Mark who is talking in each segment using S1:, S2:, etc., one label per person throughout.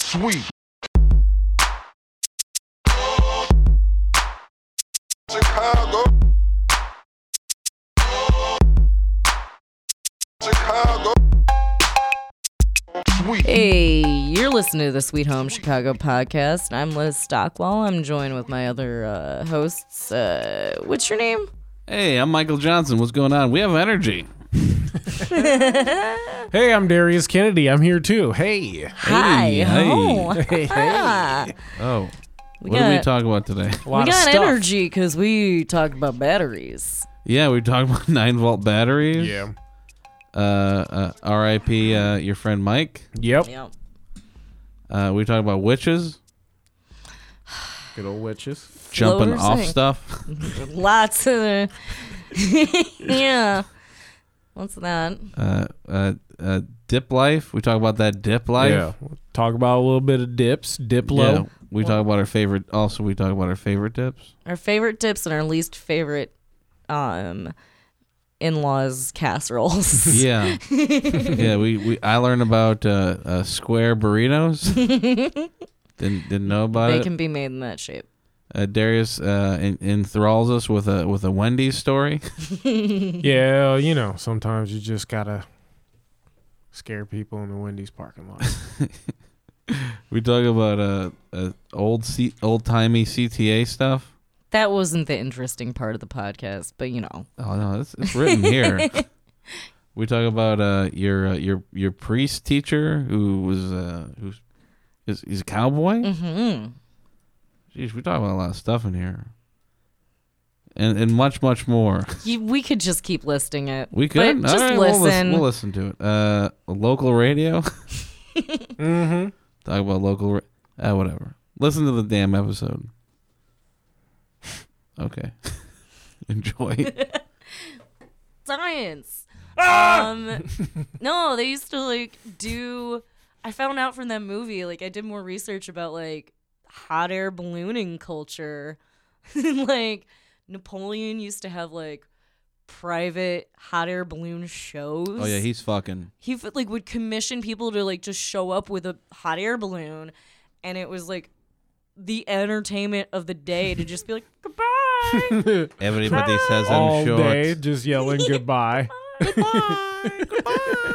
S1: sweet.
S2: Chicago. Chicago.
S1: Sweet.
S3: Hey, you're listening to the Sweet Home Chicago podcast. I'm Liz Stockwell. I'm joined with my other uh, hosts. Uh, what's your name?
S4: Hey, I'm Michael Johnson. What's going on? We have energy.
S5: Hey, I'm Darius Kennedy. I'm here too. Hey.
S3: Hi.
S4: hey.
S3: Oh.
S5: Hey,
S3: Ah.
S4: Oh,
S3: We
S4: what did we
S3: got-
S4: talk about today?
S3: We got energy because we talk about batteries.
S4: Yeah, we talked about nine volt batteries.
S5: Yeah.
S4: Uh, uh R.I.P. Uh, your friend Mike.
S5: Yep.
S3: Yep.
S4: Uh, we talked about witches
S5: Good old witches.
S4: jumping
S3: Floaters,
S4: off
S3: hey.
S4: stuff.
S3: Lots of. yeah. What's that?
S4: Uh, uh, uh, dip life. We talked about that dip life.
S5: Yeah. Talk about a little bit of dips. Diplo.
S4: Yeah, we talk about our favorite. Also, we talk about our favorite dips.
S3: Our favorite dips and our least favorite um, in laws casseroles.
S4: Yeah, yeah. We, we I learned about uh, uh, square burritos. didn't didn't know about
S3: they
S4: it.
S3: can be made in that shape.
S4: uh, Darius uh, en- enthralls us with a with a Wendy's story.
S5: Yeah, you know, sometimes you just gotta scare people in the Wendy's parking lot.
S4: we talk about uh, uh old C- old timey CTA stuff.
S3: That wasn't the interesting part of the podcast, but you know.
S4: Oh no, it's, it's written here. we talk about uh, your uh, your your priest teacher who was uh, who's is he's a cowboy.
S3: hmm
S4: Jeez, we talk about a lot of stuff in here, and and much much more.
S3: You, we could just keep listing it.
S4: We could
S3: But just
S4: All right, we'll lis-
S3: listen.
S4: We'll, listen to it. Uh, local radio. mm-hmm.
S5: Mm-hmm.
S4: Talk about local. Ra- uh, whatever. Listen to the damn episode. Okay. Enjoy.
S3: Science.
S4: Ah!
S3: Um, no, they used to like do. I found out from that movie. Like I did more research about like hot air ballooning culture. like Napoleon used to have like private hot air balloon shows.
S4: oh yeah, he's fucking.
S3: he f- like would commission people to like just show up with a hot air balloon and it was like the entertainment of the day to just be like goodbye
S4: Everybody says I'm
S5: All
S4: short.
S5: day just yelling goodbye.
S3: goodbye goodbye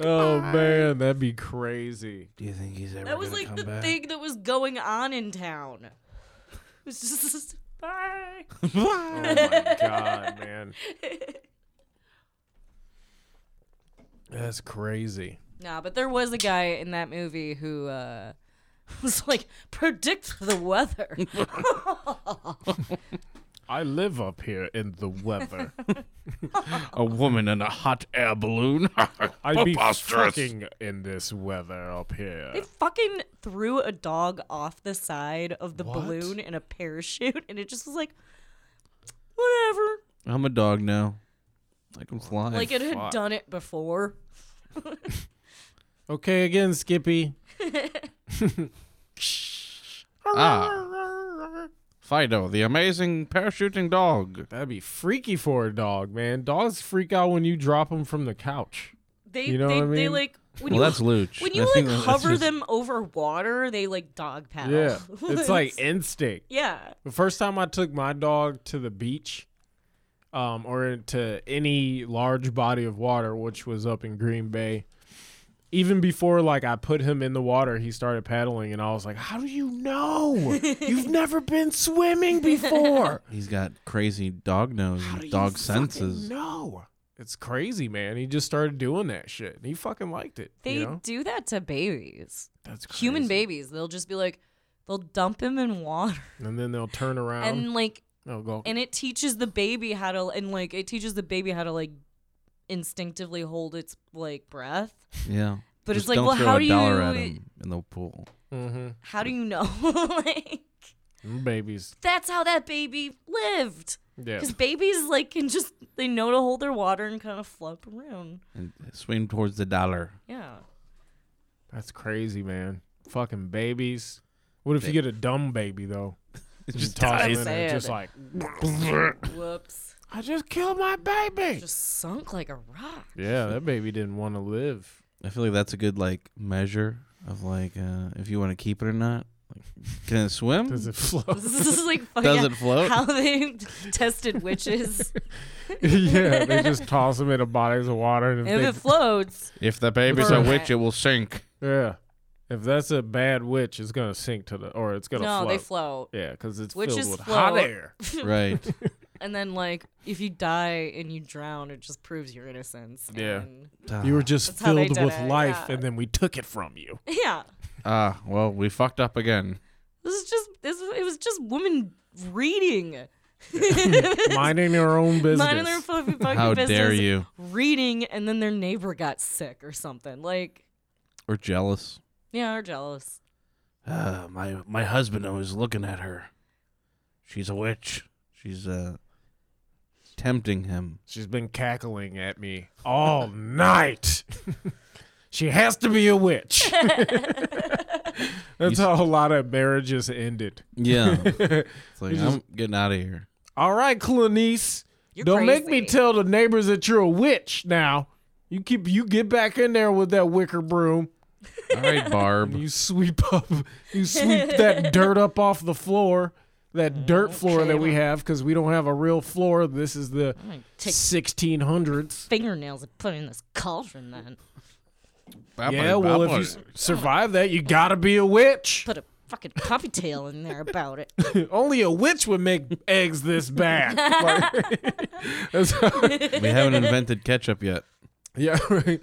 S5: Oh man, that'd be crazy.
S4: Do you think he's ever?
S3: that was like the thing that was going on in town it was just bye
S5: Oh my god, man. That's crazy.
S3: nah but there was a guy in that movie who uh was like predict the weather
S5: I live up here in the weather.
S6: A woman in a hot air balloon.
S5: I'd be
S6: Preposterous.
S5: fucking in this weather up here.
S3: They fucking threw a dog off the side of the balloon in a parachute, and it just was like, whatever.
S4: I'm a dog now. I can fly.
S3: like it had done it before.
S5: Okay, again, Skippy.
S4: ah. Fido, the amazing parachuting dog.
S5: That'd be freaky for a dog, man. Dogs freak out when you drop them from the couch.
S3: They
S5: You know
S3: they,
S5: what I
S3: they
S5: mean?
S3: like when
S4: Well,
S3: you
S4: that's Luch.
S3: when
S4: I
S3: you
S4: think
S3: like
S4: that's
S3: hover
S4: just-
S3: them over water, they like dog paddle.
S5: Yeah, it's like instinct.
S3: yeah.
S5: The first time I took my dog to the beach, um, or to any large body of water, which was up in Green Bay, even before like I put him in the water, he started paddling, and I was like, "How do you know? You've never been swimming before."
S4: He's got crazy dog nose,
S5: How
S4: and
S5: do you
S4: dog
S5: fucking
S4: senses.
S5: know? it's crazy, man. He just started doing that shit. and He fucking liked it.
S3: They
S5: you know?
S3: do that to babies,
S5: That's crazy.
S3: human babies. They'll just be like, they'll dump him in water,
S5: And then they'll turn
S4: Um,
S5: around.
S3: and like
S5: they'll go.
S3: and it teaches the baby how to and like it teaches the baby how to like instinctively hold its like breath
S4: Yeah.
S3: but
S4: Just
S3: it's like
S4: don't
S3: well
S4: throw
S3: how
S4: a
S3: do
S4: dollar at
S3: you
S4: him in the pool.
S5: mm-hmm.
S3: how do you know like
S5: Babies.
S3: that's how that baby lived
S5: Yeah.
S3: because babies like can just they know to hold their water and kind of flop around
S4: and swing towards the dollar.
S3: yeah
S5: That's crazy, man. Fucking babies. What if you get a dumb baby though? It just
S3: dies.
S5: Just
S3: Sad.
S5: like
S3: whoops
S5: I just killed my baby.
S3: just sunk like a rock
S5: Yeah, that baby didn't want to live.
S4: I feel like that's a good like measure of like uh, if you want to keep it or not. Like, can it swim?
S5: Does it flow?
S3: This is like fucking
S4: Does it float?
S3: Oh, how they tested witches.
S5: yeah, they just toss them in a bodies of water, and
S3: if it
S5: if
S3: floats,
S4: If the baby's
S3: a
S4: a
S3: witch,
S4: witch, it will sink.
S5: they, yeah, if that's a bad witch, it's gonna sink to the or it's gonna
S3: no,
S5: float.
S3: they float.
S5: Yeah, because it's
S3: Witches
S5: filled with hot
S3: float.
S5: air.
S4: right.
S3: And then like if you die and you drown, it just proves your innocence.
S5: Yeah.
S3: And-
S4: Ah,
S5: You were just
S3: That's how they
S5: filled
S3: did
S5: with
S3: it,
S5: life,
S3: yeah.
S5: and then we took it from you.
S3: yeah.
S4: Ah, well, we fucked up again.
S3: This is just this. It was just women reading.
S5: Minding their own business.
S3: Minding their fucking fucking
S4: How
S3: business.
S4: dare you?
S3: Reading, and then their neighbor got sick or something. Like,
S4: Or jealous?
S3: yeah, are jealous.
S4: Ah,
S6: Uh, my my husband always looking at her. She's a witch.
S4: She's uh tempting him.
S5: She's been cackling at me all night. she has to be a witch. That's
S4: You
S5: how a lot of marriages ended.
S4: Yeah. it's like
S5: just-
S4: I'm getting out of here.
S5: All right, Clanice.
S3: You're
S5: Don't make me
S3: crazy.
S5: tell the neighbors that you're a witch now. You keep you get back in there with that wicker broom.
S4: All right, Barb.
S5: You sweep up you sweep that dirt up off the
S3: Mm,
S5: floor. That dirt floor that we have, because we don't have a real floor. This is the
S3: I'm gonna take
S5: sixteen hundreds.
S3: fingernails and put it in this cauldron. Then
S5: Yeah, well, if you s- survive that, you gotta be a witch.
S3: put a fucking puppy tail in there about it.
S5: Only a witch would make eggs this bad. Like- that's how-
S4: we haven't invented ketchup yet.
S5: yeah, right.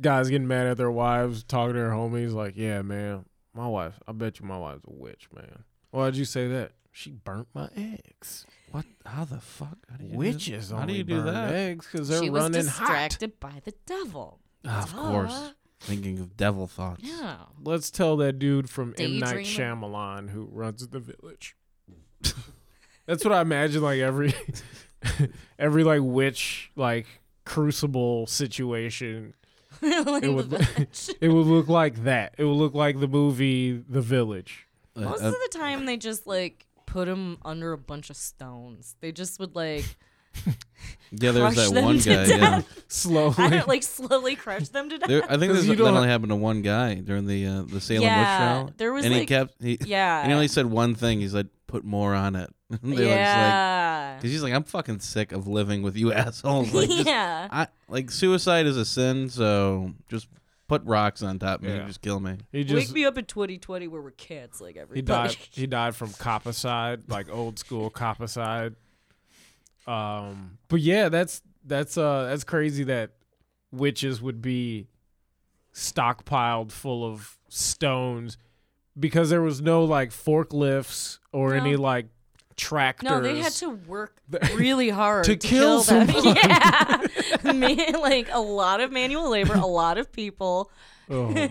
S5: Guys getting mad at their wives, talking to their homies, like, yeah, man, my wife, I bet you my wife's a witch, man. Why'd you say that? She burnt my eggs.
S4: What? How the fuck? How do you do this?
S5: Witches
S4: How
S5: only
S4: do you do
S5: burn
S4: that?
S5: eggs because they're
S3: she was
S5: running hot.
S3: distracted by the devil.
S4: Ah, of course. Thinking of devil thoughts.
S3: Yeah.
S5: Let's tell that dude from M. Night
S3: Daydreaming.
S5: Shyamalan who runs the village. That's what I imagine like every every like witch like crucible situation.
S3: Like
S5: It
S3: the
S5: would-
S3: village.
S5: It would look like that. It would look like the movie The Village.
S4: Uh,
S3: Most
S4: uh,
S3: of the time, they just like put him under a bunch of stones. They just would like
S4: yeah, there's
S3: crush
S4: that
S3: them
S4: one
S3: to
S4: guy. Yeah.
S3: death.
S5: Slowly.
S3: I don't like slowly crush them to death.
S4: There, I think
S5: 'Cause
S4: this
S5: you
S4: that
S5: don't-
S4: only happened to one guy during the uh, the Salem
S3: Yeah,
S4: witch trial.
S3: there was,
S4: and he
S3: like-
S4: kept he,
S3: yeah.
S4: and he only said one thing. He's like, put more on it. And they were just like-
S3: yeah.
S4: Cause he's like, I'm fucking sick of living with you assholes. Like, just-
S3: yeah.
S4: I like suicide is a sin, so just put rocks on top of me
S5: Yeah.
S4: and just kill me.
S5: he
S3: Wake
S5: just
S3: me up in 2020 where we're kids, like everybody.
S5: he died he died from coppicide, like old school coppicide. Um but yeah, that's that's uh that's crazy that witches would be stockpiled full of stones because there was no like forklifts or
S3: No.
S5: any like tractors.
S3: no, they had to work really hard
S5: To kill
S3: them.
S5: someone.
S3: Yeah, Man, like a lot of manual labor, a lot of people.
S5: Oh man.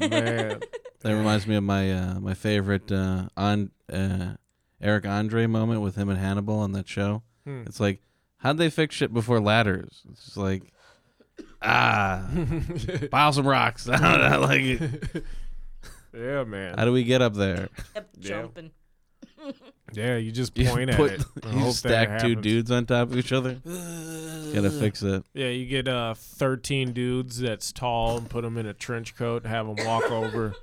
S4: That reminds me of my uh, my favorite uh, on uh, Eric Andre moment with him and Hannibal on that show.
S5: Hmm.
S4: It's like, how'd they fix shit before ladders? It's just like, ah, pile some rocks. I don't know, like,
S5: yeah, man.
S4: how do we get up there?
S3: Kept jumping.
S5: yeah, you just
S4: You
S5: point
S4: put-
S5: at it. and
S4: you
S5: hope that
S4: stack two
S5: happens.
S4: dudes on top of each other. Gotta fix it.
S5: Yeah, you get uh 13 dudes that's tall and put them in a trench coat, have them walk over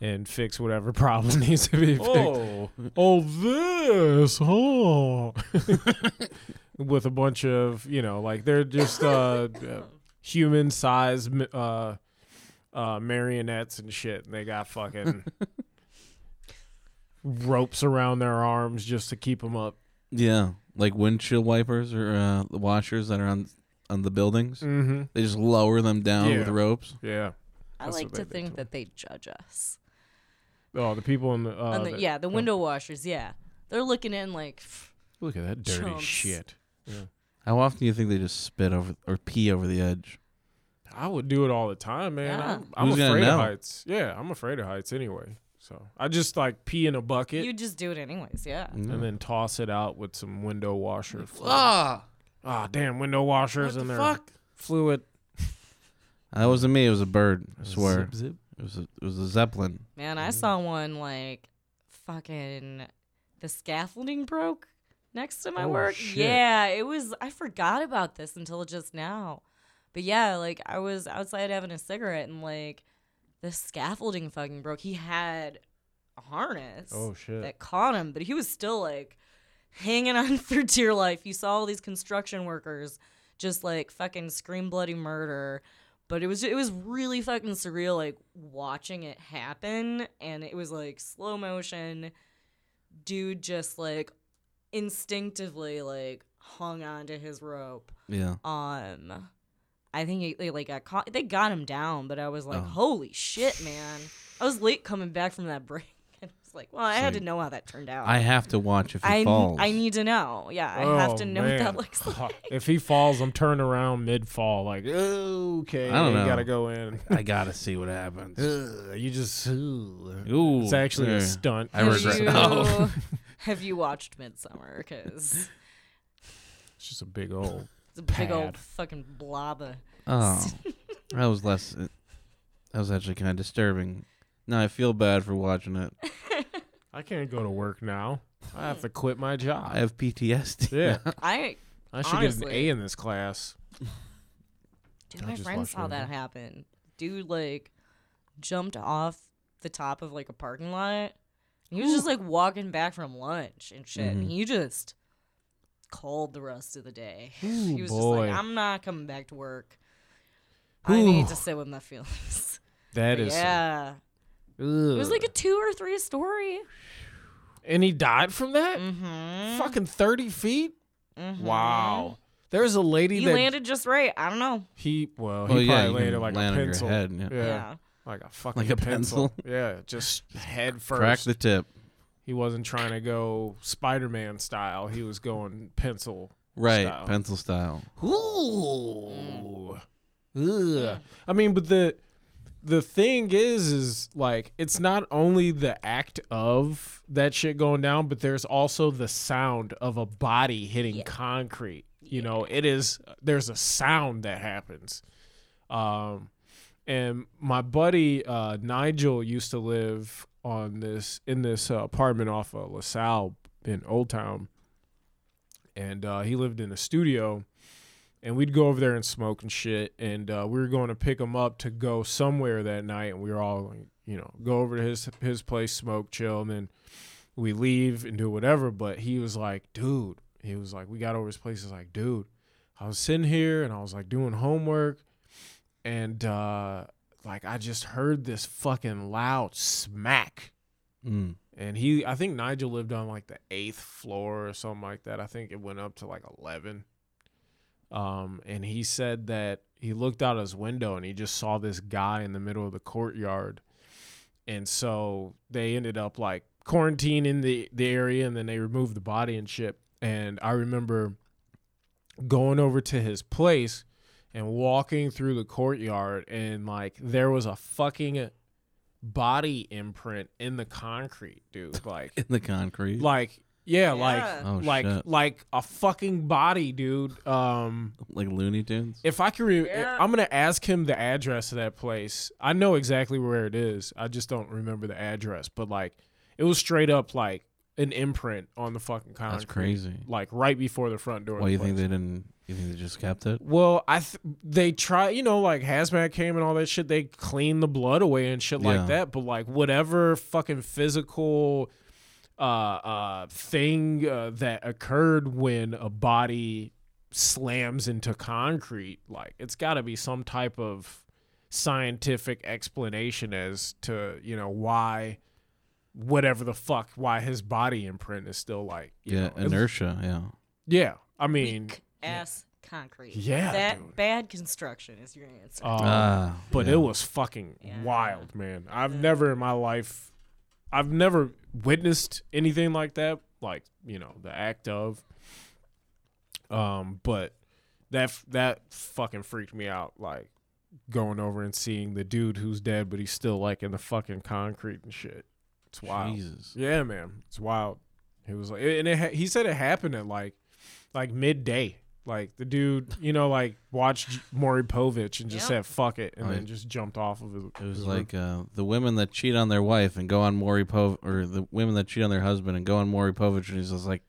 S5: and fix whatever problem needs to be fixed. Oh, this, huh? With a bunch of, you know, like they're just uh, human sized uh, uh, marionettes and shit. And they got fucking ropes around their arms just to keep them up.
S4: Yeah, like windshield wipers or uh, the washers that are on on the buildings.
S5: Mm-hmm.
S4: They just lower them down
S5: Yeah.
S4: with ropes.
S5: Yeah.
S3: I
S5: That's
S3: like
S5: what
S3: to
S5: they did to
S3: think
S5: him.
S3: that they judge us.
S5: Oh, the people in the. Uh,
S3: And the,
S5: that-
S3: yeah, the window washers. Yeah, they're looking in like. pff,
S5: Look at that dirty
S3: Chumps.
S5: shit.
S4: How often do you think they just spit over or pee over the edge?
S5: I would do it all the time, man.
S3: Yeah.
S5: I'm, I'm
S4: Who's gonna
S5: afraid of
S4: know?
S5: heights. Yeah, I'm afraid of heights anyway. So I just like pee in a bucket
S3: You just do it anyways. Yeah.
S5: and then toss it out with some window washer fluid. Ah,
S4: Ah,
S5: damn, window washers in there. Fluid.
S4: that wasn't me. It was a bird. I swear,
S5: Zip, zip.
S4: it was a, it was a zeppelin.
S3: Man,
S5: Mm-hmm.
S3: I saw one like fucking the scaffolding broke next to my
S5: Oh,
S3: work.
S5: shit.
S3: Yeah, it was I forgot about this until just now. But yeah, like I was outside having a cigarette and like the scaffolding fucking broke. He had a harness
S5: Oh shit.
S3: that caught him, but he was still like hanging on for dear life. You saw all these construction workers just like fucking scream bloody murder. But it was it was really fucking surreal, like watching it happen, and it was like slow motion. Dude just like instinctively like hung onto his rope.
S4: Yeah.
S3: Um, I think he, they like got caught. They got him down, but I was like,
S4: Oh.
S3: holy shit, man! I was late coming back from that break, and I was like, well, I had
S4: So
S3: to know how that turned out.
S4: I have to watch if he
S3: I n-
S4: falls.
S3: I need to know. Yeah, I
S5: Oh,
S3: have to know what that looks like.
S5: Ah, if he falls, I'm turning around mid fall. Like, okay,
S4: I don't
S5: you
S4: know.
S5: gotta go in.
S6: I gotta see what happens.
S5: Ugh, you just.
S4: Ooh,
S5: It's actually
S4: yeah.
S5: a stunt.
S4: I regret.
S3: You,
S4: Oh.
S3: have you watched Midsummer? Because
S5: It's just a big old.
S3: it's a big old
S5: Pad.
S3: fucking blob. Of,
S4: Oh, that was less. That was actually kind of disturbing. Now I feel bad for watching it.
S5: I can't go to work now. I have to
S3: Hmm.
S5: quit my
S4: I
S5: job.
S4: have PTSD.
S5: Ah. Yeah,
S3: I
S5: I should get an
S3: Honestly.
S5: A in this class.
S3: dude,
S5: I
S3: my
S5: just
S3: friend
S5: watched
S3: saw
S5: one.
S3: that happen. Dude, like jumped off the top of like a parking lot. He was just like walking back from lunch and shit. And
S5: Mm-hmm.
S4: Mhm.
S3: he just called the rest of the day.
S5: Ooh,
S3: he was
S5: boy.
S3: just like, I'm not coming back to work. I need to sit with my feelings.
S5: That is.
S3: yeah. It was
S5: Ugh.
S3: like a two or three story.
S5: and he died from that.
S3: Mm-hmm.
S5: Fucking thirty feet. Wow. There's a lady
S3: He
S5: that
S3: landed just right. I don't know.
S5: he well Oh, he
S4: Well, Oh, yeah, you
S5: probably landed
S4: can
S5: like
S4: land
S5: a
S4: on your
S5: pencil.
S4: head, yeah.
S5: Yeah.
S3: Yeah.
S5: Like a fucking
S4: Like a pencil.
S5: yeah, just head first.
S4: Crack the tip.
S5: he wasn't trying to go Spider-Man style. He was going pencil.
S4: Right,
S5: Style.
S4: pencil style.
S5: Ooh. Ugh. Mm. I mean, but the the thing is is like it's not only the act of that shit going down, but there's also the sound of a body hitting concrete. You know, it is there's a sound that happens. Um and my buddy uh, Nigel used to live on this in this uh, apartment off of LaSalle in Old Town, and uh, he lived in a studio. And we'd go over there and smoke and shit. And uh, we were going to pick him up to go somewhere that night. And we were all, you know, go over to his his place, smoke, chill, and then we leave and do whatever. But he was like, dude, he was like, we got over his place. He's like, dude, I was sitting here and I was like doing homework and uh like I just heard this fucking loud smack.
S4: Mm.
S5: And he I think Nigel lived on like the eighth floor or something like that. I think it went up to like eleven. Um and he said that he looked out his window and he just saw this guy in the middle of the courtyard. And so they ended up like quarantining the, the area and then they removed the body and shit. And I remember going over to his place and walking through the courtyard and like there was a fucking body imprint in the concrete dude like
S4: In the concrete. Like,
S5: like
S3: Yeah.
S5: yeah, like
S4: Oh,
S5: like
S4: shit.
S5: like a fucking body dude um
S4: Looney Tunes.
S5: if i can re- eh,
S3: Yeah.
S5: i'm gonna ask him the address of that place i know exactly where it is i just don't remember the address but like it was straight up like an imprint on the fucking concrete
S4: That's crazy.
S5: like right before the front door of
S4: Why
S5: the
S4: you think
S5: place.
S4: they didn't? You think they just kept it?
S5: Well, I th- they try, you know, like hazmat came and all that shit. They clean the blood away and shit
S4: Yeah.
S5: like that. But like whatever fucking physical uh uh thing uh, that occurred when a body slams into concrete, like it's got to be some type of scientific explanation as to you know why whatever the fuck why his body imprint is still like you
S4: Yeah,
S5: know, it's-
S4: inertia. Yeah.
S5: yeah i mean
S3: Weak ass concrete.
S5: Yeah,
S3: That
S5: dude.
S3: bad construction is your answer.
S5: um,
S4: Ah,
S5: but
S4: yeah.
S5: it was fucking
S3: Yeah.
S5: wild, man. I've never in my life, I've never witnessed anything like that. Like you know, the act of. Um, but that f- that fucking freaked me out. Like going over and seeing the dude who's dead, but he's still like in the fucking concrete and shit. It's wild.
S4: Jesus.
S5: Yeah, man, it's wild. He was like, and it, ha- he said it happened at like, like midday. Like the dude, you know, like watched Maury Povich and just
S3: Yeah.
S5: said "fuck it" and
S4: Oh,
S5: then
S4: yeah.
S5: just jumped off of his.
S4: It was
S5: his
S4: like uh, the women that cheat on their wife and go on Maury Pov, or the women that cheat on their husband and go on Maury Povich, and he's just like,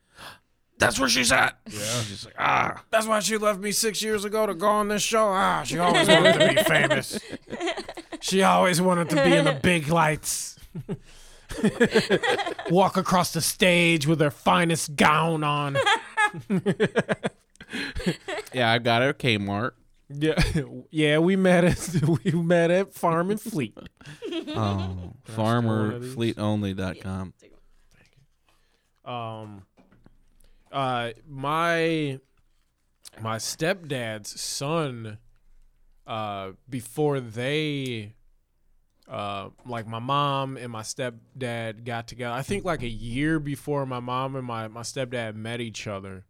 S6: That's where she's at.
S5: Yeah.
S6: She's like, ah.
S5: That's why she left me six years ago to go on this show. Ah, she always wanted to be famous. She always wanted to be in the big lights. Walk across the stage with her finest gown on.
S4: Yeah, I got her at Kmart.
S5: Yeah, yeah, we met at we met at Farm and Fleet.
S4: Oh,
S5: one of these.
S4: farmerfleetonly.com.
S5: Um, uh, my my stepdad's son, uh, before they, uh, like my mom and my stepdad got together. I think like a year before my mom and my my stepdad met each other,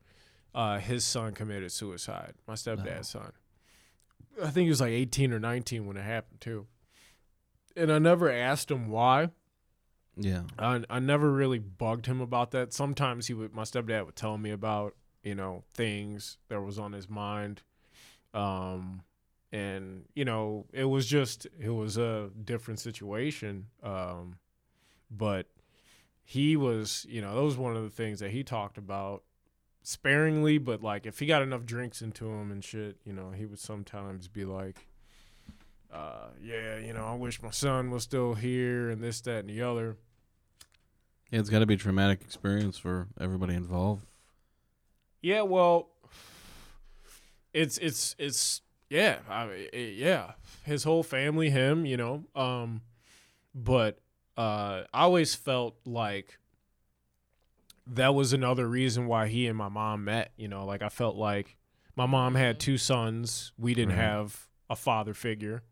S5: uh, his son committed suicide. My stepdad's son. I think he was like 18 or 19 when it happened too. And I never asked him why.
S4: Yeah.
S5: I, I never really bugged him about that. Sometimes he would, my stepdad would tell me about, you know, things that was on his mind. Um, and you know, it was just, it was a different situation. Um, but he was, you know, that was one of the things that he talked about sparingly, but like if he got enough drinks into him and shit, you know, he would sometimes be like, uh, yeah, you know, I wish my son was still here and this, that, and the other.
S4: Yeah, it's got to be a traumatic experience for everybody involved.
S5: Yeah, well, it's it's it's yeah, I, it, yeah. His whole family, him, you know. Um, but uh, I always felt like that was another reason why he and my mom met. You know, like I felt like my mom had two sons. We didn't
S4: Right.
S5: have a father figure.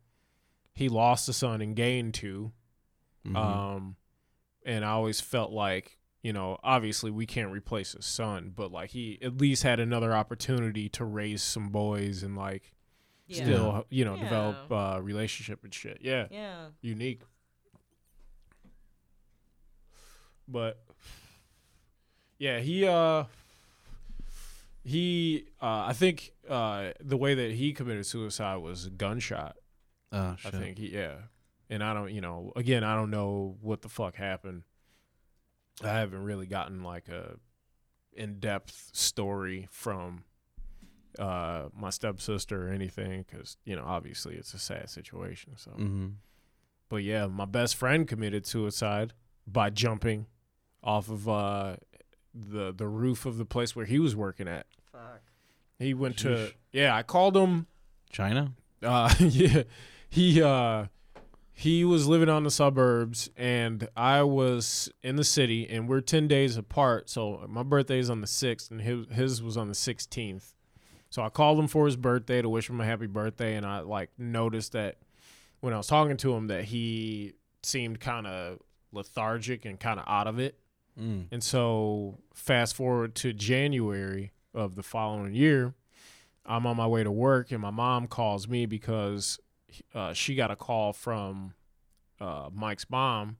S5: He lost a son and gained two.
S4: Mhm.
S5: Um, and I always felt like, you know, obviously we can't replace his son, but like he at least had another opportunity to raise some boys and like
S3: Yeah.
S5: still, you know,
S3: Yeah.
S5: develop uh, relationship and shit. Yeah,
S3: Yeah.
S5: unique. But yeah, he uh he uh I think uh the way that he committed suicide was gunshot.
S4: oh, shit.
S5: I think he, yeah. And I don't, you know, again, I don't know what the fuck happened. I haven't really gotten like a in-depth story from uh my stepsister or anything cuz you know, obviously it's a sad situation, so.
S4: hmm
S5: But yeah, my best friend committed suicide by jumping off of uh the the roof of the place where he was working at.
S3: Fuck.
S5: He went
S4: Sheesh.
S5: to Yeah, I called him
S4: China?
S5: uh, yeah, he uh, he was living on the suburbs, and I was in the city, and we're ten days apart. So my birthday is on the sixth, and his his was on the sixteenth. So I called him for his birthday to wish him a happy birthday, and I like noticed that when I was talking to him that he seemed kind of lethargic and kind of out of it.
S4: Mm.
S5: And so, fast forward to January of the following year, I'm on my way to work, and my mom calls me because uh, she got a call from uh, Mike's mom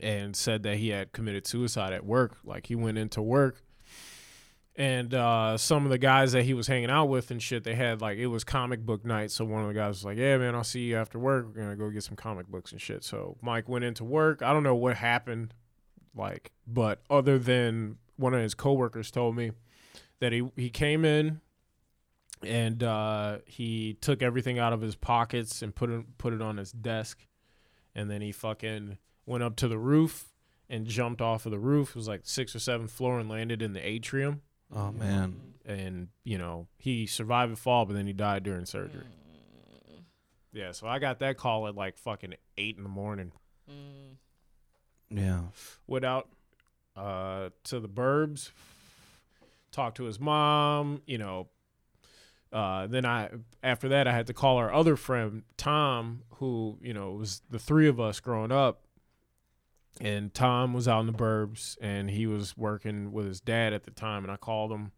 S5: and said that he had committed suicide at work. Like, he went into work. And uh, some of the guys that he was hanging out with and shit, they had like it was comic book night. So one of the guys was like, "Yeah, man, I'll see you after work. We're gonna go get some comic books and shit." So Mike went into work. I don't know what happened like but other than one of his coworkers told me that he he came in and uh he took everything out of his pockets and put it put it on his desk and then he fucking went up to the roof and jumped off of the roof it was like sixth or seventh floor and landed in the atrium
S4: Oh, man.
S5: and you know he survived the fall but then he died during surgery
S3: Mm.
S5: yeah so i got that call at like fucking eight in the morning
S3: Mm.
S4: Yeah.
S5: went out uh, to the burbs, talked to his mom, you know. Uh, then I, after that, I had to call our other friend Tom, who you know was the three of us growing up, and Tom was out in the burbs and he was working with his dad at the time, and I called him.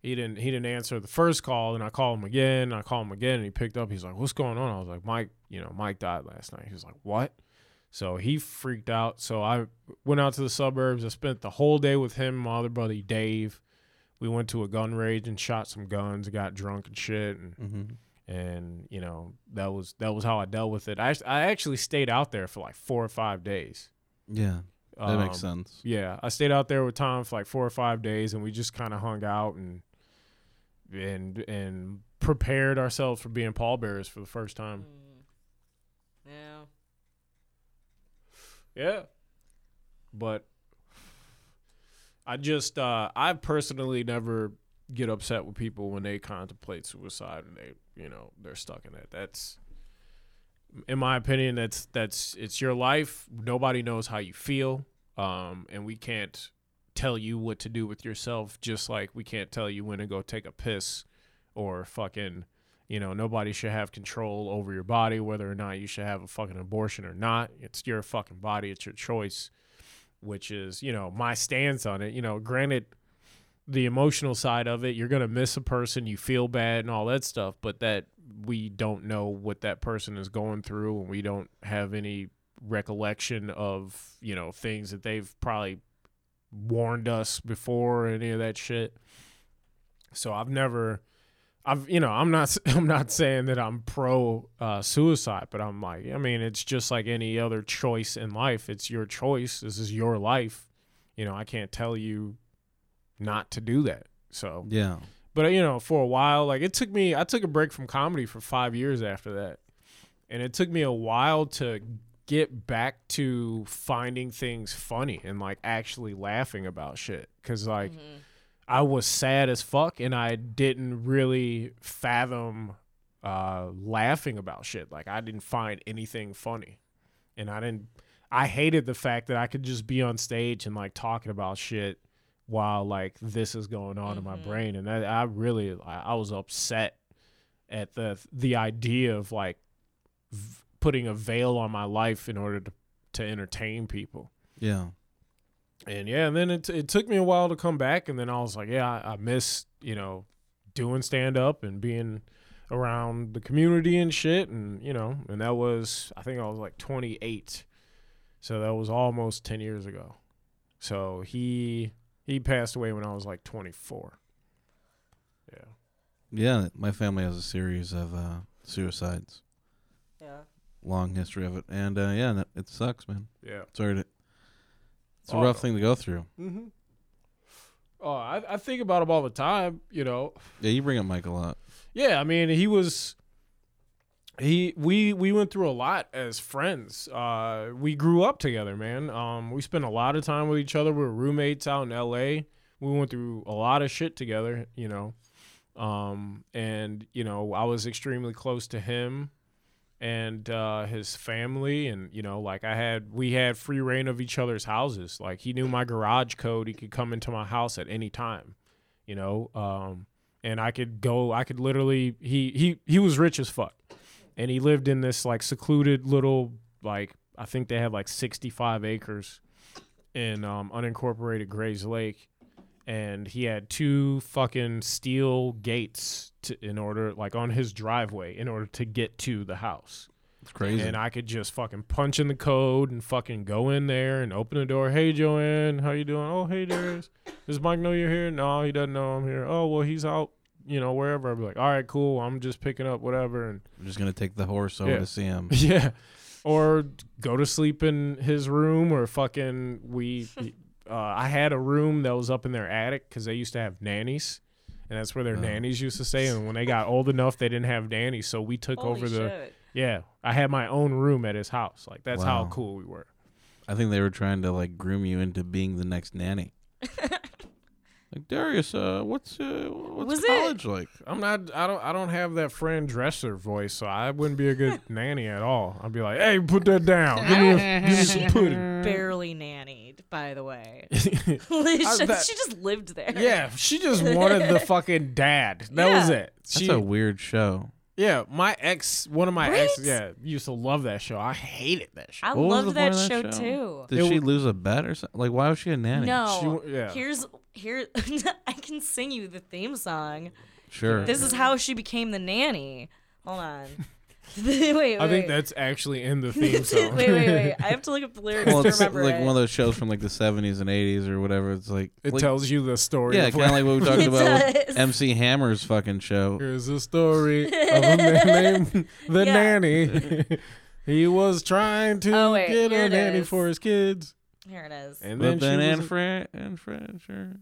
S5: He didn't. He didn't answer the first call, and I called him again. And I called him again, and he picked up. He's like, "What's going on?" I was like, "Mike, you know, Mike died last night." He was like, "What?" So he freaked out. So I went out to the suburbs. I spent the whole day with him, and my other buddy Dave. We went to a gun rage and shot some guns, got drunk and shit, and,
S4: Mm-hmm.
S5: and you know that was that was how I dealt with it. I act- I actually stayed out there for like four or five days.
S4: Yeah. That makes
S5: Um,
S4: sense.
S5: yeah, I stayed out there with Tom for like four or five days, and we just kind of hung out and and and prepared ourselves for being pallbearers for the first time.
S3: Mm-hmm.
S5: Yeah. But I just uh I personally never get upset with people when they contemplate suicide and they, you know, they're stuck in it. That's in my opinion that's that's it's your life. Nobody knows how you feel. Um and we can't tell you what to do with yourself just like we can't tell you when to go take a piss or fucking you know, nobody should have control over your body, whether or not you should have a fucking abortion or not. It's your fucking body, it's your choice, which is, you know, my stance on it. You know, granted, the emotional side of it, you're going to miss a person, you feel bad and all that stuff, but that we don't know what that person is going through and we don't have any recollection of, you know, things that they've probably warned us before, any of that shit. So I've never. I've you know I'm not I'm not saying that I'm pro uh, suicide, but I'm like I mean it's just like any other choice in life. It's your choice. This is your life. You know I can't tell you not to do that. So,
S4: Yeah.
S5: but you know for a while like it took me I took a break from comedy for five years after that, and it took me a while to get back to finding things funny and like actually laughing about shit because like.
S3: Mm-hmm.
S5: I was sad as fuck and I didn't really fathom uh, laughing about shit. Like I didn't find anything funny. And I didn't I hated the fact that I could just be on stage and like talking about shit while like this is going on in my
S3: Mhm.
S5: brain and that I really I, I was upset at the the idea of like v- putting a veil on my life in order to to entertain people.
S4: Yeah.
S5: And yeah, and then it, it took me a while to come back, and then I was like, yeah, I, I miss you know doing stand up and being around the community and shit, and you know, and that was I think I was like 28, so that was almost 10 years ago. So he he passed away when I was like 24. Yeah,
S4: Yeah. My family has a series of uh, suicides,
S3: Yeah.
S4: long history of it, and uh, yeah, that, it sucks, man.
S5: yeah.
S4: Sorry to. It's a
S5: Oh,
S4: rough
S5: no.
S4: thing to go through.
S5: Mm-hmm. Oh, I, I think about him all the time. You know,
S4: Yeah, you bring up Mike a lot.
S5: Yeah, I mean, he was he we we went through a lot as friends. Uh we grew up together, man. Um we spent a lot of time with each other. We were roommates out in LA. We went through a lot of shit together, you know. Um and you know, I was extremely close to him and uh his family and you know, like I had we had free reign of each other's houses. Like he knew my garage code. He could come into my house at any time, you know. Um and I could go. I could literally. He he he was rich as fuck, and he lived in this like secluded little like I think they had like sixty five acres in um, unincorporated Gray's Lake, and he had two fucking steel gates to, in order like on his driveway in order to get to the house.
S4: It's crazy.
S5: And I could just fucking punch in the code and fucking go in there and open the door. Hey, Joanne, how you doing? Oh, hey, Darius. Does Mike know you're here? No, he doesn't know I'm here. Oh, well, he's out, you know, wherever. I'd be like, all right, cool. I'm just picking up whatever. And
S4: I'm just gonna take the horse over
S5: Yeah.
S4: to see him.
S5: yeah. Or go to sleep in his room or fucking we. Uh, I had a room that was up in their attic because they used to have nannies. And that's where their
S4: Oh.
S5: nannies used to stay. And when they got old enough, they didn't have nannies. So we took
S3: Holy
S5: over the.
S3: shit.
S5: Yeah, I had my own room at his house. Like that's how
S4: Wow.
S5: cool we were.
S4: I think they were trying to like groom you into being the next nanny. like Darius, uh, what's uh, what's
S3: Was it-
S4: college like?
S5: I'm not. I don't. I don't have that friend dresser voice, so I wouldn't be a good nanny at all. I'd be like, "Hey, put that down. Give me, a, give me some pudding."
S3: Barely nannied, by the way.
S5: I-
S3: she,
S5: that-
S3: she just lived there.
S5: yeah, she just wanted the fucking dad. That was
S3: Yeah.
S5: it.
S4: That's
S5: She,
S4: a weird show.
S5: yeah, my ex, one of my
S3: Right?
S5: exes, yeah, used to love that show. I hated that show.
S3: I
S4: What was
S3: loved
S4: the
S3: that,
S4: point of
S3: show,
S4: that
S3: too.
S4: Did
S5: It
S4: she
S5: w-
S4: lose a bet or something? Like, why was she a nanny?
S5: She
S3: No.
S5: wa- yeah.
S3: Here's here I can sing you the theme song.
S4: Sure.
S3: This is how she became the nanny. Hold on. wait, wait.
S5: I think that's actually in the theme song.
S3: wait, wait, wait. I have to look up the lyrics
S4: well,
S3: to
S4: it's like
S3: remember it.
S4: one of those shows from like the 70s and 80s or whatever. It's like,
S5: It
S4: like-
S5: tells you the story.
S4: yeah,
S5: of
S4: kind of like what we talked
S3: It
S4: about
S3: does.
S4: with MC Hammer's fucking show.
S5: Here's the story of a man named the
S3: Yeah.
S5: nanny. he was trying to
S3: Oh, wait,
S5: get
S3: here
S5: a
S3: it
S5: nanny
S3: is.
S5: for his kids,
S3: Here it is.
S5: and
S4: But
S5: then she
S4: then
S5: was
S4: Anne
S5: a-
S4: Fran, Anne Fran, sure.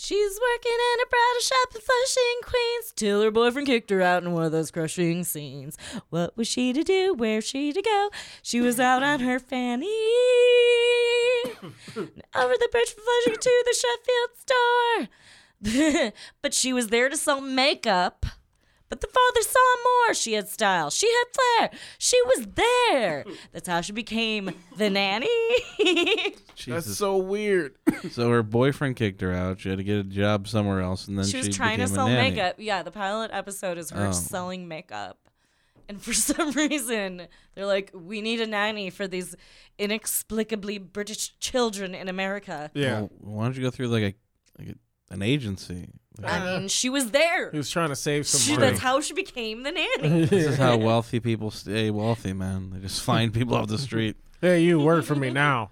S3: She's working in a bridal shop in Flushing, Queens, till her boyfriend kicked her out in one of those crushing scenes. What was she to do? Where she to go? She was out on her fanny. Over the bridge from Flushing to the Sheffield store. but she was there to sell makeup. But the father saw more. She had style. She had flair. She was there. That's how she became the nanny.
S4: Jesus.
S5: so weird.
S4: so her boyfriend kicked her out. She had to get a job somewhere else, and then she,
S3: she was trying to
S4: became a
S3: sell
S4: nanny.
S3: makeup. Yeah, the pilot episode is her
S4: Oh.
S3: selling makeup. And for some reason, they're like, we need a nanny for these inexplicably British children in America.
S5: Yeah.
S4: Well, why don't you go through like a like a, an agency? Like,
S3: I mean, she was there.
S5: He was trying to save
S3: She,
S5: some money.
S3: that's how she became the nanny.
S4: this is how wealthy people stay wealthy, man. They just find people off the street.
S5: Hey, you work for me now.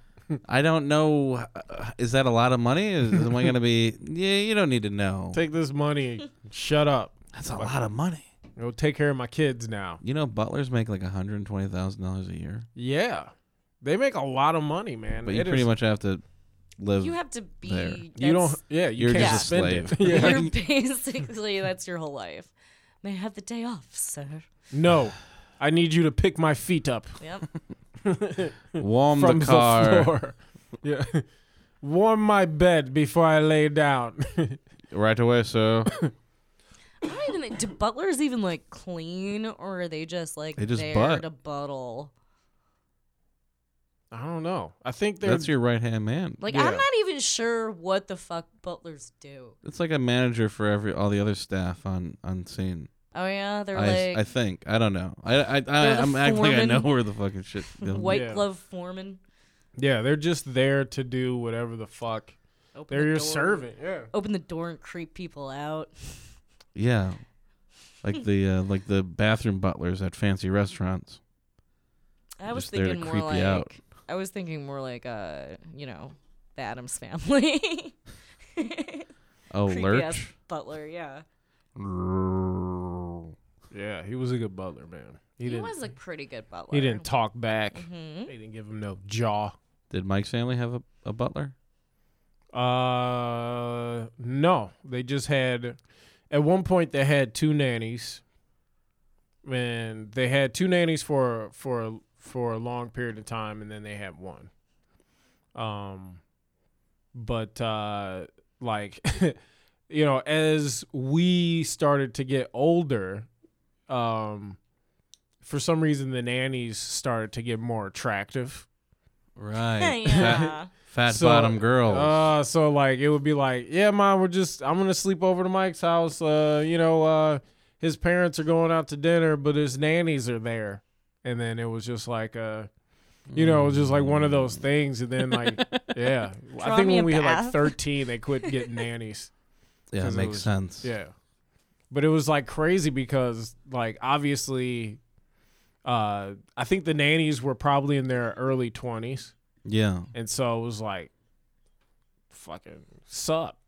S4: I don't know. uh, Is that a lot of money? Is, am I going to be? Yeah, you don't need to know.
S5: Take this money. Shut up.
S4: That's a lot of money.
S5: Go take care of my kids now.
S4: You know, butlers make like hundred and twenty thousand dollars a year,
S5: Yeah. They make a lot of money, man.
S4: but you
S5: It
S4: pretty
S5: is-
S4: much have to live.
S3: You have to be.
S4: There.
S5: you don't
S3: that's-
S5: yeah, you
S4: You're
S5: can't
S4: just a
S5: spend
S4: slave.
S5: it. Yeah.
S3: You're basically, that's your whole life. May I have the day off, sir?
S5: No. I need you to pick my feet up
S3: Yep.
S4: warm
S5: from
S4: the car,
S5: floor. yeah. Warm my bed before I lay down.
S4: right away, sir.
S3: I don't even. Do butlers even like clean, or are they just like
S4: They just
S3: there
S4: butt.
S3: to buttle?
S5: I don't know. I think they're
S4: That's your right hand man.
S3: Like
S5: Yeah.
S3: I'm not even sure what the fuck butlers do.
S4: It's like a manager for every all the other staff on on scene.
S3: Oh yeah, they're
S4: I,
S3: like
S4: I think I don't know. I I, I
S3: They're the
S4: I'm acting like I
S3: foreman.
S4: know where the fucking shit. you know.
S3: white
S5: Yeah.
S3: glove foreman.
S5: Yeah, they're just there to do whatever the fuck.
S3: Open
S5: They're
S3: the
S5: your
S3: door.
S5: servant. Yeah.
S3: Open the door and creep people out.
S4: Yeah, like the uh, like the bathroom butlers at fancy restaurants.
S3: I was
S4: Just there to
S3: thinking more
S4: creep
S3: like
S4: you out.
S3: I was thinking more like uh you know the Adams family.
S4: Oh,
S3: Creepy ass
S4: lurch.
S3: butler. Yeah,
S5: Yeah, he was a good butler, man. He,
S3: he,
S5: didn't
S3: was a pretty good butler.
S5: he didn't talk back.
S3: hmm
S5: They didn't give him no jaw.
S4: Did Mike's family have a, a butler?
S5: Uh no. They just had at one point they had two nannies. And they had two nannies for for for a long period of time and then they had one. Um but uh like you know, as we started to get older, um for some reason the nannies started to get more attractive.
S4: Right. Fat,
S3: yeah.
S4: fat
S5: So-
S4: bottom girls.
S5: Uh, so like it would be like, yeah, mom, we're just I'm gonna sleep over to Mike's house. Uh, you know, uh, his parents are going out to dinner, but his nannies are there. And then it was just like, uh, you
S4: Mm.
S5: know, it was just like one of those things. And then like, yeah, I
S3: Draw
S5: think
S3: me
S5: when
S3: a
S5: we hit like
S3: bath.
S5: 13, they quit getting nannies.
S4: yeah,
S5: 'cause it
S4: makes
S5: was-
S4: sense.
S5: Yeah. But it was like crazy because like obviously, uh, I think the nannies were probably in their early 20s.
S4: Yeah.
S5: And so it was like, fucking sup.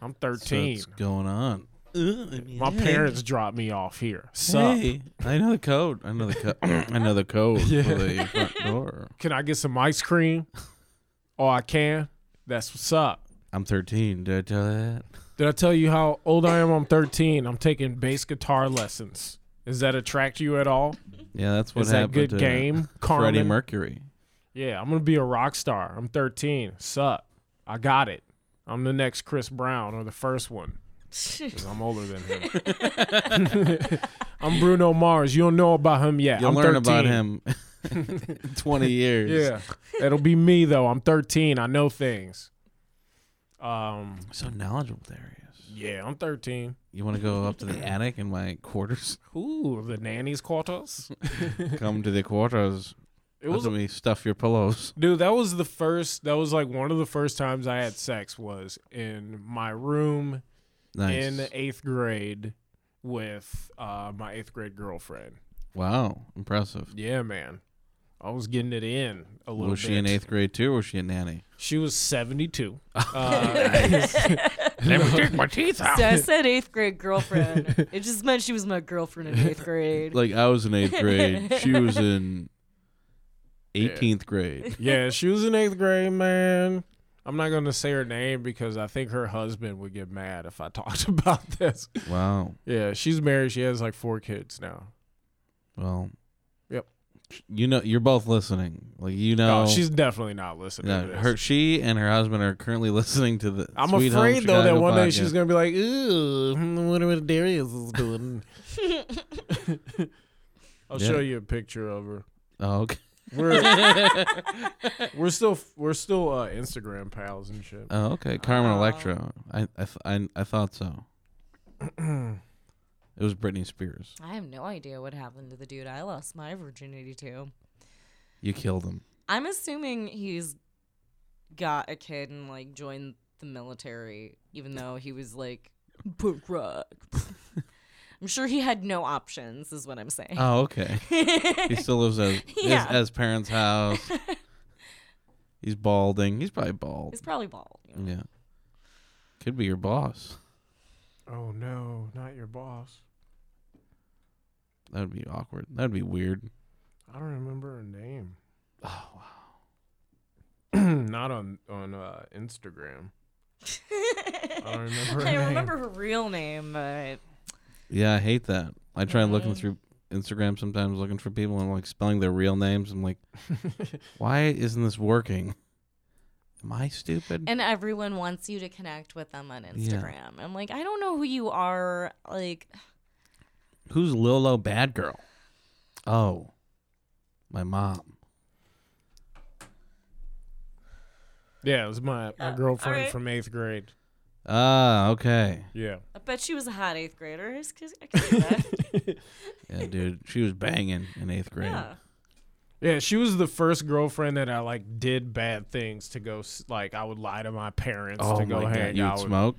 S5: I'm 13.
S4: What's going on?
S5: My parents dropped me off here. Sup.
S4: Hey, I know the code. I know the code. I know the code for the front door.
S5: Can I get some ice cream? Oh, I can. That's what's up.
S4: I'm 13. Did I tell you that?
S5: Did I tell you how old I am? I'm 13. I'm taking bass guitar lessons. Does that attract you at all?
S4: Yeah, that's what
S5: Is that
S4: happened
S5: good
S4: to
S5: game? Carmen?
S4: Freddie Mercury.
S5: Yeah, I'm gonna be a rock star. I'm 13. Sup? I got it. I'm the next Chris Brown or the first one. 'cause I'm older than him. I'm Bruno Mars. You don't know about him yet.
S4: You'll
S5: I'm
S4: learn
S5: 13.
S4: about him in 20 years.
S5: Yeah, it'll be me though. I'm 13. I know things. Um.
S4: So knowledgeable there he is.
S5: Yeah, I'm 13.
S4: You want to go up to the attic in my quarters?
S5: Ooh, the nanny's quarters.
S4: Come to the quarters.
S5: It was,
S4: Let me stuff your pillows.
S5: dude. That was the first. That was like one of the first times I had sex was in my room
S4: Nice.
S5: in eighth grade with uh, my eighth grade girlfriend.
S4: wow, impressive.
S5: Yeah, man. I was getting it in a little
S4: Was she
S5: bit.
S4: in eighth grade too, or was she a nanny?
S5: She was 72. Uh,
S3: So I said eighth grade girlfriend. it just meant she was my girlfriend in eighth grade.
S4: Like I was in eighth grade. She was in 18th grade.
S5: yeah, she was in eighth grade, man. I'm not going to say her name because I think her husband would get mad if I talked about this.
S4: Wow.
S5: Yeah, she's married. She has like four kids now.
S4: Well.
S5: Yep.
S4: You know, you're both listening. Like you know,
S5: No, Oh, she's definitely not listening
S4: no,
S5: to this.
S4: her. She and her husband are currently listening to the.
S5: I'm
S4: Sweet Home
S5: afraid though that
S4: Chicago
S5: one day
S4: podcast.
S5: she's gonna be like, "Ooh, I wonder what Darius is doing." I'll
S4: Yeah.
S5: show you a picture of her.
S4: Oh, okay.
S5: We're we're still we're still uh, Instagram pals and shit.
S4: Oh, okay. Carmen Electra. I I, th- I I thought so. it was Britney Spears.
S3: I have no idea what happened to the dude I lost my virginity to.
S4: You killed him.
S3: I'm assuming he's got a kid and like joined the military, even though he was like punk rock. I'm sure he had no options, is what I'm saying.
S5: Um,
S4: Oh, okay. he still lives at his,
S3: Yeah.
S4: his, his parents' house. He's balding. He's probably bald.
S3: He's probably bald. you know.
S4: Yeah. Could be your boss.
S5: Oh no, not your boss.
S4: That would be awkward. That would be weird.
S5: I don't remember her name. Oh wow. not on on uh, Instagram. I don't remember. Her
S3: I
S5: name.
S3: remember her real name, but
S4: Yeah, I hate that. I try
S3: Mm-hmm.
S4: looking through Instagram sometimes, looking for people and like spelling their real names. I'm like, why isn't this working? Am I stupid?
S3: and everyone wants you to connect with them on Instagram. I'm like, I don't know who you are. Like,
S4: Who's Lolo Bad Girl? Oh, my mom.
S5: Yeah, it was my my girlfriend
S3: alright.
S5: from eighth grade.
S4: Ah, okay.
S5: Yeah.
S3: I bet she was a hot eighth grader. I could- I could see that.
S4: Yeah, dude, she was banging in eighth grade.
S3: yeah.
S5: Yeah, she was the first girlfriend that I like did bad things to go. s- Like I would lie to my parents
S4: Oh
S5: to go
S4: my god,
S5: hang
S4: you would
S5: out. with-
S4: smoke?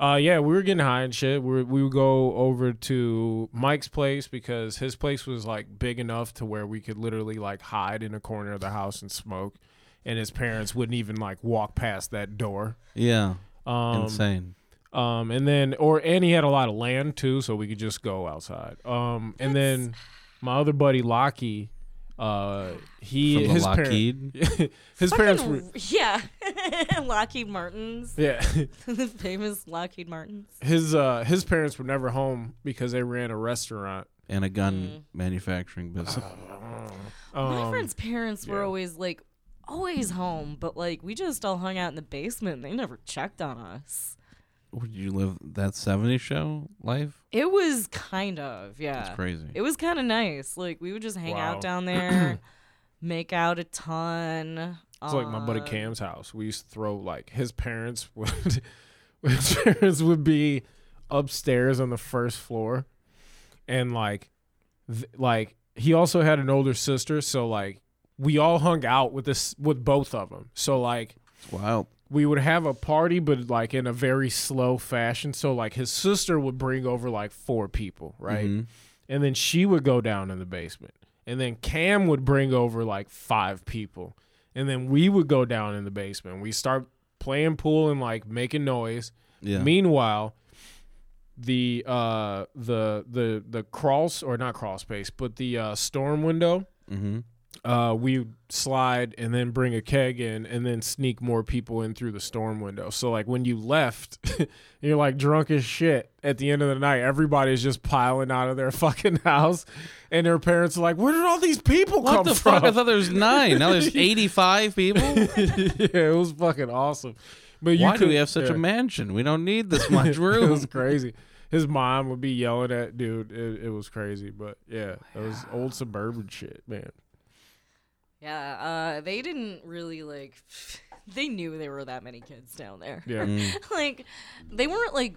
S5: Uh, yeah, we were getting high and shit. We were, we would go over to Mike's place because his place was like big enough to where we could literally like hide in a corner of the house and smoke, and his parents wouldn't even like walk past that door.
S4: Yeah,
S5: Um,
S4: insane.
S5: um, and then or and he had a lot of land too, so we could just go outside. Um, and then my other buddy Lockie, uh, he
S4: From the
S5: his parents.
S4: Lockheed.
S5: his parents were
S3: Fucking- yeah. Lockheed Martins.
S5: yeah
S3: the famous Lockheed Martins.
S5: his uh his parents were never home because they ran a restaurant.
S4: and a
S3: Mm.
S4: gun manufacturing business.
S5: Um,
S3: My friend's parents were always like always home, but like we just all hung out in the basement. They never checked on us.
S4: Would you live that '70s show life?
S3: It was kind of, yeah.
S4: That's crazy.
S3: It was kind of nice. Like we would just hang
S5: Wow.
S3: out down there, make out a ton.
S5: It's like my buddy
S3: Uh,
S5: Cam's house. We used to throw like his parents would his parents would be upstairs on the first floor, and like th- like he also had an older sister, so like we all hung out with this with both of them. So like
S4: It's wild.
S5: we would have a party, but like in a very slow fashion. So like his sister would bring over like four people, right?
S4: Mhm.
S5: and then she would go down in the basement and then cam would bring over like five people and then we would go down in the basement we start playing pool and like making noise
S4: Yeah.
S5: meanwhile the uh the the the cross or not crawl space but the uh storm window
S4: Mm-hmm.
S5: uh we would slide and then bring a keg in and then sneak more people in through the storm window so like when you left you're like drunk as shit at the end of the night everybody's just piling out of their fucking house and their parents are like where did all these people
S4: What
S5: come
S4: the
S5: from
S4: fuck? I thought there was nine. Now there's 85 people.
S5: yeah it was fucking awesome but you
S4: Why
S5: could-
S4: do we have such
S5: yeah.
S4: a mansion? We don't need this much
S5: it
S4: room.
S5: was crazy his mom would be yelling at dude it, it was crazy but yeah it was old suburban shit man
S3: Yeah, uh, they didn't really like. They knew there were that many kids down there.
S5: yeah
S4: Mm.
S3: like, they weren't like.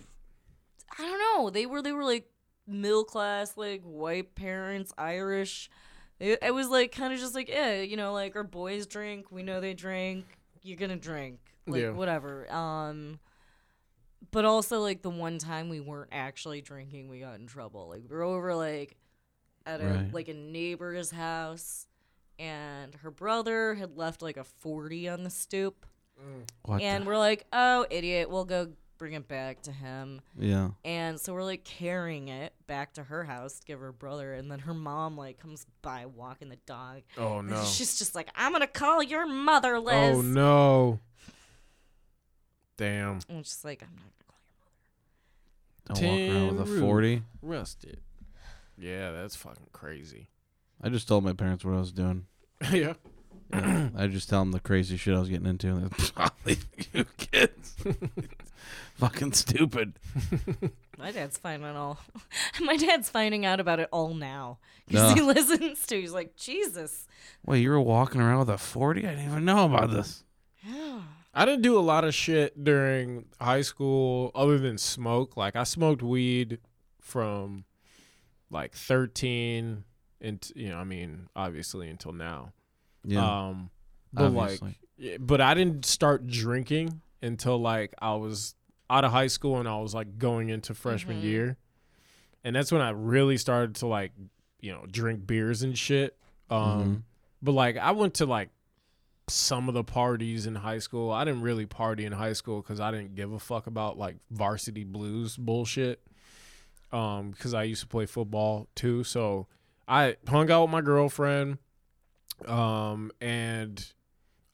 S3: I don't know. They were. They were like middle class, like white parents, Irish. It, it was like kind of just like, yeah, you know, like our boys drink. We know they drink. You're gonna drink, like
S5: Yeah.
S3: whatever. Um, but also like the one time we weren't actually drinking, we got in trouble. Like we were over like at a
S4: Right.
S3: like a neighbor's house, and her brother had left like a forty on the stoop,
S4: What the-
S3: and we're like, oh idiot, we'll go bring it back to him.
S4: yeah.
S3: And so we're like carrying it back to her house to give her brother, and then her mom like comes by walking the dog.
S5: oh
S3: and
S5: no
S4: Oh,
S3: She's just like, I'm gonna call your mother, Liz.
S5: oh no Damn.
S3: I'm just like, I'm not gonna call your
S4: Don't walk around with
S5: Tin
S4: a
S5: roof.
S4: 40.
S5: Rusted. Yeah, that's fucking crazy.
S4: I just told my parents what I was doing.
S5: yeah.
S4: Yeah, I just tell them the crazy shit I was getting into. And they're, you kids. Fucking stupid.
S3: My dad's finding it all. My dad's finding out about it all now because
S4: Nah.
S3: he listens to. He's like, Jesus.
S4: Wait, you were walking around with a 40? I didn't even know about this.
S3: Yeah.
S5: I didn't do a lot of shit during high school other than smoke. Like I smoked weed from like 13 and you know, I mean, obviously until now.
S4: Yeah.
S5: Um but like
S4: obviously.
S5: yeah, but I didn't start drinking until like I was out of high school and I was like going into freshman
S3: Mhm.
S5: year. And that's when I really started to like, you know, drink beers and shit. Um
S4: Mhm.
S5: but like I went to like some of the parties in high school. I didn't really party in high school because I didn't give a fuck about like varsity blues bullshit. Um, because I used to play football too, so I hung out with my girlfriend, um, and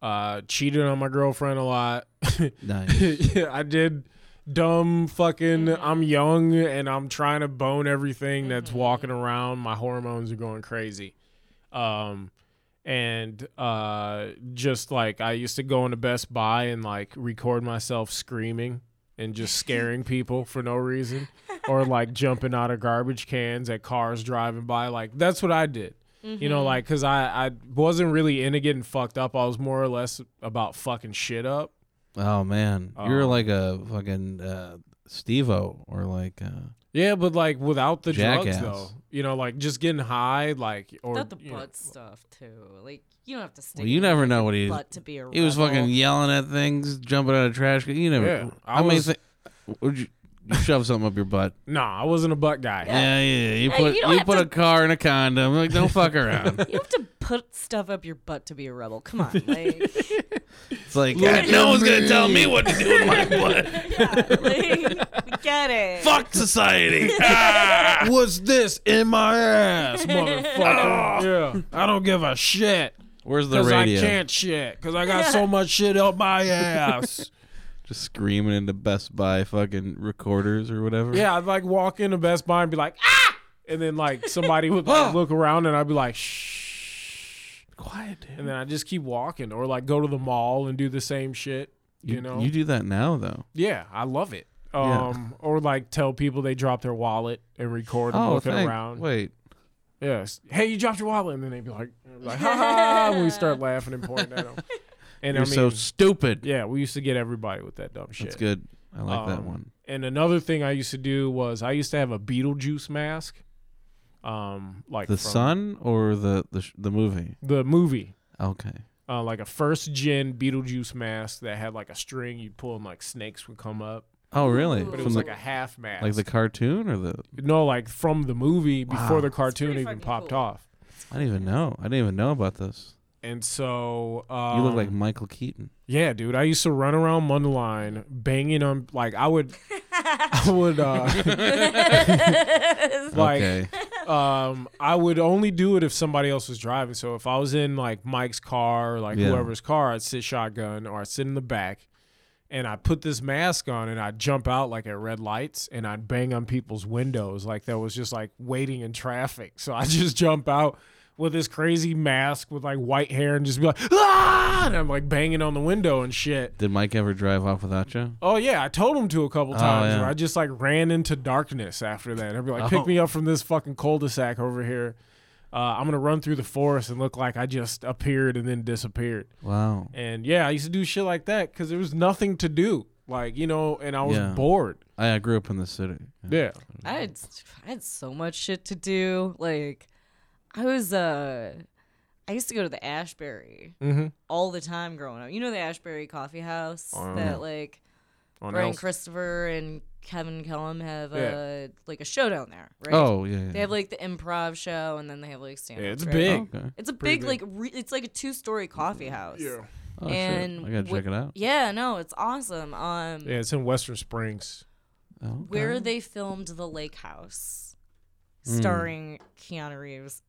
S5: uh, cheated on my girlfriend a lot.
S4: nice.
S5: yeah, I did dumb fucking I'm young and I'm trying to bone everything that's walking around. My hormones are going crazy. Um and uh just like I used to go into Best Buy and like record myself screaming and just scaring people for no reason or like jumping out of garbage cans at cars driving by like that's what I did. You know like cuz I I wasn't really into getting fucked up. I was more or less about fucking shit up.
S4: Oh, man. You're
S5: Um,
S4: like a fucking uh, Steve O or like. Uh,
S5: Yeah, but like without the drugs
S4: Jackass.
S5: though. You know, like just getting high, like or
S3: Not the
S5: you
S3: butt
S5: know.
S3: stuff too. Like you don't have to stick.
S4: well, you
S3: it in
S4: never
S3: your
S4: know what he's.
S3: Butt to be a
S4: He was
S3: rebel.
S4: fucking yelling at things, jumping out of trash can. You never.
S5: Yeah, I
S4: I mean,
S5: was-
S4: thi- would you, you shove something up your butt?
S5: Nah, I wasn't a butt guy.
S4: Yeah, yeah. You
S3: Hey,
S4: put
S3: you
S4: you,
S3: don't have
S4: put
S3: to-
S4: a car in a condom. Like, don't fuck around.
S3: You have to put stuff up your butt to be a rebel. Come on, like,
S4: It's like
S5: Look
S4: "God,
S5: at
S4: no one's gonna
S5: me."
S4: tell me what to do with my butt.
S3: yeah, like, we get it.
S4: fuck society. Ah.
S5: What's this in my ass, motherfucker? yeah, I don't give a shit
S4: Where's the
S5: because I
S4: radio?
S5: can't shit because I got so much shit up my ass.
S4: Just screaming into Best Buy fucking recorders or whatever.
S5: yeah, I'd like walk into Best Buy and be like, ah, and then like somebody would like, look around and I'd be like, shh,
S4: quiet. Dude.
S5: and then I just keep walking or like go to the mall and do the same shit. You, know,
S4: you do that now though.
S5: Yeah, I love it.
S4: Yeah.
S5: Um, or like tell people they drop their wallet and record them
S4: Oh,
S5: looking
S4: thank.
S5: around.
S4: Wait,
S5: Yes. Hey, you dropped your wallet, and then they'd be like, like ha ha, and we start laughing and pointing at them. And
S4: you're
S5: I mean,
S4: so stupid.
S5: yeah, we used to get everybody with that dumb shit.
S4: That's good. I like that
S5: Um,
S4: one.
S5: And another thing I used to do was I used to have a Beetlejuice mask. Um, like
S4: The
S5: from
S4: Sun or the the sh- the movie.
S5: the movie.
S4: Okay.
S5: Uh, like a first gen Beetlejuice mask that had like a string you'd pull and like snakes would come up,
S4: Oh really?
S3: But
S5: but
S3: From
S5: it was
S4: the,
S5: like a half mask.
S4: like the cartoon or the
S5: No, like from the movie before
S4: Wow.
S5: the
S3: pretty
S5: cartoon even
S3: fucking
S5: popped
S3: cool.
S5: off.
S4: I didn't even know. I didn't even know about this.
S5: And so um,
S4: You look like Michael Keaton.
S5: yeah, dude. I used to run around Mundelein banging on like I would, I would uh, like
S4: okay.
S5: um I would only do it if somebody else was driving. So if I was in like Mike's car or like
S4: Yeah.
S5: whoever's car, I'd sit shotgun or I'd sit in the back. And I put this mask on and I'd jump out like at red lights and I'd bang on people's windows like that was just like waiting in traffic. So I just jump out with this crazy mask with like white hair and just be like, ah! And I'm like banging on the window and shit.
S4: Did Mike ever drive off without you?
S5: Oh yeah, I told him to a couple times.
S4: Oh, yeah.
S5: Where I just like ran into darkness after that. I'd be like,
S4: Oh.
S5: "Pick me up from this fucking cul-de-sac over here. Uh, I'm gonna run through the forest and look like I just appeared and then disappeared."
S4: Wow.
S5: And yeah, I used to do shit like that because there was nothing to do, like you know, and I was
S4: Yeah.
S5: bored.
S4: I, I grew up in the city.
S5: Yeah,
S3: I had s- I had so much shit to do. Like I was uh I used to go to the Ashbury
S5: Mhm.
S3: all the time growing up. You know the Ashbury coffee house
S5: Oh,
S3: that like
S5: on
S3: Brian
S5: else-
S3: Christopher and Kevin Kellum have
S5: Yeah.
S3: a like a show down there, right?
S4: Oh yeah. yeah. Oh,
S3: They have like the improv show and then they have like stand
S5: Yeah, it's
S3: right?
S5: big.
S4: okay.
S3: It's a
S5: Pretty
S3: big, like re- it's like a two story coffee house.
S5: yeah,
S4: Oh,
S3: And
S4: shit. I gotta
S3: wh-
S4: check it out.
S3: Yeah, no, it's awesome. Um
S5: yeah, it's in Western Springs.
S4: Oh, okay. Hmm.
S3: where they filmed The Lake House, starring Keanu Reeves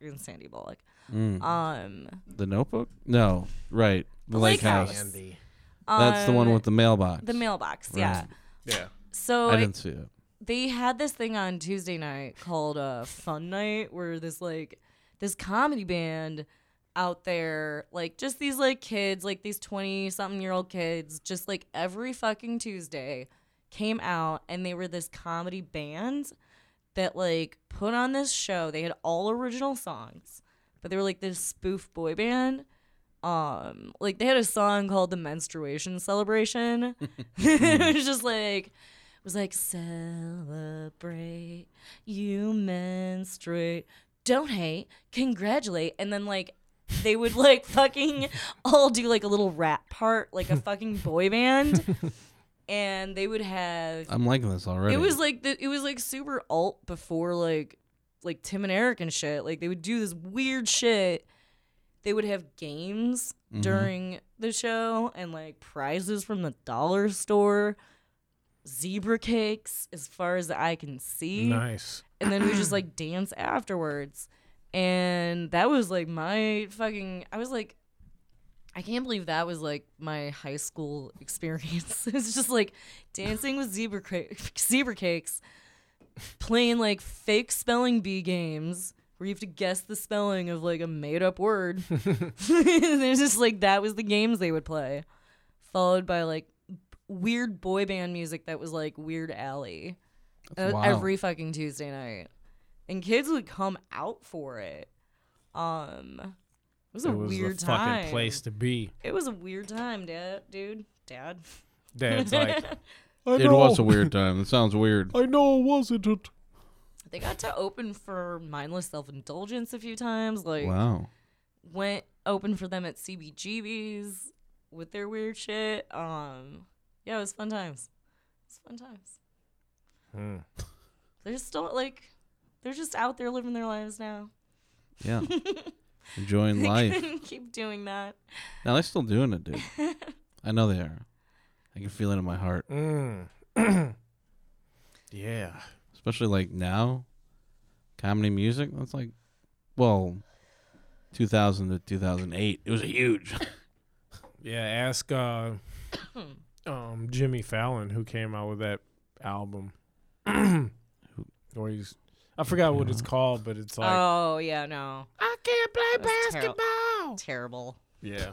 S3: and Sandy Bullock.
S4: Mm.
S3: Um,
S4: the Notebook? No, right. The
S3: Lake
S4: Lake, House.
S3: House. Um,
S4: That's the one with the mailbox.
S3: the oh, mailbox. Yeah.
S4: Right.
S5: Yeah.
S3: So
S4: I
S3: it-
S4: didn't see it.
S3: they had this thing on Tuesday night called uh, Fun Night, where this like this comedy band out there, like just these like kids, like these twenty something year old kids, just like every fucking Tuesday came out and they were this comedy band that like put on this show. They had all original songs, but they were like this spoof boy band. Um, like they had a song called "The Menstruation Celebration." it was just like was like celebrate you menstruate don't hate congratulate and then like they would like fucking all do like a little rap part like a fucking boy band and they would have
S4: I'm liking this already.
S3: it was like the, it was like super alt before like like Tim and Eric and shit. Like they would do this weird shit. They would have games during the show and like prizes from the dollar store, zebra cakes as far as the eye can see,
S5: Nice.
S3: and then we just like dance afterwards. And that was like my fucking. I was like, I can't believe that was like my high school experience. it was just like dancing with zebra cra- zebra cakes, playing like fake spelling bee games where you have to guess the spelling of like a made up word. There's just like that was the games they would play, followed by like weird boy band music that was like Weird Alley
S4: That's
S3: Uh,
S4: wild.
S3: every fucking Tuesday night, and kids would come out for it. Um, it was a
S5: it was
S3: weird
S5: the
S3: time.
S5: fucking place to be.
S3: It was a weird time, dad, dude, dad.
S5: Dad's like, I
S4: It was a weird time. It sounds weird.
S5: I know, wasn't it?
S3: They got to open for mindless self indulgence a few times. Like
S4: Wow.
S3: went open for them at CBGB's with their weird shit. Um, yeah, it was fun times. It's fun times.
S5: Hmm.
S3: They're still like, they're just out there living their lives now.
S4: Yeah. Enjoying
S3: They
S4: life.
S3: couldn't keep doing that.
S4: Now they're still doing it, dude. I know they are. I can feel it in my heart.
S5: Mm. yeah.
S4: Especially like now. Comedy music, that's like well, two thousand to two thousand eight. It was huge.
S5: Yeah. Ask uh, um, Jimmy Fallon who came out with that album. or he's, I forgot what it's called, but it's like,
S4: Uh,
S3: oh yeah, no,
S5: I can't play
S3: That's terri-
S5: basketball.
S3: terrible.
S5: yeah.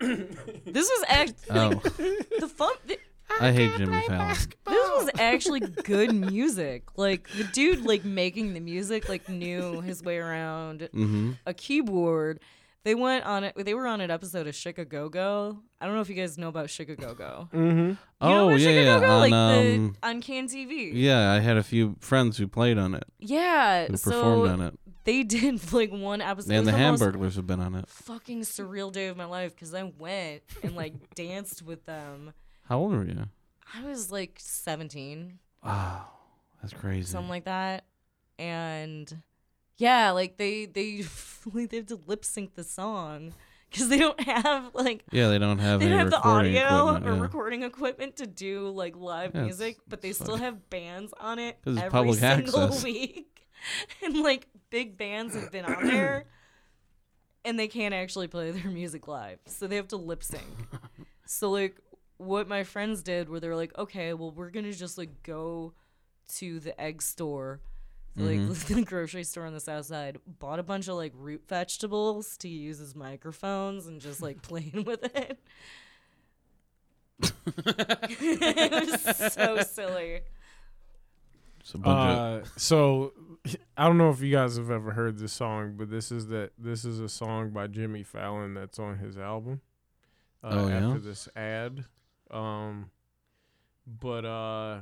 S3: This was actually
S4: Oh.
S3: the fun. thi-
S4: I hate Jimmy Fallon.
S3: this was actually good music. Like the dude, like making the music, like knew his way around
S4: Mm-hmm.
S3: a keyboard. They went on it. They were on an episode of Shika Go Go. I don't know if you guys know about Shika Go Go. You
S5: Mm-hmm.
S3: know
S4: Oh
S3: about
S4: yeah,
S3: Shika
S4: yeah.
S3: Go Go?
S4: On,
S3: like
S4: um,
S3: the on Can TV.
S4: yeah, I had a few friends who played on it,
S3: Yeah,
S4: who
S3: so
S4: performed on it,
S3: they did like one episode. It
S4: and
S3: was
S4: the
S3: most
S4: Hamburglers have been on it.
S3: Fucking surreal day of my life because I went and like danced with them.
S4: How old were you?
S3: I was like 17.
S4: Wow, that's crazy.
S3: something like that. And yeah, like they they like they have to lip sync the song because they don't have like
S4: yeah, they don't have
S3: they
S4: any
S3: don't have the
S4: recording
S3: audio
S4: equipment,
S3: or
S4: yeah.
S3: recording equipment to do like live
S4: Yeah, it's-
S3: music, but they
S4: it's
S3: still
S4: like-
S3: have bands on it
S4: 'Cause it's
S3: every
S4: public
S3: single
S4: access.
S3: week, and like big bands have been on there, and they can't actually play their music live, so they have to lip sync. so like, what my friends did were they were like, okay, well we're gonna just like go to the egg store. So, Like
S4: Mm-hmm.
S3: the grocery store on the south side, bought a bunch of like root vegetables to use as microphones and just like playing with it. it was so silly.
S4: It's a bunch of-
S5: Uh, so I don't know if you guys have ever heard this song, but this is that this is a song by Jimmy Fallon that's on his album. Uh,
S4: Oh, yeah?
S5: After this ad, um, but uh,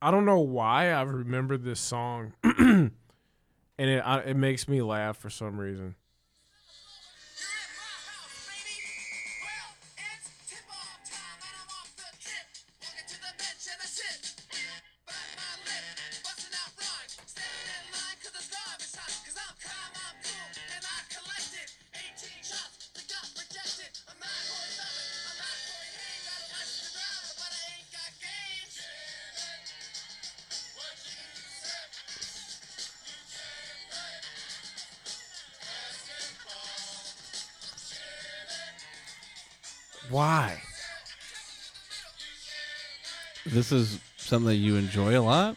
S5: I don't know why I remember this song, and it I, it makes me laugh for some reason.
S1: You're at my house, baby. Well, it's tip-off time, and I'm off the tip. Walking to the bench and the shit. Bite my lip, busting out rhymes. Standing in line 'cause it's garbage time. 'Cause I'm calm, I'm cool, and I collected 18 shots that got rejected. I'm not Corey Feldman, I'm not Corey Haim. Got a license to drive, but I ain't got game. What you said, you can't play basketball.
S5: Why?
S4: This is something that you enjoy a lot.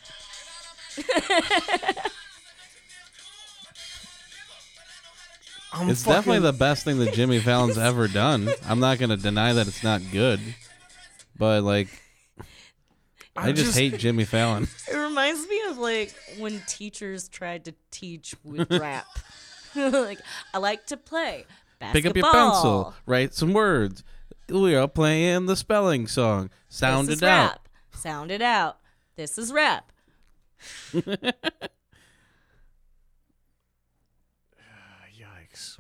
S5: I'm
S4: It's definitely the best thing that Jimmy Fallon's ever done. I'm not going to deny that it's not good, but like, I, just, hate Jimmy Fallon.
S3: It reminds me of like when teachers tried to teach with rap. like I like to play basketball.
S4: Pick up your pencil, write some words. We are playing the spelling song. Sound
S3: this is
S4: it out.
S3: Rap. Sound it out. This is rap.
S5: Yikes.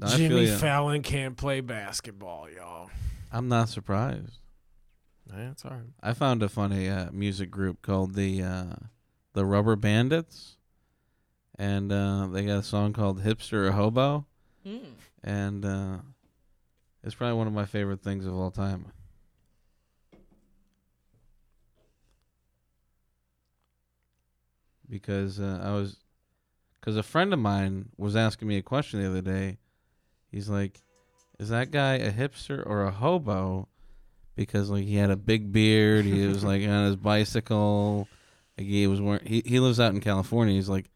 S4: No, I feel
S5: Jimmy
S4: ya.
S5: Fallon can't play basketball, y'all.
S4: I'm not surprised.
S5: That's all right.
S4: I found a funny uh, music group called the uh, the Rubber Bandits, and uh, they got a song called "Hipster or Hobo,"
S3: Mm.
S4: and uh, it's probably one of my favorite things of all time. Because uh, I was, because a friend of mine was asking me a question the other day. He's like, "Is that guy a hipster or a hobo?" because like he had a big beard. He was like on his bicycle. Like he was wearing. He he lives out in California. He's like,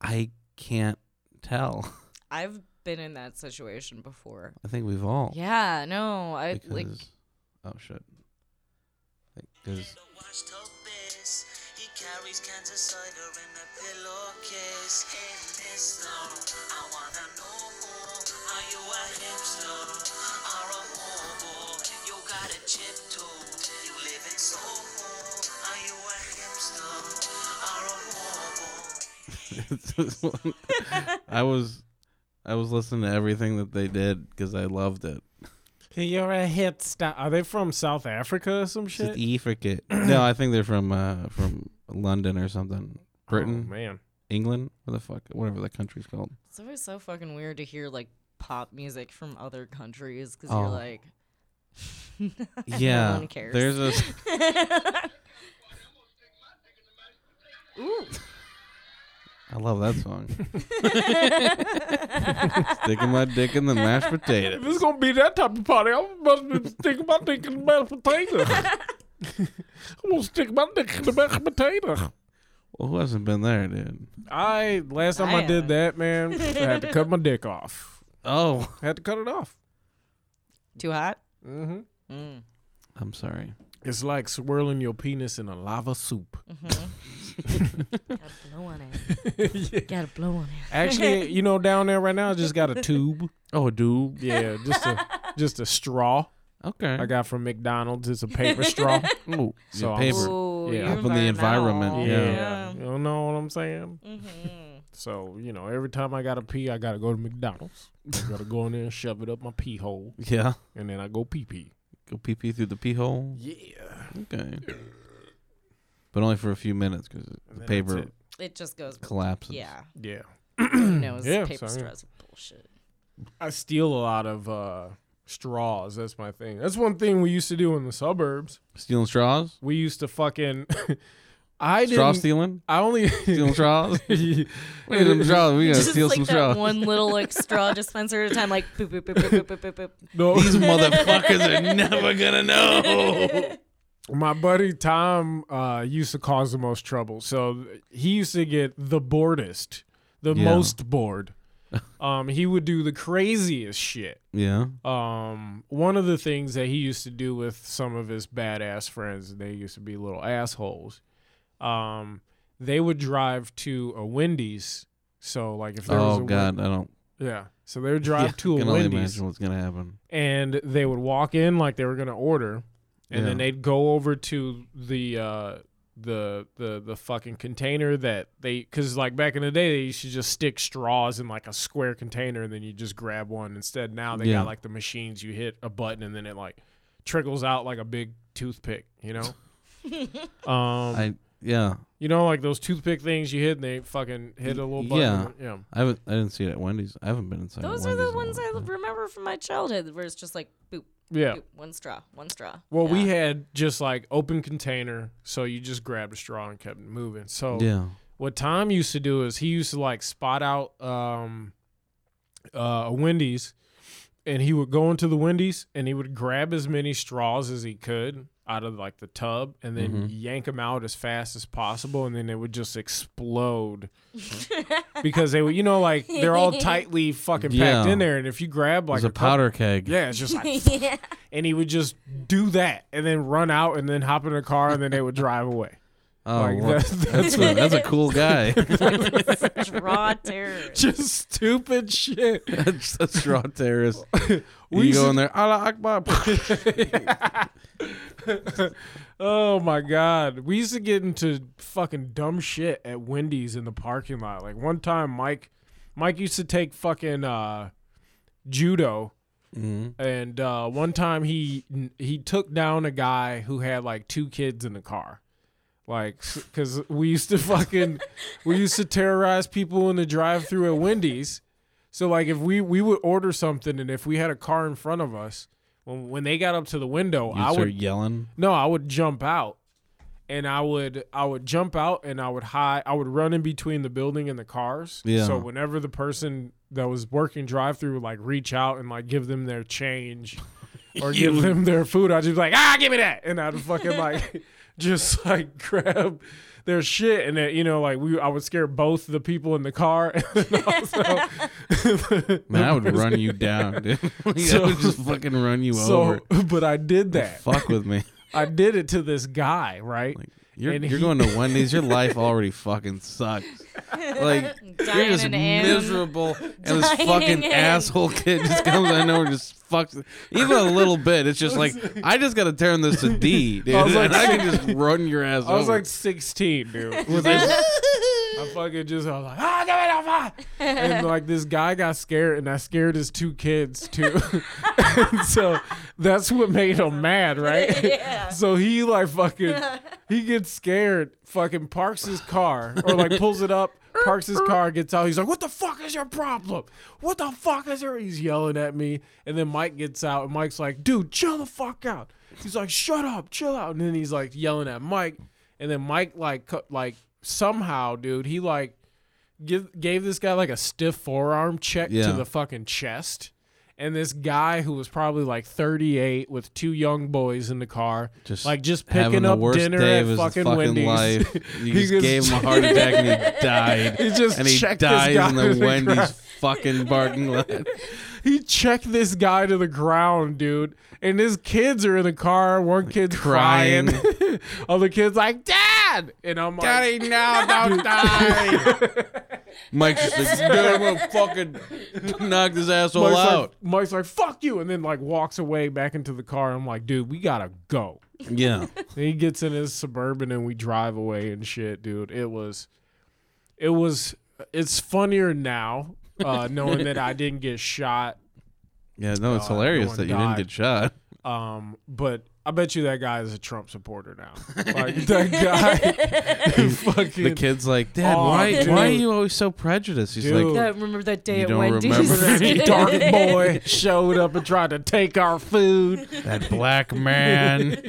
S4: I can't tell.
S3: I've been in that situation before.
S4: I think we've all.
S3: Yeah, no, I
S4: Because,
S3: like
S4: oh shit. Because
S1: Washed up base. He carries cans of cider in a pillowcase. Hey, mister, I wanna know more. Are you a hipster or a hobo? You got a chip too. You live in Soho. Are you a hipster or a hobo?
S4: I was, I was listening to everything that they did because I loved it.
S5: You're a hit star. Are they from South Africa or some
S4: It's
S5: shit?
S4: E forget. No, I think they're from uh from London or something. Britain,
S5: Oh, man.
S4: England, what the fuck, whatever that country's called.
S3: it's always so fucking weird to hear like pop music from other countries because
S4: Oh.
S3: you're like,
S4: Yeah,
S3: one cares.
S4: there's a
S3: ooh,
S4: I love that song. Sticking my dick in the mashed
S5: This
S4: potatoes.
S5: is gonna be that type of party. I'm about to stick my dick in the mashed potato. I'm gonna stick my dick in the mashed potato.
S4: Well, who hasn't been there, dude?
S5: I last time I,
S3: I
S5: did
S3: am.
S5: that, man, I had to cut my dick off.
S4: Oh,
S5: I had to cut it off.
S3: too hot.
S5: Mm-hmm.
S3: Mm.
S4: I'm sorry.
S5: It's like swirling your penis in a lava soup.
S3: Mm-hmm. Gotta blow on it. Gotta blow on it.
S5: Actually, you know, down there right now, I just got a tube.
S4: Oh, dude.
S5: Yeah, just a just a straw
S4: Okay.
S5: I got from McDonald's. It's a paper straw.
S4: Ooh,
S5: So
S4: so
S5: I'm-
S4: paper.
S3: Ooh,
S5: Yeah.
S3: you're
S4: Up in the environment,
S3: environmental.
S4: yeah.
S5: You don't know what I'm saying?
S3: Mhm.
S5: So, you know, every time I gotta pee, I gotta go to McDonald's. I gotta go in there and shove it up my pee hole,
S4: Yeah.
S5: and then I go pee pee.
S4: Go pee pee through the pee hole.
S5: Yeah.
S4: Okay. But only for a few minutes because the
S5: that's
S4: paper
S5: it.
S3: It just goes.
S4: collapses.
S3: Yeah.
S5: Yeah.
S3: No,
S5: Yeah,
S3: paper
S5: so, yeah.
S3: straws are bullshit.
S5: I steal a lot of uh, straws. That's my thing. That's one thing we used to do in the suburbs.
S4: Stealing straws?
S5: We used to fucking. I didn't.
S4: Straw stealing?
S5: I only.
S4: Stealing straws?
S5: Wait,
S4: Wait, them straws. We gotta
S3: Just
S4: steal
S3: like
S4: some
S3: that
S4: straws.
S3: one little like straw dispenser at a time, like boop boop boop boop boop boop boop.
S5: No,
S4: These motherfuckers are never gonna know.
S5: my buddy Tom uh, used to cause the most trouble. So he used to get the boredest, the
S4: Yeah.
S5: most bored. Um, he would do the craziest shit.
S4: Yeah.
S5: um one of the things that he used to do with some of his badass friends they used to be little assholes um they would drive to a wendy's so like if there was
S4: Oh
S5: a Wen-
S4: God, I don't.
S5: yeah so they would
S4: Yeah,
S5: drive to
S4: I
S5: a
S4: can only
S5: wendy's
S4: imagine what's gonna happen.
S5: and they would walk in like they were gonna order and then
S4: Yeah.
S5: they'd go over to the uh the the the fucking container that they because like back in the day they used to just stick straws in like a square container and then you just grab one instead now they
S4: Yeah.
S5: got like the machines you hit a button and then it like trickles out like a big toothpick you know um
S4: I yeah.
S5: you know like those toothpick things you hit and they fucking hit a little button
S4: Yeah.
S5: yeah
S4: I haven't. I didn't see it at Wendy's. I haven't been inside.
S3: Those
S4: Wendy's
S3: are the
S4: in a
S3: ones
S4: long
S3: I
S4: time.
S3: remember from my childhood, where it's just like boop
S5: yeah
S3: boop, one straw, one straw.
S5: Well, we
S3: Yeah.
S5: had just like open container, so you just grabbed a straw and kept it moving. So
S4: Yeah.
S5: what Tom used to do is he used to like spot out um uh a Wendy's and he would go into the Wendy's and he would grab as many straws as he could out of like the tub and
S4: Mhm.
S5: then yank them out as fast as possible and then it would just explode because they would you know like they're all tightly fucking packed
S4: Yeah.
S5: in there and if you grab like
S4: was a
S5: couple-
S4: powder keg.
S5: yeah it's just like
S3: yeah.
S5: and he would just do that and then run out and then hop in a car and then they would drive away
S4: Oh,
S5: Like,
S4: well,
S5: that's-
S4: that's a, that's a cool guy.
S3: Draw terror.
S5: just stupid shit
S4: that's, that's raw terrorist.
S5: We
S4: you
S5: used
S4: go
S5: to-
S4: in there, Allah Akbar.
S5: Oh my god. We used to get into fucking dumb shit at Wendy's in the parking lot. Like one time Mike Mike used to take fucking uh judo
S4: Mhm.
S5: and uh one time he he took down a guy who had like two kids in the car. Like cuz we used to fucking we used to terrorize people in the drive-through at Wendy's. So like if we we would order something and if we had a car in front of us when when they got up to the window,
S4: You
S5: I
S4: start
S5: would
S4: yelling.
S5: no, I would jump out, and I would I would jump out and I would hide. I would run in between the building and the cars.
S4: Yeah.
S5: So whenever the person that was working drive through would like reach out and like give them their change, or give them their food, I'd just be like, ah, give me that, and I'd fucking like just like grab their shit and then you know like we I would scare both the people in the car and also
S4: Man, I would run you down, dude. Like, I
S5: So-
S4: would just fucking run you
S5: so
S4: over.
S5: but I did that.
S4: Fuck with me.
S5: I did it to this guy, right?
S4: Like, you're
S5: And
S4: you're
S5: he-
S4: going to Wendy's. Your life already fucking sucks. Like you're
S3: Dying
S4: just
S3: in Ann.
S4: miserable, and this
S3: Dying
S4: fucking
S3: in.
S4: asshole kid just comes in there and just fucks. Even a little bit, it's just like I just got to turn this to D, dude.
S5: I was like-
S4: and I can just run your ass
S5: I was
S4: over.
S5: like 16, dude. With this- I fucking just I was like, ah, give it up, ah." and like this guy got scared, and I scared his two kids too. and so that's what made him mad, right?
S3: Yeah.
S5: So he like fucking he gets scared, fucking parks his car or like pulls it up, parks his car, gets out. He's like, "What the fuck is your problem? What the fuck is your?" He's yelling at me, and then Mike gets out, and Mike's like, "Dude, chill the fuck out." He's like, "Shut up, chill out," and then he's like yelling at Mike, and then Mike like cu- like somehow, dude, he like give, gave this guy like a stiff forearm check
S4: Yeah.
S5: to the fucking chest. And this guy who was probably like 38 with two young boys in the car,
S4: Just
S5: like just
S4: having
S5: picking
S4: the
S5: up
S4: worst
S5: dinner
S4: day
S5: at
S4: of his
S5: fucking,
S4: fucking
S5: Wendy's.
S4: life. You
S5: He
S4: just
S5: just-
S4: gave him a heart attack and he died.
S5: He just
S4: and he
S5: checked this
S4: dies
S5: guy
S4: in
S5: to
S4: the
S5: the
S4: Wendy's
S5: ground.
S4: fucking parking lot.
S5: he checked this guy to the ground, dude. And his kids are in the car. One kid's crying. Other kid's like, Dad! And I'm like, Daddy, no, don't die.
S4: Mike's just like, dude, I'm gonna fucking knock this asshole
S5: Mike's
S4: out.
S5: like, Mike's like, fuck you. And then like walks away back into the car. I'm like, dude, we gotta go.
S4: yeah.
S5: And he gets in his suburban and we drive away and shit, dude. It was, it was, it's funnier now, uh, knowing that I didn't get shot.
S4: Yeah, no, it's
S5: No,
S4: hilarious
S5: everyone
S4: that you
S5: died.
S4: didn't get shot.
S5: Um, but I bet you that guy is a Trump supporter now. Like that guy, who fucking.
S4: The kid's like, Dad,
S5: Oh,
S4: why
S5: dude.
S4: why are you always so prejudiced? He's
S5: Dude.
S4: like,
S3: That- remember that day
S4: You
S3: at
S4: don't
S3: Wendy's?
S4: remember?
S5: Dark boy showed up and tried to take our food.
S4: That black man.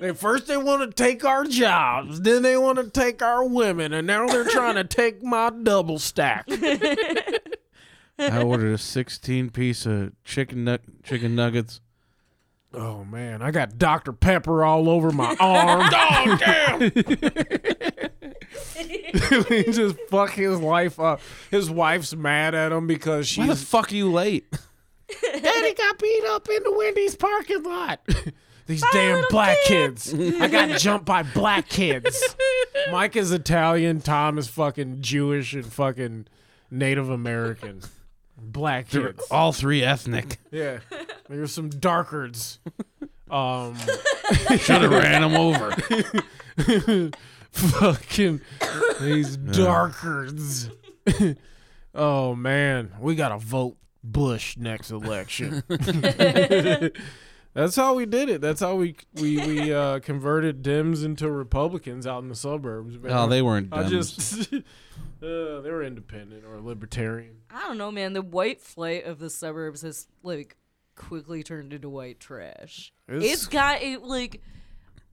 S5: They first they want to take our jobs, then they want to take our women, and now they're trying to take my double stack.
S4: I ordered a sixteen piece of chicken nu- chicken nuggets.
S5: Oh man, I got Dr. Pepper all over my arm. oh damn! he just fuck his life up. His wife's mad at him because
S4: Why the
S5: she's
S4: fuck are you late?
S5: daddy got beat up in the Wendy's parking lot. These damn black kids. I got jumped by black kids. Mike is Italian. Tom is fucking Jewish and fucking Native American. Black
S4: They're
S5: kids.
S4: all three ethnic.
S5: Yeah, there's some darkards. Um.
S4: Should have ran him over.
S5: fucking these darkards. oh man, we gotta vote Bush next election. That's how we did it. That's how we we we uh, converted Dems into Republicans out in the suburbs. man.
S4: Oh, they weren't
S5: I
S4: dumb.
S5: just uh, they were independent or libertarian.
S3: I don't know, man. The white flight of the suburbs has like quickly turned into white trash.
S5: It's-
S3: it's got it like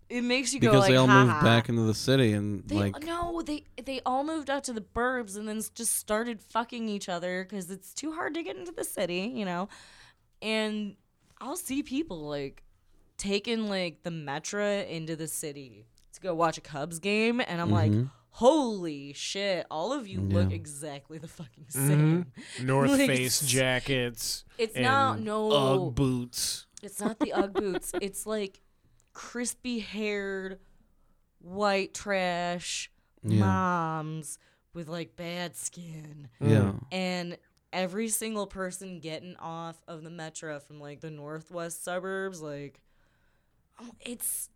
S3: it makes you go
S4: because
S3: like,
S4: they all
S3: ha
S4: moved
S3: ha."
S4: back into the city and
S3: They,
S4: like
S3: no, they they all moved out to the burbs and then s- just started fucking each other because it's too hard to get into the city, you know. And I'll see people like taken like the Metra into the city to go watch a Cubs game, and I'm like, holy shit, all of you look
S4: Mm-hmm. Yeah.
S3: exactly the fucking same.
S5: North
S3: Like,
S5: Face jackets.
S3: It's
S5: and
S3: not no,
S6: Ugg boots.
S3: it's not the UGG boots. It's like crispy haired white trash
S4: Yeah.
S3: moms with like bad skin
S4: Yeah.
S3: and every single person getting off of the metro from like the northwest suburbs like oh, it's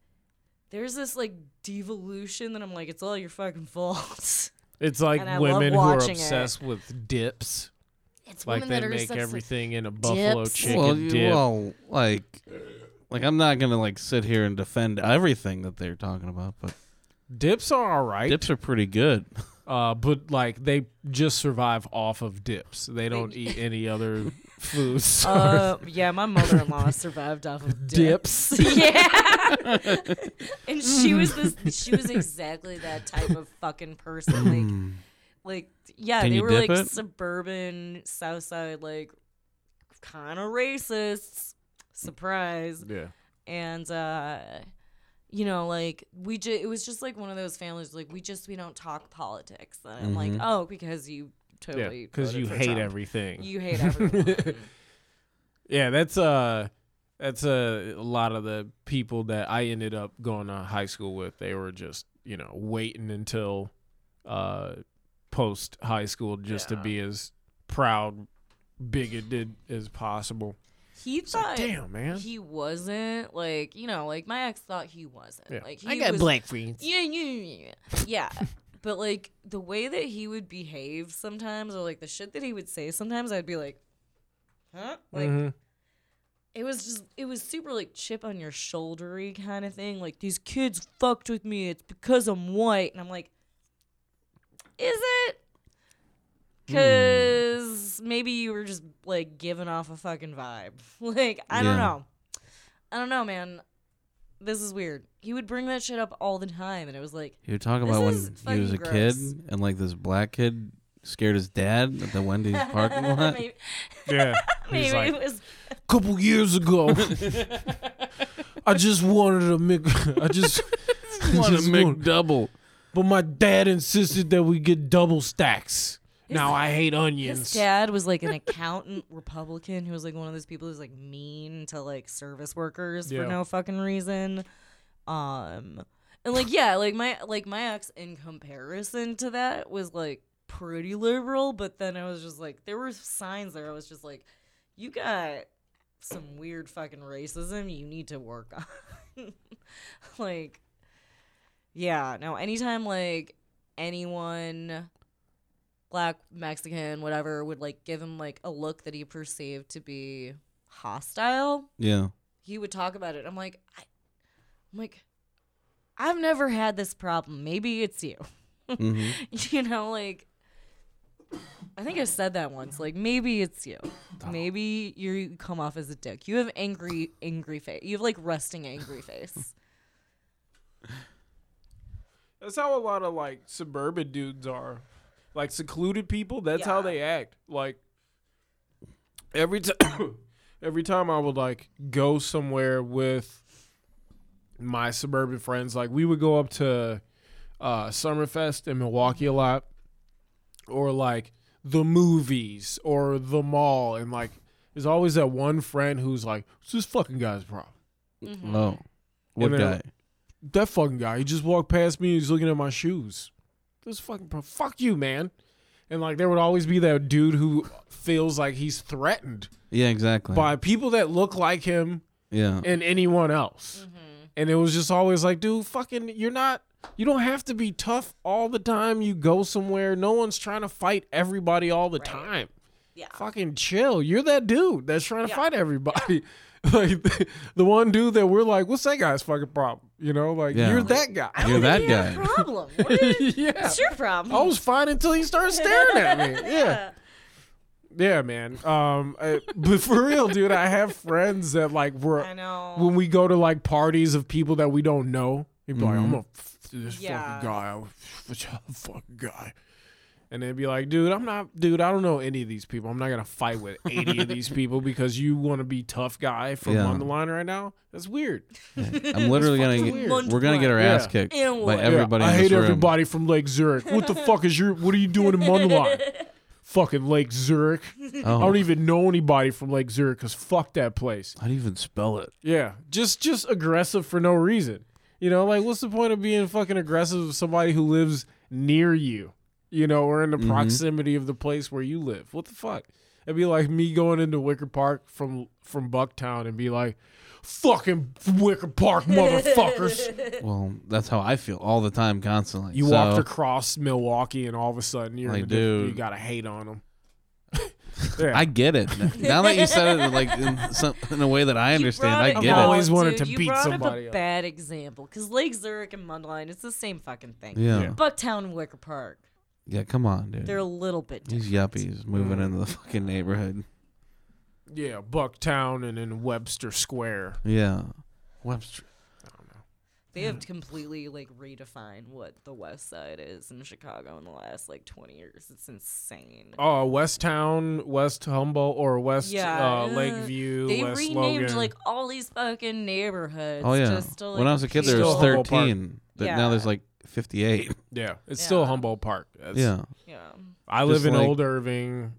S3: there's this like devolution that i'm like it's all your fucking fault
S5: It's like
S3: And I love
S5: women who are
S3: watching it.
S5: obsessed with dips.
S3: it's
S5: Like
S3: women
S5: they
S3: that are
S5: make
S3: obsessed with-
S5: everything in a buffalo
S3: dips.
S5: chicken
S4: well, you-
S5: dip.
S4: well, like, like I'm not gonna like sit here and defend everything that they're talking about, but
S5: dips are all right.
S4: dips are pretty good.
S5: Uh, but like they just survive off of dips. They don't eat any other foods.
S3: uh, yeah, my mother-in-law survived off of
S5: Dips.
S3: dips. yeah, and she was this. She was exactly that type of fucking person. Like, like, yeah,
S4: Can
S3: they
S4: you
S3: were
S4: dip
S3: like
S4: it?
S3: suburban South Side, like kind of racists. Surprise
S5: yeah.
S3: and uh you know like we just it was just like one of those families like we just we don't talk politics and i'm like oh because you
S5: Yeah.
S3: totally
S5: Because
S3: voted
S5: you
S3: for
S5: hate
S3: Trump.
S5: everything.
S3: you hate everyone
S5: yeah, that's uh that's uh, a lot of the people that I ended up going to high school with. They were just, you know, waiting until uh post high school just to be as proud bigoted as possible.
S3: he thought
S5: Damn, man.
S3: he wasn't like you know like my ex thought he wasn't
S5: Yeah.
S3: like he I got was, black friends yeah yeah yeah yeah. yeah but like the way that he would behave sometimes or like the shit that he would say sometimes I'd be like huh like
S5: Mhm.
S3: it was just it was super like chip on your shouldery kind of thing like these kids fucked with me it's because i'm white and i'm like is it
S4: Hmm.
S3: because maybe you were just like giving off a fucking vibe like i don't
S4: Yeah.
S3: know i don't know man this is weird he would bring that shit up all the time and it was like
S4: You're talking
S3: This
S4: about
S3: is
S4: when he was a
S3: fucking
S4: kid and like this black kid scared his dad at the Wendy's parking lot.
S3: maybe,
S5: Yeah.
S3: maybe
S5: He's like,
S3: it was
S5: couple years ago. I just wanted a Mc. I just,
S4: Want
S5: just
S4: a McDouble?
S5: but my dad insisted that we get double stacks. Now I hate
S3: His
S5: onions.
S3: dad was like an accountant Republican who was like one of those people who's like mean to like service workers
S5: Yeah.
S3: for no fucking reason. Um and like yeah, like my like my ex in comparison to that was like pretty liberal, but then I was just like there were signs there I was just like you got some weird fucking racism you need to work on. like yeah, no, anytime like anyone black, Mexican, whatever, would like give him like a look that he perceived to be hostile,
S4: Yeah.
S3: he would talk about it. I'm like, I, I'm like, I've never had this problem. Maybe it's you.
S4: hmm
S3: you know, like, I think I said that once. Like, maybe it's you. Maybe you come off as a dick. You have angry, angry face. You have like resting angry face.
S5: That's how a lot of like suburban dudes are, like secluded people. That's how
S3: Yeah.
S5: they act. Like every time, every time I would like go somewhere with my suburban friends, like we would go up to uh, Summerfest in Milwaukee a lot, or like the movies or the mall, and like there's always that one friend who's like, "It's this fucking guy's problem."
S3: Mm-hmm.
S4: Oh, what
S5: then-
S4: guy?
S5: that fucking guy. He just walked past me. and He's looking at my shoes. This fucking pro- fuck you, man. And like there would always be that dude who feels like he's threatened
S4: Yeah, exactly.
S5: by people that look like him
S4: yeah.
S5: and anyone else.
S3: Mm-hmm.
S5: And it was just always like, dude, fucking, you're not. You don't have to be tough all the time. You go somewhere. No one's trying to fight everybody all the time.
S3: Yeah.
S5: Fucking chill. You're that dude that's trying to fight everybody. Like the, the one dude that we're like, what's that guy's fucking problem? You know, like
S4: Yeah.
S5: you're that guy.
S3: I don't
S4: You're
S3: think
S4: that
S3: you have a
S4: guy. Oh.
S3: Problem. What is,
S5: yeah.
S3: It's your problem.
S5: I was fine until he started staring at me. Yeah. Yeah, man. Um, I- but for real, dude, I have friends that like were
S3: I know.
S5: when we go to like parties of people that we don't
S4: Mm-hmm.
S5: know. He'd be like, "I'm a f- this
S3: Yeah.
S5: fucking guy, I'm a fucking guy," And they'd be like, dude, I'm not, dude, I don't know any of these people. I'm not going to fight with 80 of these people because you want to be tough guy from
S4: Yeah.
S5: on the line right now. That's weird.
S4: I'm literally gonna
S3: fucking
S4: get,
S3: weird.
S4: we're gonna get our ass
S5: Yeah.
S4: kicked
S3: Ew.
S4: by
S3: Yeah,
S4: everybody
S5: Yeah, I
S4: in
S5: hate
S4: this room.
S5: everybody from Lake Zurich. What the fuck is your, what are you doing in Mundelein? Fucking Lake Zurich. I
S4: Oh,
S5: don't even know anybody from Lake Zurich because fuck that place.
S4: how do you even spell it?
S5: Yeah, just just aggressive for no reason. You know, like what's the point of being fucking aggressive with somebody who lives near you? You know, or in the proximity of the place where you live. What the fuck? It'd be like me going into Wicker Park from from Bucktown and be like, "Fucking Wicker Park, motherfuckers!"
S4: Well, that's how I feel all the time, constantly.
S5: you
S4: so,
S5: walked across Milwaukee, and all of a sudden you're
S4: Like,
S5: in a different-
S4: dude.
S5: you gotta hate on them.
S4: I get it now that you said it like in, some, in a way that I understand. I
S5: up
S4: get
S5: all-
S4: it.
S5: Always wanted to
S3: you
S5: beat
S3: brought
S5: somebody
S3: up a
S5: up.
S3: bad example because Lake Zurich and Mundelein, it's the same fucking thing.
S4: Yeah. yeah,
S5: Yeah.
S3: Bucktown and Wicker Park,
S4: Come on, dude.
S3: they're a little bit different.
S4: These yuppies moving into the fucking neighborhood.
S5: Yeah, Bucktown and then Webster Square.
S4: Yeah, Webster.
S3: They have completely like redefined what the West Side is in Chicago in the last like 20 years. It's insane.
S5: Oh, West Town, West Humboldt, or West uh, Lakeview,
S3: They
S5: West
S3: renamed
S5: Logan.
S3: like all these fucking neighborhoods.
S4: Oh yeah.
S3: Just to, like,
S4: when I was a kid, there
S5: Still
S4: was
S3: appeal-
S5: Humboldt Park.
S4: thirteen. Th- Now
S3: Yeah.
S4: there's like fifty-eight.
S5: yeah, it's
S3: Yeah.
S5: still Humboldt Park. That's-
S4: Yeah,
S3: Yeah.
S5: I
S4: Just
S5: live in
S4: like-
S5: Old Irving.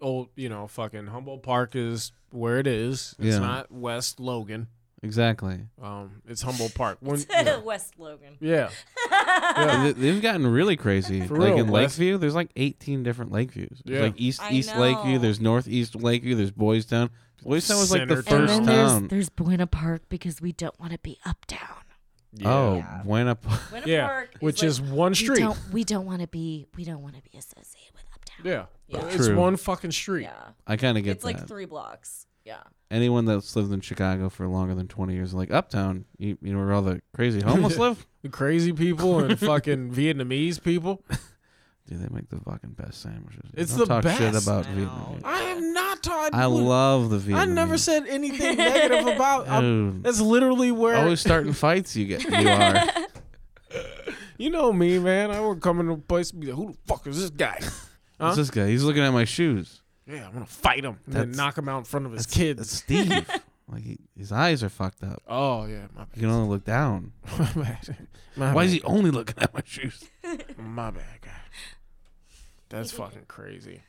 S5: Old, you know, fucking Humboldt Park is where it is. It's
S4: Yeah.
S5: not West Logan.
S4: exactly.
S5: Um, it's Humboldt Park. When, you know.
S3: West Logan.
S5: yeah,
S4: And they- They've gotten really crazy.
S5: For
S4: like
S5: real,
S4: in
S5: Wes.
S4: Lakeview, there's like 18 different Lakeviews. There's
S5: Yeah.
S4: like East
S3: I
S4: East Lakeview,
S3: know.
S4: there's Northeast Lakeview, there's Boys Town. Boys Town was like the
S5: Center town. And
S4: first
S5: then
S4: town.
S3: there's Buena Park because we don't want to be uptown.
S4: Oh,
S3: Yeah.
S4: Buena Park.
S3: Buena
S5: yeah,
S3: Park
S5: which
S3: like,
S5: is one street.
S3: we don't want to be we don't want to be associated with uptown.
S5: Yeah,
S3: Yeah.
S5: it's
S4: True.
S5: one fucking street.
S3: Yeah.
S4: I kind of get
S3: It's
S4: that.
S3: like three blocks. Yeah.
S4: Anyone that's lived in Chicago for longer than 20 years, like Uptown, you, you know where all the crazy homeless live?
S5: The crazy people and fucking Vietnamese people.
S4: Dude, they make the fucking best sandwiches. dude.
S5: It's
S4: Don't
S5: the
S4: talk shit
S5: best.
S4: about
S3: I know.
S4: Vietnamese.
S5: I am not Todd.
S4: I love the Vietnamese.
S5: I never said anything negative about. I'm-
S4: Dude,
S5: that's literally where
S4: always starting fights. You get you are.
S5: You know me, man. I would come into a place and be like, "Who the fuck is this guy?" Huh?
S4: What's this guy? He's looking at my shoes.
S5: Yeah, I'm gonna fight him and then
S4: That's-
S5: knock him out in front of his kids.
S4: That's Steve. like he, his eyes are fucked up.
S5: oh yeah, my
S4: You can only look down.
S5: bad. my bad. My
S4: Why is
S5: bad.
S4: he only looking at my shoes?
S5: My bad, guy. That's fucking crazy.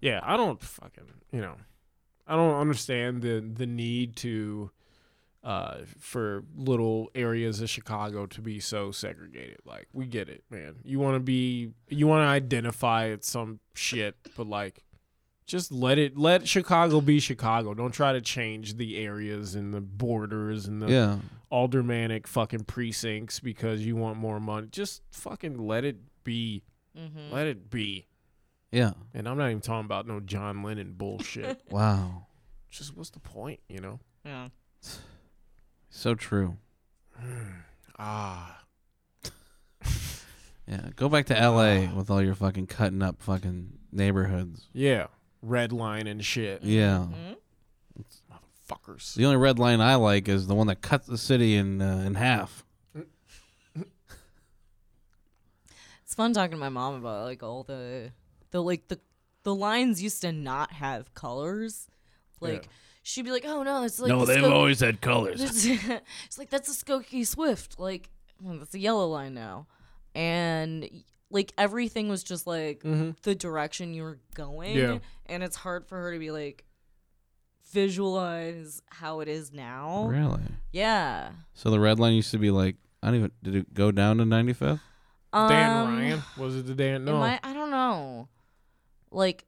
S5: Yeah, I don't fucking you know, I don't understand the the need to, uh, for little areas of Chicago to be so segregated. Like we get it, man. You want to be, you want to identify at some shit, but like. Just let it let Chicago be Chicago. Don't try to change the areas and the borders and the
S4: Yeah.
S5: aldermanic fucking precincts because you want more money. Just fucking let it be.
S3: Mm-hmm.
S5: Let it be.
S4: Yeah.
S5: And I'm not even talking about no John Lennon bullshit.
S4: Wow.
S5: Just what's the point, you know?
S3: Yeah.
S4: So true.
S5: Ah.
S4: Yeah. Go back to LA with all your fucking cutting up fucking neighborhoods.
S5: Yeah. Red line and shit.
S4: Yeah.
S3: Mhm.
S5: Motherfuckers.
S4: The only red line I like is the one that cuts the city in uh, in half.
S3: It's fun talking to my mom about like all the the like the the lines used to not have colors. Like she'd be like, "Oh no, it's like
S6: no,
S3: the
S6: they've
S3: Skok-
S6: always had colors.
S3: it's it's like that's a Skokie Swift. Like well, that's a yellow line now, and like everything was just like the direction you were going.
S5: Mm-hmm. Yeah.
S3: and it's hard for her to be like visualize how it is now.
S4: Really?
S3: Yeah.
S4: So the red line used to be like I don't even did it go down to 95th?
S3: Um,
S5: Dan Ryan. Was it the Dan?
S3: Am
S5: No.
S3: I, I don't know. Like,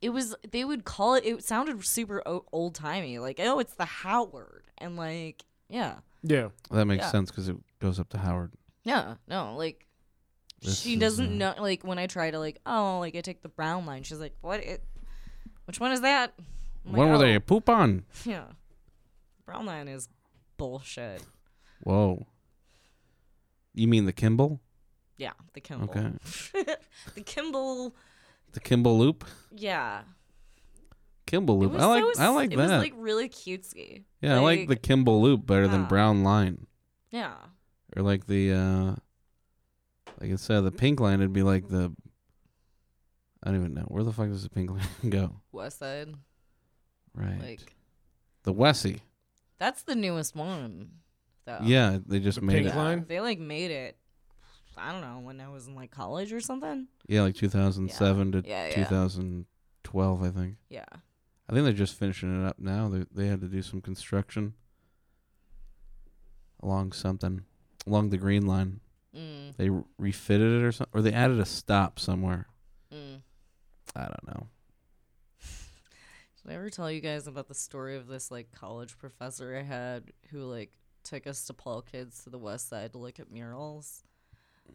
S3: it was, they would call it, it sounded super old timey. Like, oh, it's the Howard. And, like, yeah.
S5: yeah.
S4: That makes
S3: Yeah.
S4: sense because it goes up to Howard.
S3: Yeah. No, like,
S4: This
S3: she
S4: is,
S3: doesn't
S4: uh,
S3: know. Like, when I try to, like, oh, like, I take the brown line, she's like, what? It, which one is that? I'm like,
S4: when were
S3: "Oh,
S4: they a poop on?
S3: Yeah. Brown line is bullshit.
S4: Whoa. You mean the Kimball?
S3: Yeah. The Kimball. the Kimball.
S4: The Kimball loop?
S3: Yeah.
S4: Kimball
S3: It
S4: loop.
S3: was
S4: I like
S3: so,
S4: I like
S3: it
S4: that.
S3: was, like, really cutesy.
S4: Yeah, I like the Kimball loop better than
S3: Ah.
S4: brown line.
S3: Yeah.
S4: Or like the uh like I said, the pink line would be like the I don't even know. Where the fuck does the pink lady go?
S3: West Side.
S4: Right.
S3: Like
S4: the Wessie.
S3: that's the newest one. Though.
S4: Yeah, they just
S5: The
S4: made
S5: pink
S4: it.
S5: line?
S3: They like made it. I don't know when I was in like college or something.
S4: Yeah, like 2007 to
S3: Yeah, yeah.
S4: 2012, I think.
S3: Yeah.
S4: I think they're just finishing it up now. They they had to do some construction along something along the green line.
S3: Mm,
S4: They re- refitted it or something, or they added a stop somewhere.
S3: mm.
S4: I don't know.
S3: Did I ever tell you guys about the story of this like college professor I had who like took us to Paul Kids to the West Side to look at murals?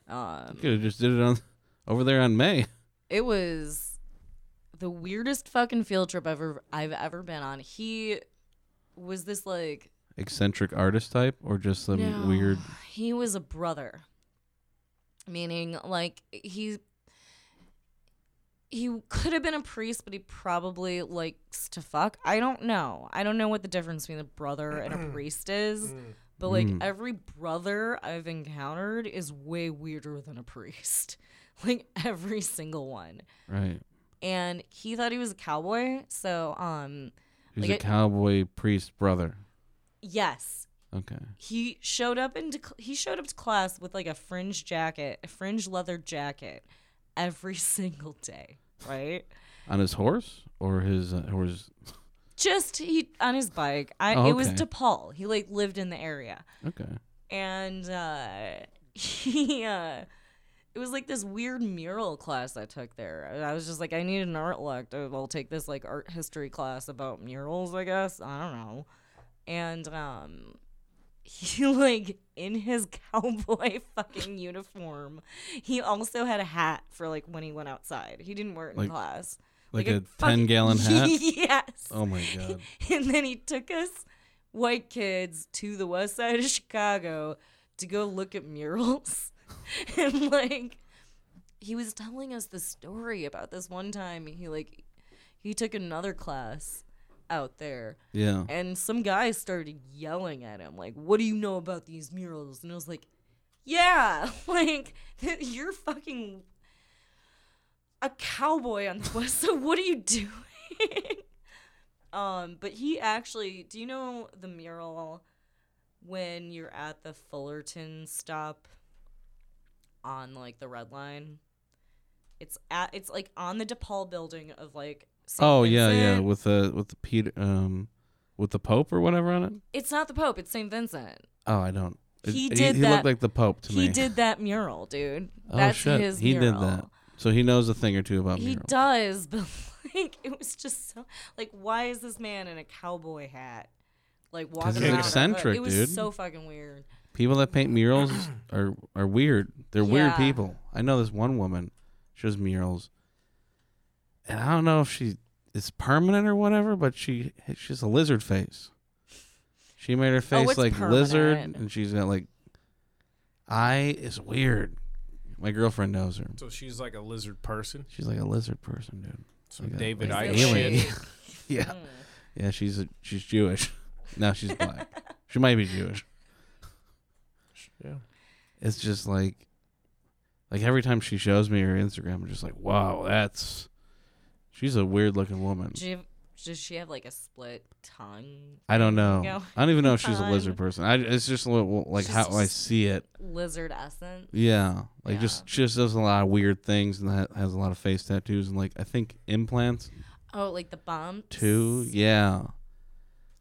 S3: Um,
S4: Could have just did it on over there on May.
S3: it was the weirdest fucking field trip ever I've ever been on. He was this like
S4: Eccentric artist type, or just some
S3: No,
S4: weird.
S3: He was a brother, meaning like he he could have been a priest, but he probably likes to fuck. I don't know. I don't know what the difference between a brother and a priest is, but like
S4: Mm.
S3: every brother I've encountered is way weirder than a priest. Like every single one.
S4: Right.
S3: And he thought he was a cowboy, so um
S4: He's
S3: Like
S4: a
S3: it-
S4: cowboy priest brother.
S3: yes,
S4: Okay.
S3: he showed up into cl- he showed up to class with like a fringe jacket, a fringe leather jacket, every single day, right?
S4: On his horse or his uh, or his.
S3: Just he on his bike. I
S4: Oh,
S3: it was
S4: okay.
S3: DePaul. He like lived in the area,
S4: Okay.
S3: and uh, he uh, it was like this weird mural class I took there. And I was just like, I need an art lecture. I'll take this like art history class about murals, I guess. I don't know. And um, he like in his cowboy fucking uniform. He also had a hat for like when he went outside. He didn't wear it in
S4: Like-
S3: class.
S4: Like, a,
S3: fucking-
S4: ten gallon hat.
S3: yes
S4: Oh my god.
S3: and then he took us white kids to the west side of Chicago to go look at murals. and like he was telling us the story about this one time he like he took another class out there
S4: Yeah.
S3: and some guy started yelling at him like what do you know about these murals and i was like yeah like you're fucking a cowboy on the west so what are you doing um but he actually do you know the mural when you're at the fullerton stop on like the red line it's at it's like on the depaul building of like St.
S4: Oh yeah, yeah.
S3: Vincent.
S4: With the with the Peter um, with the Pope or whatever on it.
S3: it's not the pope it's st vincent
S4: Oh, I don't. It-
S3: He did
S4: He
S3: that-
S4: looked like the Pope to
S3: he
S4: me.
S3: did that mural, dude.
S4: Oh
S3: That's
S4: shit.
S3: his
S4: he
S3: mural.
S4: did that. So he knows a thing or two about
S3: He
S4: murals.
S3: does, but like it was just so like why is this man in a cowboy hat? Like walking
S4: he's
S3: around.
S4: eccentric,
S3: it was
S4: dude.
S3: so fucking weird.
S4: People that paint murals are are weird. They're weird
S3: Yeah.
S4: people. I know this one woman. She does murals, and I don't know if she is permanent or whatever, but she she's a lizard face. She made her face
S3: Oh, it's
S4: like lizard,
S3: permanent.
S4: and she's got like eye is weird. My girlfriend knows her.
S5: So she's like a lizard person.
S4: She's like a lizard person, dude.
S5: Some
S4: Like a-
S5: David
S4: like
S5: Icke
S4: an alien.
S5: shit.
S4: yeah,
S3: Mm.
S4: yeah. She's a, she's Jewish. No, she's black. she might be Jewish.
S5: Yeah.
S4: It's just like, like every time she shows me her Instagram, I'm just like, wow, that's. She's a weird looking woman.
S3: Does she have, does she have like a split tongue?
S4: I don't know.
S3: Go.
S4: I don't even know if she's a lizard
S3: On.
S4: person. I it's just a little, like
S3: She's
S4: how I
S3: just-
S4: see it.
S3: Lizard essence.
S4: Yeah, like
S3: Yeah.
S4: just she just does a lot of weird things and ha- has a lot of face tattoos and like I think implants
S3: Oh, like the bumps.
S4: too. Yeah.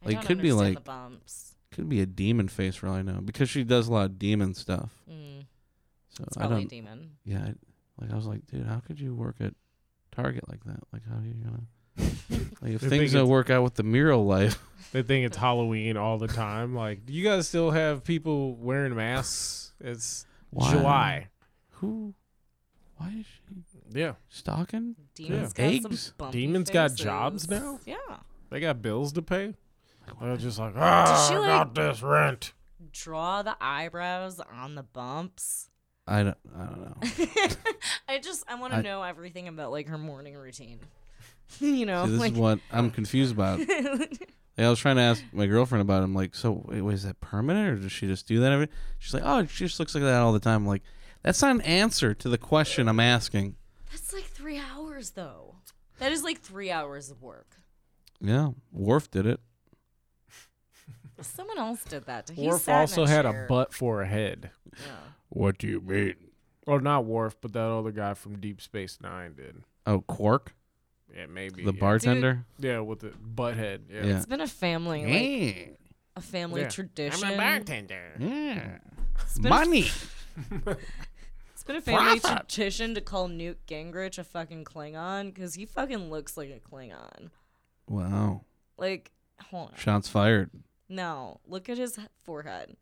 S3: I
S4: like,
S3: don't
S4: could be,
S3: understand
S4: like-
S3: the bumps.
S4: Could be a demon face for all I know because she does a lot of demon stuff.
S3: Mm,
S4: So
S3: it's
S4: I
S3: probably
S4: don't.
S3: a demon.
S4: yeah, I, like I was like, dude, how could you work at Target like that? Like, how are you gonna? like, if things
S5: They're big
S4: don't
S5: into-
S4: work out with the mural life,
S5: They think it's Halloween all the time. Like, do you guys still have people wearing masks? It's
S4: why?
S5: July.
S4: Who? Why is she
S5: Yeah.
S4: stalking?
S3: Demons got
S4: Eggs?
S3: some bumpy
S5: Demons got jobs
S3: faces.
S5: now?
S3: Yeah.
S5: They got bills to pay. They're just like, ah,
S3: she,
S5: I got this rent.
S3: draw the eyebrows on the bumps.
S4: I don't. I don't know.
S3: I just I want
S4: I-
S3: to know everything about like her morning routine. you know,
S4: See, this
S3: like
S4: is what I'm confused about. like, I was trying to ask my girlfriend about. It. I'm like, so wait, wait, is that permanent or does she just do that every? She's like, oh, she just looks like that all the time. I'm like, that's not an answer to the question I'm asking.
S3: that's like three hours hours though. That is like three hours of work.
S4: Yeah, Worf did it.
S3: Someone else did that. He
S5: Worf
S3: sat in
S5: also had a
S3: chair.
S5: butt for a head.
S3: Yeah.
S6: What do you mean?
S5: Or Oh, not Worf, but that other guy from Deep Space Nine did.
S4: Oh, Quark,
S5: Yeah, maybe
S4: the
S5: yeah.
S4: bartender.
S5: Yeah, with the butt head. Yeah.
S4: Yeah.
S3: It's been a family, like a family
S5: Yeah.
S3: tradition.
S5: bartender.
S4: Yeah.
S3: It's been a-
S4: Money.
S3: It's been a family tradition to call Newt Gingrich a fucking Klingon because he fucking looks like a Klingon.
S4: Wow.
S3: Like, hold on.
S4: Shots fired.
S3: No, look at his forehead.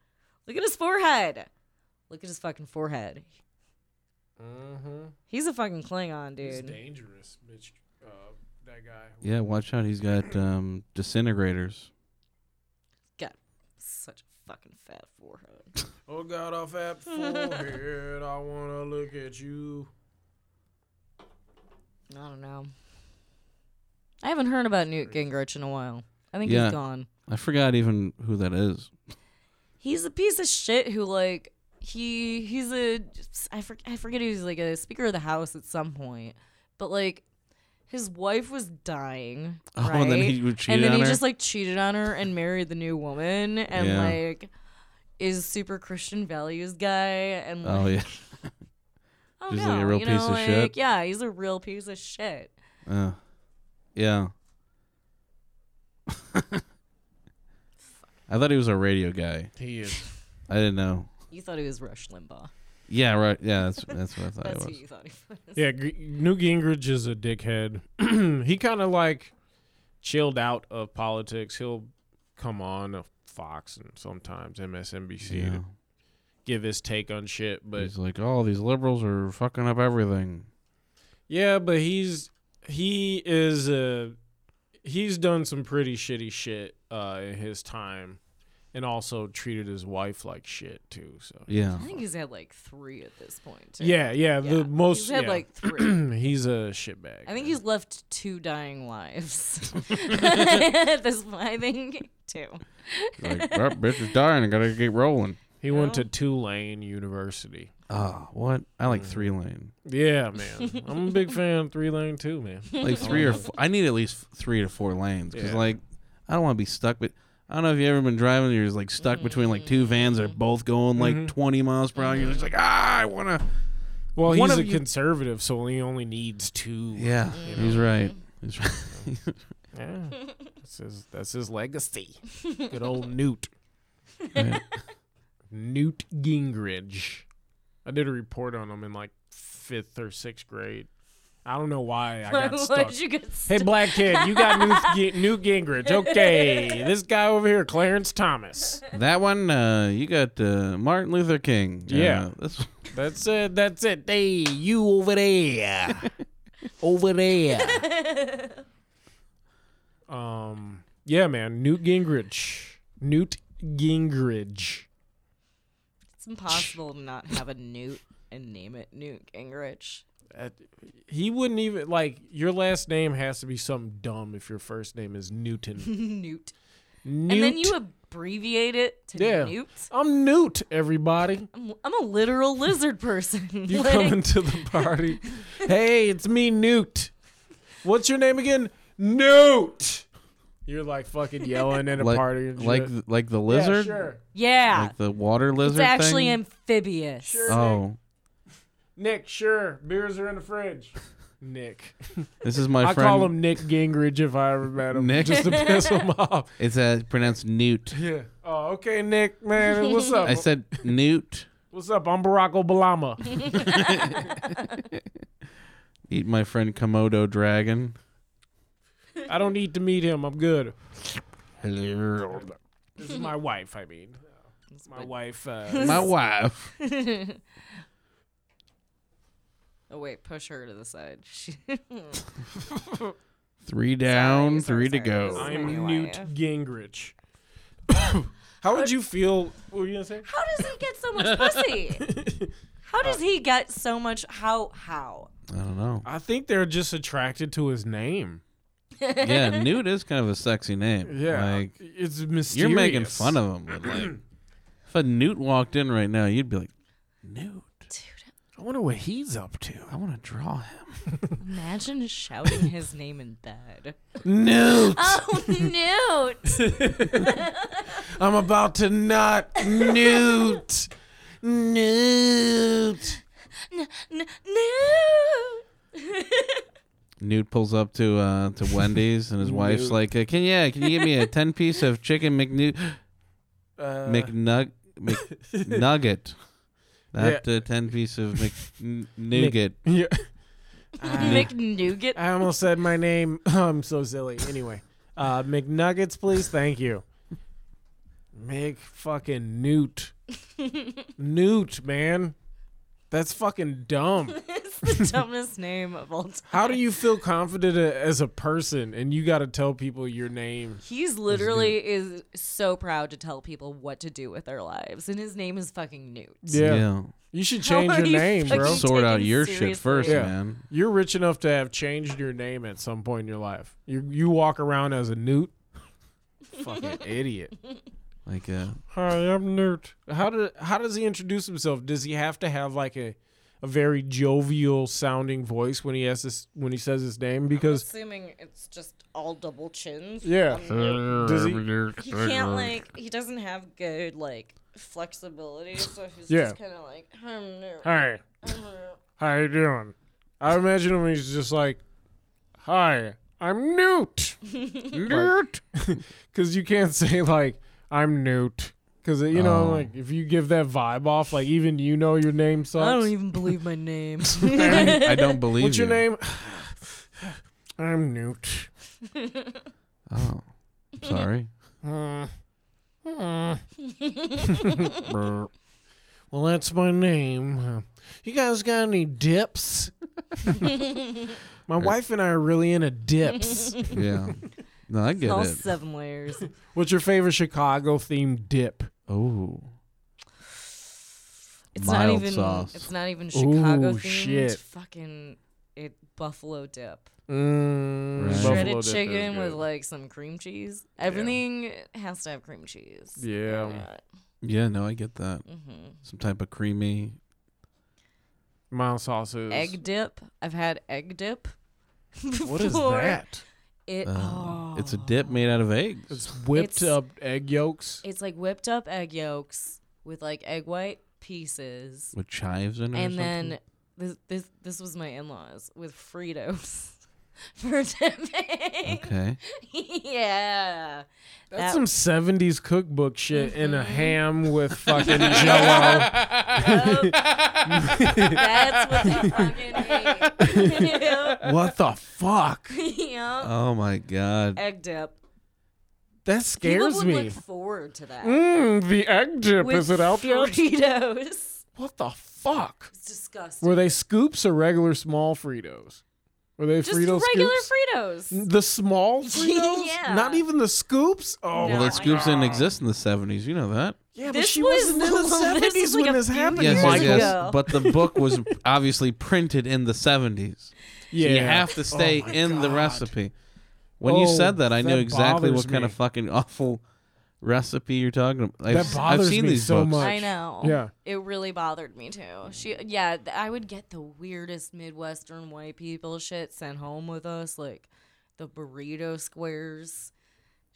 S3: Look at his forehead. Look at his fucking forehead.
S5: Mm-hmm.
S3: He's a fucking Klingon,
S5: It's
S3: dude.
S5: dangerous, bitch. Uh, that guy.
S4: Yeah, watch out. He's got um, disintegrators.
S3: Got such a fucking fat forehead.
S5: Oh God, off at forehead. I wanna look at you.
S3: I don't know. I haven't heard about Newt Gingrich in a while. I think
S4: Yeah.
S3: he's gone.
S4: I forgot even who that is.
S3: He's a piece of shit who like he he's a I for, I forget he was like a speaker of the house at some point, but like his wife was dying.
S4: Oh,
S3: Right?
S4: and then he would cheat
S3: And then
S4: on
S3: he
S4: her?
S3: just like cheated on her and married the new woman and
S4: Yeah.
S3: like is super Christian values guy and like,
S4: Oh yeah.
S3: oh,
S4: just, like, a
S3: no,
S4: real
S3: you
S4: piece
S3: know,
S4: of
S3: like,
S4: shit.
S3: Yeah, he's a real piece of shit.
S4: Uh, yeah. I thought he was a radio guy.
S5: He is.
S4: I didn't know.
S3: You thought he was Rush Limbaugh.
S4: Yeah, right. Yeah, that's that's what I thought
S3: That's
S4: it
S3: who
S4: was.
S3: you thought he was.
S5: Yeah, G- Newt Gingrich is a dickhead. he kind of like chilled out of politics. He'll come on of Fox and sometimes MSNBC
S4: Yeah.
S5: to give his take on shit. But
S4: He's like, oh, these liberals are fucking up everything.
S5: yeah, but he's he is a he's done some pretty shitty shit uh, in his time, and also treated his wife like shit too. So
S4: Yeah.
S3: I think he's had like three at this point. too.
S5: yeah, yeah,
S3: Yeah.
S5: the most
S3: He's had
S5: yeah.
S3: like three.
S5: he's a shitbag.
S3: I think he's left two dying wives. At this point, I think two.
S4: He's like, well, bitch is dying. I gotta get rolling.
S5: he went to Tulane University.
S4: Ah, what? I like three lane.
S5: Yeah, man. I'm a big fan of three lane too, man.
S4: Like three or four. I need at least three to four lanes because
S5: Yeah.
S4: like I don't want to be stuck. But I don't know if you ever been driving. You're just like
S3: Mm-hmm.
S4: stuck between like two vans that are both going
S5: Mm-hmm.
S4: like 20 miles per hour. You're just like, ah, I wanna.
S5: Well,
S4: One
S5: he's
S4: of
S5: a
S4: you-
S5: conservative, so he only needs two.
S4: Yeah,
S3: Mm-hmm.
S4: he's right. He's right.
S5: Yeah. That's his that's his legacy. Good old Newt.
S4: Right.
S5: Newt Gingrich. I did a report on him in like fifth or sixth grade. I don't know why I got stuck.
S3: Why'd you get
S5: Hey,
S3: stuck?
S5: black kid, you got Newt, Gi- Newt Gingrich. Okay, this guy over here, Clarence Thomas.
S4: That one, uh, you got uh, Martin Luther King. Uh,
S5: Yeah.
S4: That's
S5: That's it. That's it. Hey, you over there. over there. um. Yeah, man. Newt Gingrich. Newt Gingrich.
S3: It's impossible to not have a newt and name it Newt Gingrich.
S5: Uh, he wouldn't even like your last name has to be something dumb if your first name is Newton.
S3: Newt.
S5: Newt.
S3: And then you abbreviate it to
S5: Yeah.
S3: Newt.
S5: I'm Newt, everybody.
S3: I'm, I'm a literal lizard person.
S5: You
S3: Like,
S5: coming to the party? hey, it's me, Newt. What's your name again? Newt. You're like fucking yelling at a
S4: like
S5: party. And
S4: like
S5: shit.
S4: th- like the
S5: Yeah,
S4: lizard,
S5: sure.
S3: Yeah.
S4: like the water lizard.
S3: it's actually
S4: thing?
S3: amphibious.
S4: Oh,
S5: Nick, sure. Beers are in the fridge. Nick.
S4: this is my
S5: I
S4: friend.
S5: call him Nick Gingrich if I ever met him.
S4: Nick?
S5: Just to piss him off.
S4: It's uh, pronounced Newt.
S5: Yeah. Oh, okay, Nick, man. What's up?
S4: I said Newt.
S5: What's up? I'm Barack Obama.
S4: Eat my friend Komodo dragon.
S5: I don't need to meet him. I'm good. This is my wife, I mean. My wife. Uh,
S4: My wife.
S3: Oh, wait. Push her to the side.
S4: Three down,
S3: sorry,
S4: three to
S3: sorry.
S4: go.
S3: Sorry.
S5: I'm
S3: Anyway.
S5: Newt Gingrich. How would you feel? What were you going to say?
S3: How does he get so much pussy? How does he get so much? How? How?
S4: I don't know.
S5: I think they're just attracted to his name.
S4: Yeah, Newt is kind of a sexy name.
S5: Yeah.
S4: Like
S5: it's mysterious.
S4: you're making fun of him. But like, if a Newt walked in right now, you'd be like, Newt.
S3: Dude,
S5: I wonder what he's up to.
S4: I want to draw him.
S3: Imagine shouting his name in bed.
S4: Newt.
S3: Oh, Newt!
S4: I'm about to nut. Newt. Newt.
S3: N- Newt!
S4: Newt pulls up to uh, to Wendy's and his wife's like, uh, "Can yeah, can you give me a ten piece of chicken McNewt
S5: Uh,
S4: McNug McNugget?" Not the ten piece of McNugget.
S5: yeah.
S3: McNugget.
S5: I almost said my name. Oh, I'm so silly. Anyway, uh, McNuggets, please. Thank you. Mc fucking Newt. Newt, man. That's fucking dumb.
S3: It's the dumbest name of all time.
S5: How do you feel confident a- as a person and you got to tell people your name?
S3: He's literally is so proud to tell people what to do with their lives, and his name is fucking Newt.
S5: Yeah. You should
S3: How
S5: change
S3: are
S5: your
S3: you
S5: name, bro.
S3: fucking-
S4: Sort out your
S3: Seriously.
S4: shit first,
S5: Yeah.
S4: man.
S5: You're rich enough to have changed your name at some point in your life. You you walk around as a Newt. fucking idiot.
S4: Like, uh,
S5: Hi, I'm Newt. How do how does he introduce himself? Does he have to have like a a very jovial sounding voice when he has this when he says his name? Because
S3: Assuming it's just all double chins.
S5: Yeah.
S3: I'm Newt.
S4: Uh,
S5: does he
S3: He can't like. He doesn't have good like flexibility, so he's
S5: Yeah.
S3: just kind of like. "Hmm, I'm Newt.
S5: Hi,
S3: I'm Newt."
S5: how you doing? I imagine him he's just like Hi, I'm Newt. Newt Cause you can't say like I'm Newt. Cause you know,
S4: Oh.
S5: like if you give that vibe off, like even you know your name sucks.
S3: I don't even believe my name.
S4: I don't believe
S5: What's
S4: you.
S5: your name? I'm Newt.
S4: Oh, I'm sorry.
S5: Uh, well, that's my name. You guys got any dips? my wife and I are really into dips.
S4: Yeah. No, I get
S3: all
S4: it.
S3: seven layers.
S5: What's your favorite Chicago themed dip?
S4: Oh.
S3: It's not
S4: Mild
S3: even.
S4: sauce.
S3: It's not even Chicago themed.
S5: shit.
S3: Fucking it. Buffalo dip.
S5: Mm,
S4: Right.
S5: buffalo
S3: Shredded
S5: dip is
S3: chicken with
S5: good.
S3: like some cream cheese. Everything has to have cream cheese.
S5: Yeah.
S4: Yeah, no, I get that.
S3: Mhm.
S4: Some type of creamy.
S5: mild sauces.
S3: Egg dip. I've had egg dip.
S5: What is
S3: before.
S5: that?
S3: It.
S4: Uh,
S3: oh.
S4: It's a dip made out of eggs.
S5: It's
S3: It's-
S5: whipped up egg yolks.
S3: It's like whipped up egg yolks with like egg white pieces,
S4: with chives in it. or
S3: and
S4: something.
S3: then this this this was my in laws with Fritos for dipping.
S4: Okay.
S3: yeah, that-
S5: That's
S3: Mm-hmm.
S5: some 70s cookbook shit in a ham with fucking jello.
S3: that's what they fucking ate. Yep.
S5: What the fuck?
S3: Yep.
S4: Oh my god.
S3: Egg dip.
S5: That
S3: People
S5: scares
S3: would
S5: me.
S3: look forward to that.
S5: Mmm, the egg dip.
S3: With
S5: is it out there?
S3: Fritos.
S5: What the fuck?
S3: It's disgusting.
S5: Were they scoops or regular small Fritos? Were they
S3: Just
S5: Frito
S3: regular
S5: scoops?
S3: Fritos.
S5: the small Fritos?
S3: Yeah.
S5: Not even the scoops?
S3: No.
S5: Oh,
S4: Well,
S3: I-
S4: that scoops didn't exist in the 70s. You know that.
S5: yeah, but
S3: This
S5: she
S3: was
S5: wasn't in the
S3: little- this
S5: seventies
S3: is
S5: when
S3: like a
S5: this
S3: few
S5: happened,
S3: years
S4: Yes, yes,
S5: Michael.
S3: ago.
S4: yes. But the book was obviously printed in the 70s.
S5: Yeah,
S4: You have to stay
S5: Oh my
S4: in the
S5: God.
S4: recipe. When you
S5: Oh,
S4: said that, I knew
S5: that
S4: exactly what
S5: bothers
S4: kind
S5: me.
S4: of fucking awful recipe you're talking about. I've,
S5: That
S4: s- I've
S5: bothers
S4: seen
S5: me
S4: these
S5: so
S4: books.
S5: much.
S3: I know.
S5: Yeah.
S3: It really bothered me too. She yeah, th- I would get the weirdest Midwestern white people shit sent home with us, like the burrito squares.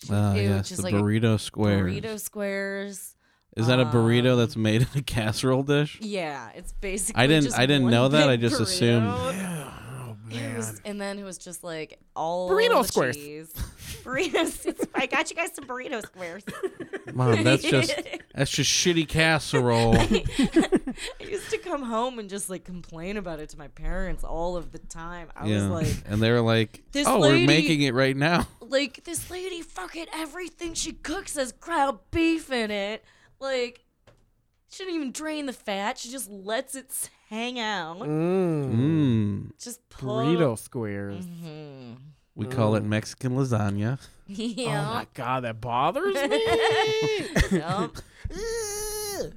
S3: She,
S4: Ah,
S3: it was
S4: yes, the burrito square.
S3: burrito squares.
S4: Is that a burrito that's made in a casserole dish?
S3: Yeah, it's basically
S4: I didn't-
S3: just
S4: I didn't
S3: one
S4: know that, I
S3: big
S4: just
S3: burrito.
S4: assumed.
S5: Oh,
S3: It
S5: man.
S3: was, and then it was just like all
S5: Burrito
S3: the
S5: squares.
S3: cheese. burritos. It's- I got you guys some burrito squares.
S4: Mom, that's just that's just shitty casserole.
S3: I used to come home and just like complain about it to my parents all of the time. I
S4: yeah.
S3: was like,
S4: and they were like,
S3: This
S4: "Oh,
S3: lady-
S4: we're making it right now."
S3: like this lady fucking everything she cooks has ground beef in it. Like she didn't even drain the fat. She just lets it s- hang out.
S5: Mm,
S4: Mm.
S3: Just pull.
S5: burrito squares.
S3: Mhm.
S4: We
S5: Mm.
S4: call it Mexican lasagna.
S5: Oh
S3: Yeah.
S5: my god, that bothers me.
S3: Yup. Yeah.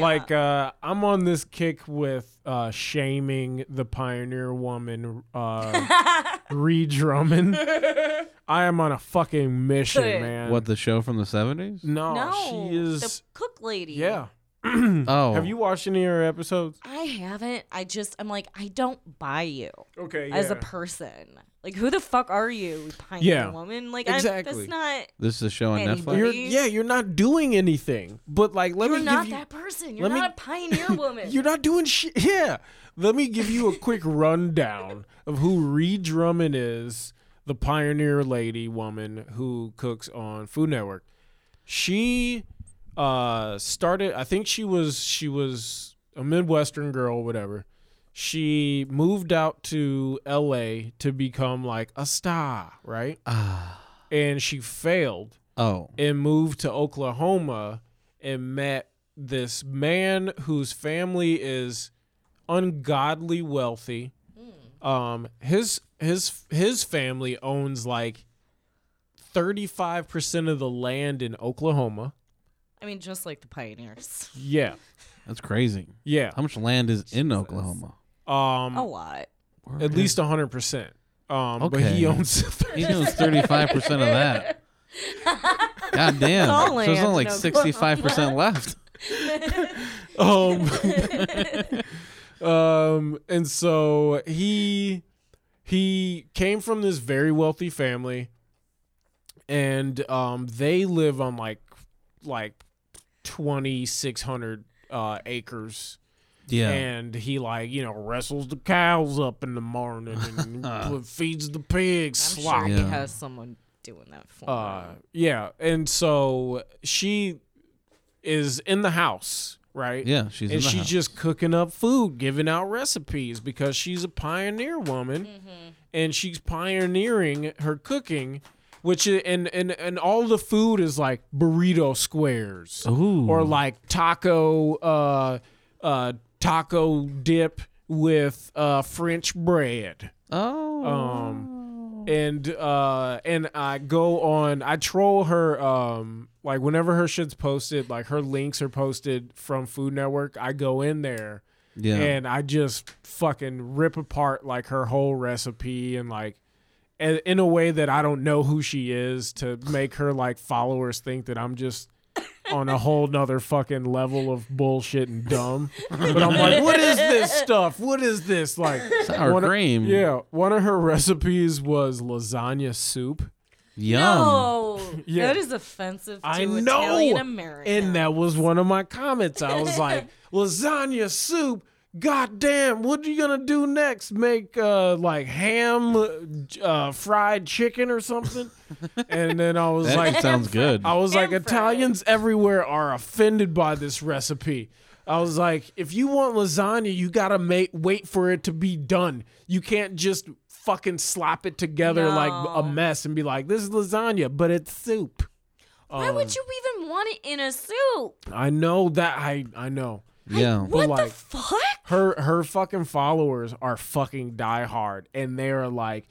S5: Like uh, I'm on this kick with uh, shaming the pioneer woman, uh, Reed Drummond. I am on a fucking mission,
S3: Good.
S5: man.
S4: What the show from the seventies?
S5: No,
S3: no,
S5: she is.
S3: the cook lady.
S5: yeah,
S4: Oh,
S5: Have you watched any of her episodes?
S3: I haven't. I just I'm like I don't buy you
S5: Okay.
S3: as a person. Like who the fuck are you, pine
S5: Yeah.
S3: woman? Like I,
S5: Exactly.
S3: that's not.
S4: This is a show on
S3: Anybody.
S4: Netflix.
S5: You're, yeah, you're not doing anything. But like, let
S3: You're
S5: me
S3: not
S5: give you.
S3: that person. You're
S5: let me-
S3: not a pioneer woman.
S5: You're not doing shit. Yeah. Let me give you a quick rundown of who Reed Drummond is, the pioneer lady woman who cooks on Food Network. She uh started I think she was she was a Midwestern girl, whatever. She moved out to LA to become like a star, right? And she failed
S4: Ah. oh,
S5: and moved to Oklahoma and met this man whose family is ungodly wealthy. Um, his his his family owns like thirty five percent of the land in Oklahoma.
S3: I mean, just like the pioneers.
S5: Yeah,
S4: that's crazy.
S5: yeah.
S4: How much land is in Oklahoma?
S5: Um,
S3: A lot.
S5: at least hundred percent. Um, but
S4: Okay.
S5: he owns
S4: he knows thirty-five percent of that. God damn!
S3: all
S4: so there's
S3: land
S4: only
S3: in
S4: like
S3: Oklahoma.
S4: sixty-five percent left.
S5: um, um, and so he he came from this very wealthy family, and um, they live on like like twenty six hundred uh, acres.
S4: Yeah.
S5: And he like you know wrestles the cows up in the morning and pl- feeds the pigs.
S3: I'm
S5: slop.
S3: sure he
S4: Yeah.
S3: has someone doing that for
S5: Uh,
S3: him.
S5: yeah, and so she is in the house, right?
S4: yeah, she's in
S5: and
S4: the
S5: she's
S4: house.
S5: just cooking up food, giving out recipes because she's a pioneer woman, and she's pioneering her cooking, which i- and and and all the food is like burrito squares
S4: Ooh.
S5: or like taco uh uh taco dip with uh French bread
S4: oh.
S5: um and uh and i go on i troll her um like whenever her shit's posted like her links are posted from food network i go in there
S4: yeah.
S5: and i just fucking rip apart like her whole recipe and like a- in a way that i don't know who she is to make her like followers think that i'm just on a whole nother fucking level of bullshit and dumb but i'm like what is this stuff what is this like
S4: Sour
S5: one of-
S4: cream.
S5: yeah, one of her recipes was lasagna soup.
S4: Yum.
S3: No,
S5: Yeah.
S3: that is offensive to
S5: I know.
S3: Italian American.
S5: And that was one of my comments. I was like, lasagna soup? God damn, what are you going to do next? Make uh, like ham uh, fried chicken or something? and then I was
S4: That
S5: like,
S4: sounds good.
S5: I was like,
S3: Ham fried.
S5: Italians everywhere are offended by this recipe. I was like, if you want lasagna, you gotta make wait for it to be done. You can't just fucking slap it together like
S3: No.
S5: a mess and be like, this is lasagna, but it's soup.
S3: Why would you even want it in a soup?
S5: I know that I I know.
S4: Yeah.
S3: What
S5: like-
S3: the fuck?
S5: Her her fucking followers are fucking diehard and they are like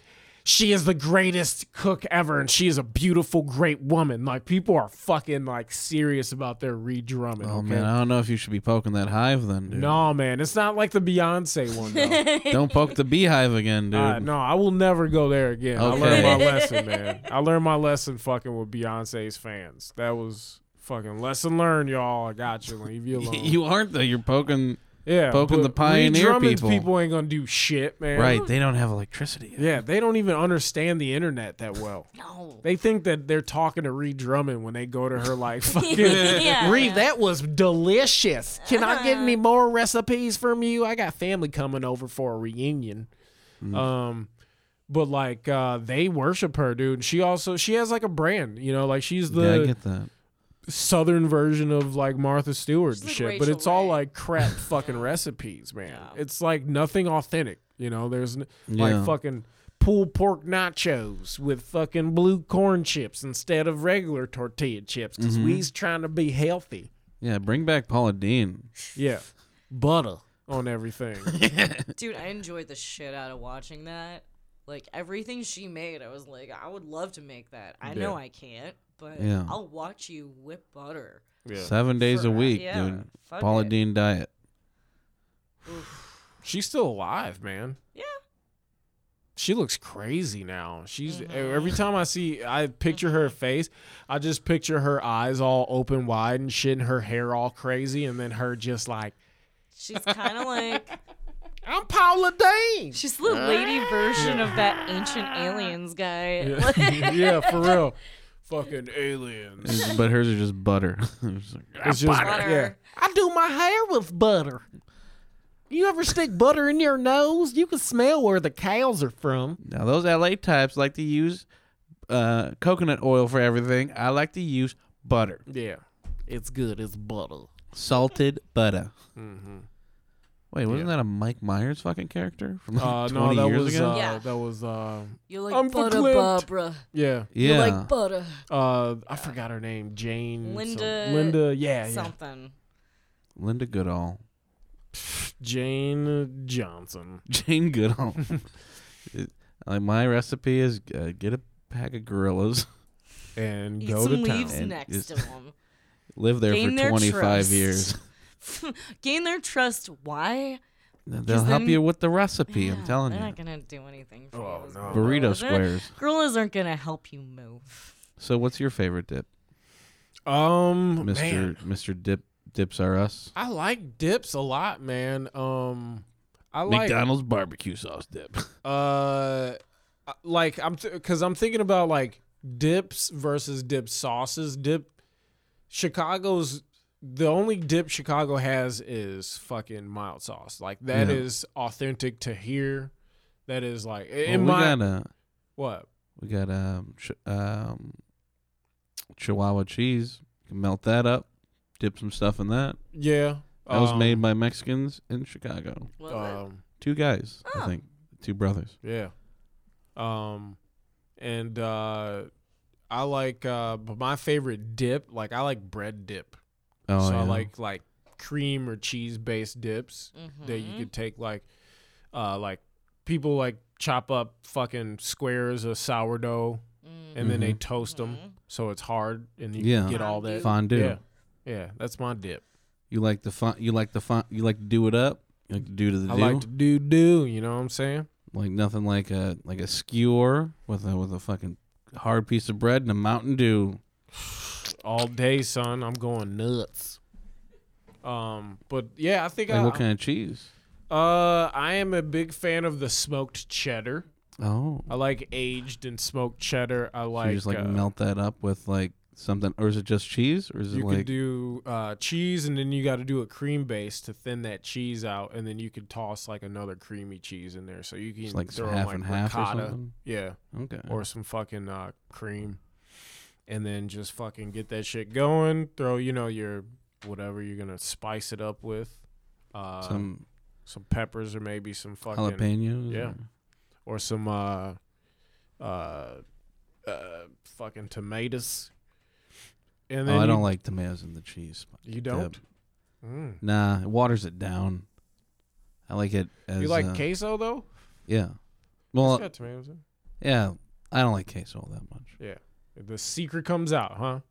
S5: she is the greatest cook ever and she is a beautiful great woman. Like people are fucking like serious about their redrumming.
S4: Oh
S5: okay?
S4: man, I don't know if you should be poking that hive then, dude.
S5: No, man, it's not like the Beyonce one. Though.
S4: Don't poke the beehive again, dude.
S5: Uh, no, I will never go there again. I
S4: Okay.
S5: learned my lesson, man. I learned my lesson fucking with Beyonce's fans. That was fucking lesson learned, y'all. I got you. Leave you alone.
S4: You aren't though. You're poking.
S5: yeah,
S4: poking
S5: but
S4: the pioneer
S5: Reed Drummond's
S4: people.
S5: people ain't gonna do shit, man.
S4: Right. They don't have electricity.
S5: Yeah, they don't even understand the internet that well.
S3: No.
S5: They think that they're talking to Reed Drummond when they go to her like fucking
S3: Yeah.
S5: Reed, that was delicious. Can I get any more recipes from you? I got family coming over for a reunion. Um but like uh they worship her, dude. She also she has like a brand, you know, like she's
S4: yeah, I
S5: the
S4: get that.
S5: southern version of like Martha Stewart and
S3: like
S5: shit, but
S3: Rachel
S5: it's all
S3: Ray.
S5: like crap fucking recipes, man. It's like nothing authentic, you know. There's n-
S4: Yeah.
S5: like fucking pulled pork nachos with fucking blue corn chips instead of regular tortilla chips because we's trying to be healthy.
S4: Yeah, bring back Paula Dean.
S5: Yeah, butter on everything.
S3: Dude, I enjoyed the shit out of watching that. Like everything she made, I was like, I would love to make that. I know I can't, but
S4: Yeah.
S3: I'll watch you whip butter.
S4: Seven days a
S3: For-
S4: week,
S3: yeah,
S4: dude.
S3: fuck
S4: Paula
S3: it.
S4: Dean diet.
S5: She's still alive, man.
S3: Yeah.
S5: she looks crazy now. She's e, every time I see, I picture her face. I just picture her eyes all open wide and shit, and her hair all crazy, and then her just like,
S3: She's kind of like
S5: "I'm Paula Deen."
S3: she's the lady version of that ancient aliens guy.
S5: Yeah, yeah, for real. Fucking aliens.
S4: It's- but hers are just butter. It's like,
S5: It's just
S3: butter.
S5: yeah.
S6: I do my hair with butter. You ever stick butter in your nose? You can smell where the cows are from.
S4: now those LA types like to use uh, coconut oil for everything. I like to use butter,
S5: Yeah.
S6: It's good. It's butter.
S4: salted butter.
S5: Mm-hmm.
S4: Wait, wasn't that a Mike Myers fucking character from like
S5: Uh, no,
S4: twenty
S5: that
S4: years
S5: was
S4: ago?
S5: uh,
S3: Yeah.
S5: that was uh,
S3: You like
S5: I'm
S3: butter,
S5: verklempt.
S3: Barbara.
S5: yeah.
S4: yeah,
S3: You like butter.
S5: Uh, I forgot her name. Jane. some-
S3: Linda-
S5: Linda. Yeah, yeah.
S3: Something.
S4: Linda Goodall,
S5: Jane Johnson.
S4: Jane Goodall. It- like my recipe is uh, get a pack of gorillas,
S5: And
S3: Eat
S5: go
S3: some
S5: to town.
S3: leaves
S4: And
S3: next
S4: just-
S3: to them.
S4: live there
S3: Gain
S4: for
S3: their
S4: twenty five years.
S3: Gain their trust. Why?
S4: They'll help
S3: then-
S4: you with the recipe. I'm
S3: Yeah,
S4: telling
S3: they're
S4: you,
S3: not gonna do anything for
S5: Oh,
S3: you.
S5: no.
S4: burrito
S3: Gorillas. They're-
S4: squares.
S3: Gorillas aren't gonna help you move.
S4: So, what's your favorite dip,
S5: Um, man,
S4: Mister Mister Dip Dips Are Us?
S5: I like dips a lot, man. Um, I like
S4: McDonald's barbecue sauce dip.
S5: uh, like I'm because I'm thinking about like dips versus dip sauces. Dip Chicago's the only dip Chicago has is fucking mild sauce. Like that is
S4: Yeah.
S5: authentic to here. That is like
S4: Well,
S5: in
S4: we
S5: my
S4: got a
S5: what
S4: we got um, ch- um Chihuahua cheese. You can melt that up, dip some stuff in that.
S5: yeah
S4: That was
S5: um,
S4: made by Mexicans in Chicago.
S3: Was it?
S5: um
S4: Two guys, I
S3: Oh.
S4: think, two brothers.
S5: yeah um and uh I like uh but my favorite dip like I like bread dip
S4: Oh,
S5: so I
S4: yeah.
S5: like like cream or cheese based dips that Um, you
S3: Mhm.
S5: could take like uh like people like chop up fucking squares of sourdough
S3: Mm-hmm.
S5: and then they toast them
S3: Mhm.
S5: so it's hard and you
S4: Mm-hmm. Yeah.
S5: get all that
S4: fondue.
S5: yeah yeah that's my dip
S4: You like the fun? You like the fun? You like to do it up? You like to do to the
S5: I
S4: do?
S5: like to do do you know what I'm saying
S4: like nothing like a like a skewer with a with a fucking hard piece of bread and a Mountain Dew.
S5: all day son I'm going nuts um but yeah I think
S4: Like
S5: I
S4: what kind of cheese?
S5: uh I am a big fan of the smoked cheddar
S4: Oh,
S5: I like aged and smoked cheddar I
S4: so
S5: like
S4: you just like
S5: uh,
S4: melt that up with like something, or is it just cheese, or is it
S5: You
S4: like
S5: could do uh, cheese, and then you got to do a cream base to thin that cheese out, and then you could toss like another creamy cheese in there. So you can
S4: It's like
S5: throw in,
S4: half
S5: like
S4: and half or
S5: ricotta,
S4: something?
S5: yeah,
S4: okay?
S5: or some fucking uh, cream, and then just fucking get that shit going. Throw you know your whatever you're gonna spice it up with, uh, some
S4: some
S5: peppers or maybe some fucking
S4: jalapenos.
S5: yeah.
S4: or-
S5: or some uh, uh, uh, fucking tomatoes. And then
S4: Oh, I
S5: you-
S4: don't like tomatoes in the cheese. but-
S5: You don't?
S4: dip.
S5: Mm.
S4: Nah, it waters it down. I like it as
S5: You like
S4: uh,
S5: queso though?
S4: Yeah.
S5: It's
S4: Well,
S5: got tomatoes in
S4: yeah. I don't like queso all that much.
S5: it. Yeah. The secret comes out, huh?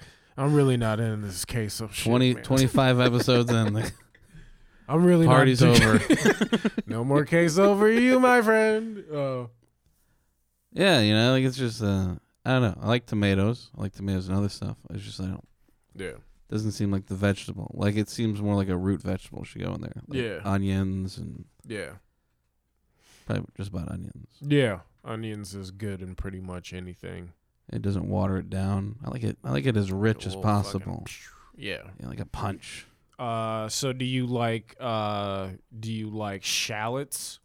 S5: I'm really not in this queso shit.
S4: Twenty
S5: man.
S4: twenty five 25 episodes in, the
S5: I'm really not
S4: party's
S5: digging-
S4: over.
S5: no more queso for you, my friend. Oh.
S4: Yeah, you know, like it's just uh I don't know. I like tomatoes. I like tomatoes and other stuff. It's just I don't
S5: Yeah.
S4: doesn't seem like the vegetable. Like it seems more like a root vegetable should go in there. Like
S5: Yeah.
S4: Onions and
S5: Yeah.
S4: probably just about onions.
S5: Yeah. Onions is good in pretty much anything.
S4: It doesn't water it down. I like it I like it as rich
S5: A
S4: as
S5: little fucking
S4: possible.
S5: Yeah.
S4: Yeah, like a punch.
S5: Uh so do you like uh do you like shallots?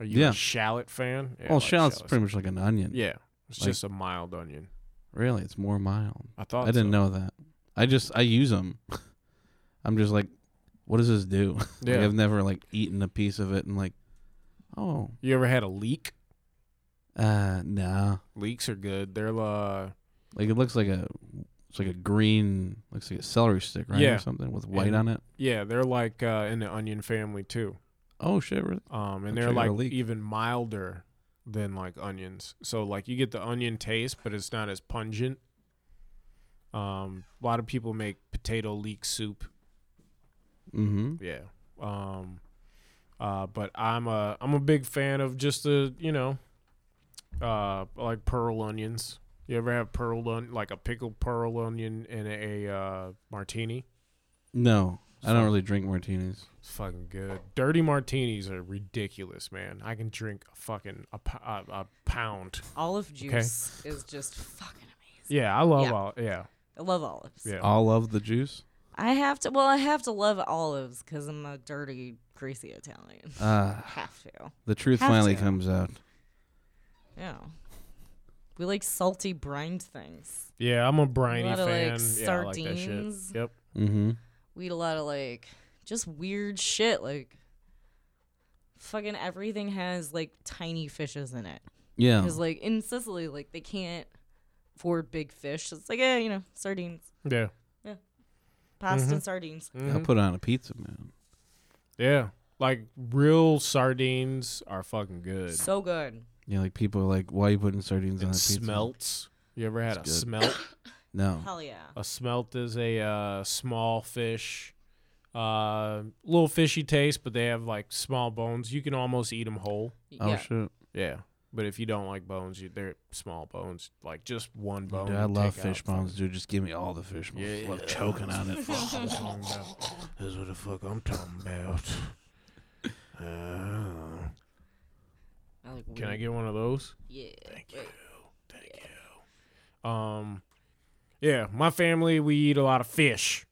S5: Are you
S4: Yeah.
S5: a shallot fan? Yeah, I
S4: well,
S5: like
S4: shallot's pretty much like an onion.
S5: Yeah. It's
S4: Like-
S5: just a mild onion.
S4: Really, it's more mild.
S5: I thought
S4: I didn't know
S5: so.
S4: that. I just I use them. I'm just like, what does this do? Like,
S5: Yeah.
S4: I've never like eaten a piece of it and like, oh,
S5: You ever had a leek?
S4: uh, nah.
S5: Leeks are good. They're uh
S4: Like it looks like a it's like a green looks like a celery stick, right?
S5: Yeah.
S4: Or something with white
S5: And-
S4: on it.
S5: Yeah, they're like uh, in the onion family too.
S4: Oh shit, really?
S5: Um,
S4: I'll
S5: and they're
S4: check out a
S5: like
S4: leek.
S5: even milder than like onions. So like you get the onion taste, but it's not as pungent. Um, a lot of people make potato leek soup.
S4: Mm-hmm.
S5: Yeah. Um, Uh, but I'm a I'm a big fan of just the you know, uh, like pearl onions. You ever have pearl on like a pickled pearl onion in a uh, martini?
S4: No, I don't really drink martinis.
S5: It's fucking good. Dirty martinis are ridiculous, man. I can drink a fucking a, po- a, a pound.
S3: Olive juice is just fucking amazing.
S5: Yeah, I love
S3: Yeah.
S5: all. Yeah,
S3: I love olives.
S5: yeah.
S4: All of the juice.
S3: I have to. Well, I have to love olives because I'm a dirty, greasy Italian.
S4: Ah,
S3: have to.
S4: the truth
S3: Have
S4: finally
S3: to.
S4: comes out.
S3: Yeah. We like salty brined things.
S5: Yeah, I'm a briny
S3: Lot of, like,
S5: fan. yeah, I like that shit.
S3: sardines.
S5: Yep.
S4: Mm-hmm.
S3: We eat a lot of like just weird shit. Like fucking everything has like tiny fishes in it.
S4: Yeah.
S3: Because like in Sicily, like they can't afford big fish. So it's like eh, you know, sardines,
S5: Yeah.
S3: pasta
S4: Mm-hmm.
S3: and sardines.
S5: Mm-hmm.
S4: I'll put on a pizza, man.
S5: Yeah. Like real sardines are fucking good.
S3: So good.
S4: Yeah, like people are like, why are you putting sardines on a
S5: and
S4: pizza?
S5: smelts. You ever had a
S4: It's good.
S5: smelt?
S4: No.
S3: Hell yeah.
S5: a smelt is a uh, small fish, uh, little fishy taste, but they have like small bones. You can almost eat them whole.
S4: Oh
S3: yeah.
S4: shit.
S5: Yeah. But if you don't like bones, you, they're small bones, like just one bone.
S4: Dude, I
S5: you
S4: love
S5: take
S4: fish
S5: out.
S4: bones, dude. Just give me all the fish bones.
S5: Yeah.
S4: Love choking on it.
S5: That's what the fuck I'm talking about. Uh,
S3: I like
S5: can I
S3: weird-
S5: get one of those?
S3: Yeah. Thank you.
S5: Um, yeah, my family we eat a lot of fish.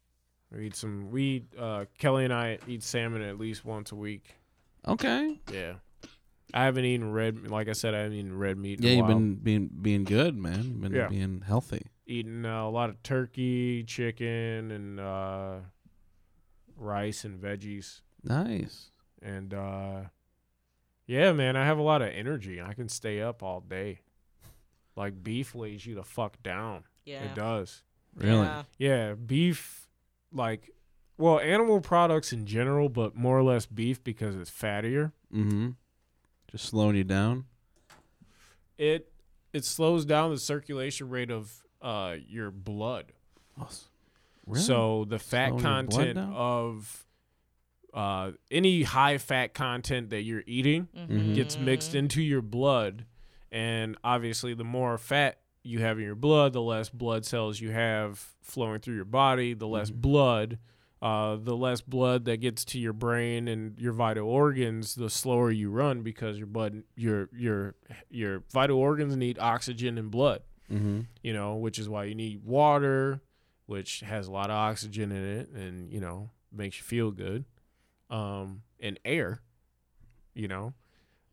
S5: We eat some. We eat, uh, Kelly and I eat salmon at least once a week.
S4: Okay.
S5: Yeah, I haven't eaten red. Like I said, I haven't eaten red meat. in
S4: Yeah,
S5: a
S4: you've
S5: while.
S4: been being being good, man. You've been
S5: Yeah.
S4: being healthy.
S5: eating uh, a lot of turkey, chicken, and uh, rice and veggies.
S4: Nice.
S5: And uh, yeah, man, I have a lot of energy. I can stay up all day. Like beef lays you the fuck down.
S3: Yeah.
S5: It does.
S4: Really?
S3: Yeah.
S5: Yeah, beef, like, well, animal products in general, but more or less beef because it's fattier.
S4: Mm-hmm. Just slowing you down.
S5: It it slows down the circulation rate of uh your blood.
S4: Awesome. Really?
S5: So the fat
S4: Slowing your blood
S5: content
S4: down?
S5: of uh any high fat content that you're eating
S3: Mm-hmm.
S4: Mhm.
S5: gets mixed into your blood, and obviously the more fat you have in your blood, the less blood cells you have flowing through your body, the less blood, uh, the less blood that gets to your brain and your vital organs, the slower you run because your blood, your your your vital organs need oxygen and blood,
S4: Mm-hmm.
S5: you know, which is why you need water, which has a lot of oxygen in it, and you know makes you feel good, um, and air, you know.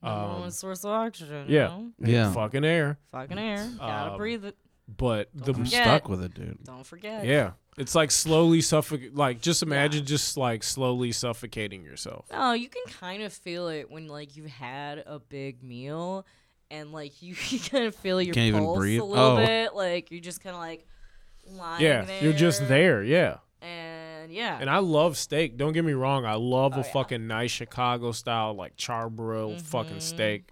S3: Number one
S5: Um,
S3: source of oxygen. you
S5: yeah.
S3: know?
S4: Yeah.
S5: fucking air.
S3: Fucking air. Gotta
S5: Um,
S3: breathe it.
S5: But the
S4: I'm
S3: forget.
S4: stuck with it, dude.
S3: Don't forget.
S5: yeah, it's like slowly suffocate. Like just imagine just like slowly suffocating yourself.
S3: No, Oh, you can kind of feel it when like you've had a big meal and like you, you kind of feel your
S4: can't even
S3: pulse
S4: breathe?
S3: a little
S4: Oh.
S3: bit. Like you're just kind of like lying
S5: Yeah,
S3: there.
S5: you're just there. Yeah,
S3: And yeah.
S5: and I love steak. Don't get me wrong, I love a
S3: Oh, yeah.
S5: fucking nice Chicago style like charbroiled fucking steak,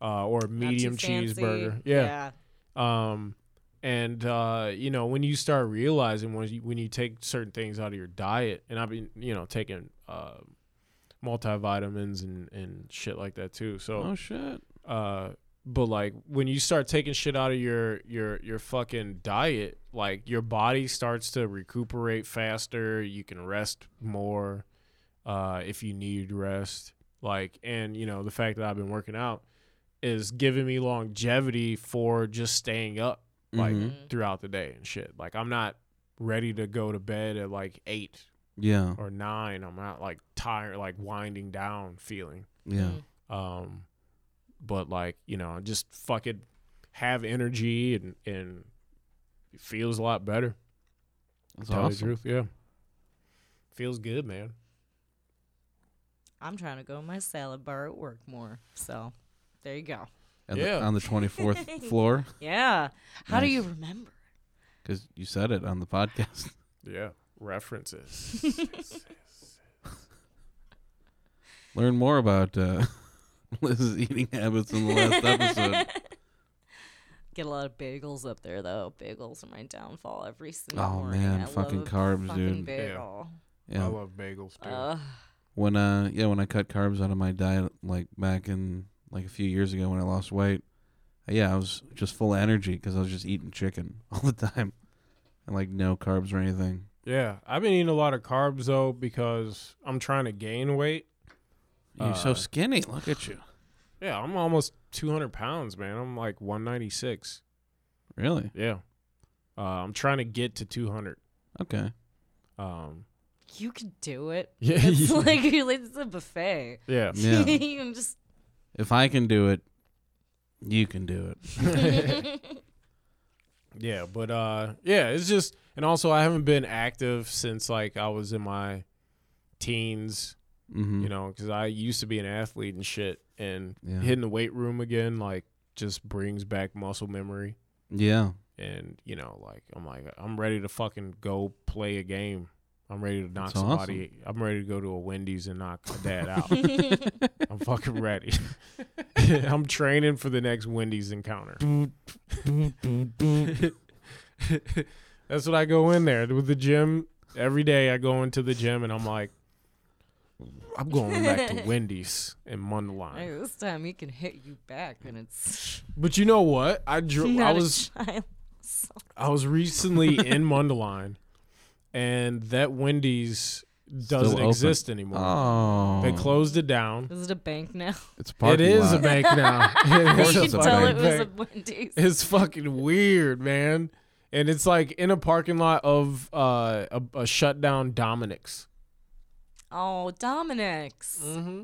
S5: uh, or a
S3: Not too
S5: medium
S3: fancy.
S5: cheeseburger. Yeah. Um, and uh, you know when you start realizing when you when you take certain things out of your diet, and I've been you know taking uh, multivitamins and and shit like that too. So
S4: Oh shit.
S5: uh but like when you start taking shit out of your your your fucking diet like your body starts to recuperate faster you can rest more uh if you need rest like and you know the fact that i've been working out is giving me longevity for just staying up like
S3: Mm-hmm.
S4: Mhm.
S5: throughout the day and shit like i'm not ready to go to bed at like eight
S4: Yeah.
S5: or nine i'm not like tired like winding down feeling
S4: Yeah.
S5: um but like you know just fucking have energy and and it feels a lot better
S4: That's
S5: tell you the
S4: awesome.
S5: truth yeah feels good man
S3: I'm trying to go to my salad bar at work more. So there you go.
S4: At the-
S5: Yeah.
S4: on the 24th floor
S3: Yeah. How do
S4: Nice.
S3: you remember?
S4: because you said it on the podcast.
S5: yeah references
S4: Learn more about uh, Liz's eating habits in the last episode.
S3: Get a lot of bagels up there though. Bagels are my downfall every single
S4: Oh,
S3: morning.
S4: man,
S3: I love
S4: fucking
S3: a
S4: carbs,
S3: fucking
S4: dude.
S5: Yeah.
S3: Bagel.
S5: i
S4: Yeah.
S5: love bagels too
S3: Ugh.
S4: when uh yeah when I cut carbs out of my diet like back in like a few years ago when I lost weight, yeah I was just full of energy because I was just eating chicken all the time, and like no carbs or anything.
S5: Yeah, I've been eating a lot of carbs though because I'm trying to gain weight.
S4: You're so
S5: Uh,
S4: skinny. Look at you.
S5: Yeah, I'm almost 200 pounds, man. I'm like 196.
S4: Really?
S5: Yeah, uh, I'm trying to get to 200.
S4: Okay.
S5: Um,
S3: You could do it.
S5: yeah,
S3: It's like it's a buffet.
S5: yeah.
S4: Yeah.
S3: you can just
S4: if I can do it, you can do it.
S5: Yeah, but uh yeah, it's just and also I haven't been active since like I was in my teens,
S4: Mm-hmm.
S5: you know, cuz I used to be an athlete and shit and
S4: Yeah.
S5: hitting the weight room again like just brings back muscle memory
S4: Yeah.
S5: and you know like I'm like I'm ready to fucking go play a game. I'm ready to knock
S4: That's awesome.
S5: somebody. I'm ready to go to a Wendy's and knock my dad out. I'm fucking ready. I'm training for the next Wendy's encounter. That's what I go in there with the gym every day. I go into the gym and I'm like, I'm going back to Wendy's in
S3: Hey,
S5: Mundelein.
S3: this time he can hit you back, and it's
S5: But you know what? I drew. I
S3: not
S5: was
S3: a child.
S5: I was recently in Mundelein, and that Wendy's doesn't
S4: open.
S5: exist anymore.
S4: Oh.
S5: They closed it down.
S3: Is it a bank now?
S4: It's a
S5: It
S4: parking
S5: is a
S4: lot.
S5: bank now. It
S4: course
S5: is
S3: you could
S5: a
S4: it's a
S3: tell it
S5: fucking
S4: bank.
S3: was a
S5: bank.
S3: Wendy's.
S5: It's fucking weird, man. And it's like in a parking lot of uh, a, a shutdown Dominic's.
S3: Oh, Dominic's.
S5: Mm-hmm.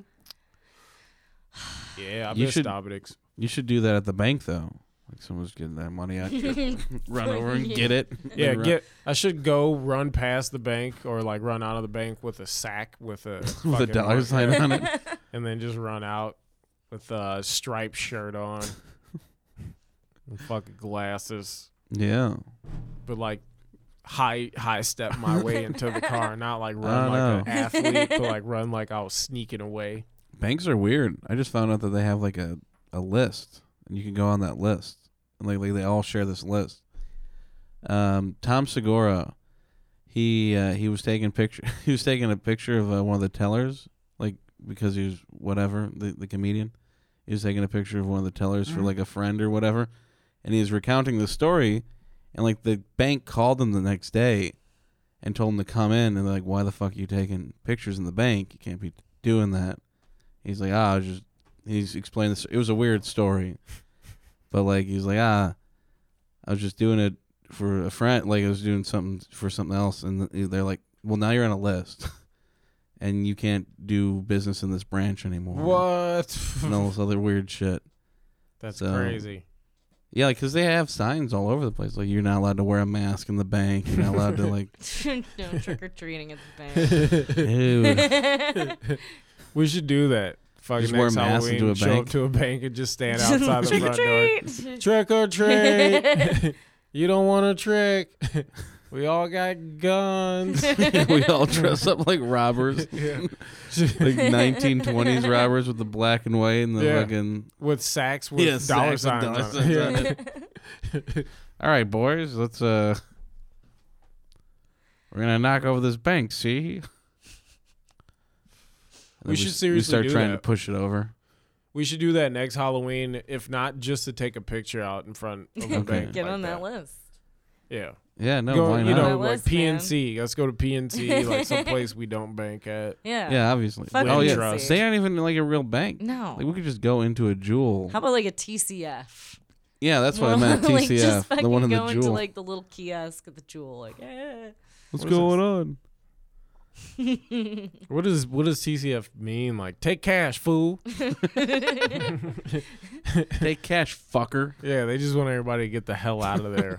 S5: Yeah, I
S4: You
S5: missed
S4: should-
S5: Dominic's.
S4: You should do that at the bank though. Like someone's getting that money out. you run over and get it.
S5: Yeah,
S4: Then run-
S5: get. I should go run past the bank or like run out of the bank with a sack with a
S4: with a
S5: fucking
S4: dollar
S5: mark-
S4: sign on it.
S5: and then just run out with a striped shirt on, and fucking glasses,
S4: Yeah.
S5: but like high high step my way into the car, not like run
S4: I
S5: like an athlete, but like run like I was sneaking away.
S4: Banks are weird. I just found out that they have like a, a list and you can go on that list. And like, like they all share this list. Um, Tom Segura, he uh, he was taking picture he was taking a picture of uh, one of the tellers, like because he was whatever, the, the comedian. He was taking a picture of one of the tellers for like a friend or whatever, and he was recounting the story and like the bank called him the next day and told him to come in and they're like, Why the fuck are you taking pictures in the bank? You can't be doing that. He's like, ah, I was just. He's explained this. It was a weird story, but like he's like, ah, I was just doing it for a friend. Like I was doing something for something else, and they're like, well, now you're on a list, and you can't do business in this branch anymore.
S5: What?
S4: And all this other weird shit.
S5: That's
S4: So-
S5: crazy.
S4: Yeah, like, cause they have signs all over the place. Like you're not allowed to wear a mask in the bank. You're not allowed to like.
S3: no trick or treating at the
S4: Ew.
S3: bank.
S5: We should do that. Fucking
S4: Just wear
S5: next
S4: a mask and
S5: Halloween,
S4: do a
S5: show
S4: bank.
S5: up to a bank and just stand outside the
S3: trick or
S5: front door.
S3: treat.
S5: Trick or treat. you don't want a trick. we all got guns.
S4: we all dress up like robbers,
S5: Yeah.
S4: like 1920s robbers with the black and white and the
S5: Yeah.
S4: fucking
S5: With sacks with
S4: Yeah,
S5: dollar
S4: sacks with
S5: signs.
S4: dollar
S5: on
S4: signs
S5: it.
S4: on it. All right, boys, let's uh we're gonna knock over this bank, see? And then
S5: should
S4: s-
S5: seriously
S4: start
S5: do
S4: trying
S5: that.
S4: to push it over.
S5: We should do that next Halloween, if not just to take a picture out in front of the
S4: Okay.
S5: bank.
S3: Get
S5: like
S3: on that,
S5: that
S3: list.
S5: Yeah.
S4: Yeah, no,
S5: Go,
S4: why
S5: you
S4: not?
S5: know,
S3: That
S5: like
S3: list, man.
S5: PNC. Let's go to PNC, like someplace we don't bank at.
S3: Yeah.
S4: yeah, obviously.
S3: Fuck
S4: oh yeah,
S5: Trust.
S4: they aren't even like a real bank.
S3: No.
S4: Like we could just go into a jewel.
S3: How about like a TCF?
S4: yeah, that's what I meant.
S3: like
S4: TCF,
S3: just fucking
S4: the one in
S3: go
S4: the
S3: into
S4: jewel.
S3: like the little kiosk at the jewel, like eh.
S4: What's
S5: What is
S4: going on?
S5: What does what does TCF mean? Like take cash, fool.
S4: Take cash, fucker.
S5: Yeah, they just want everybody to get the hell out of there.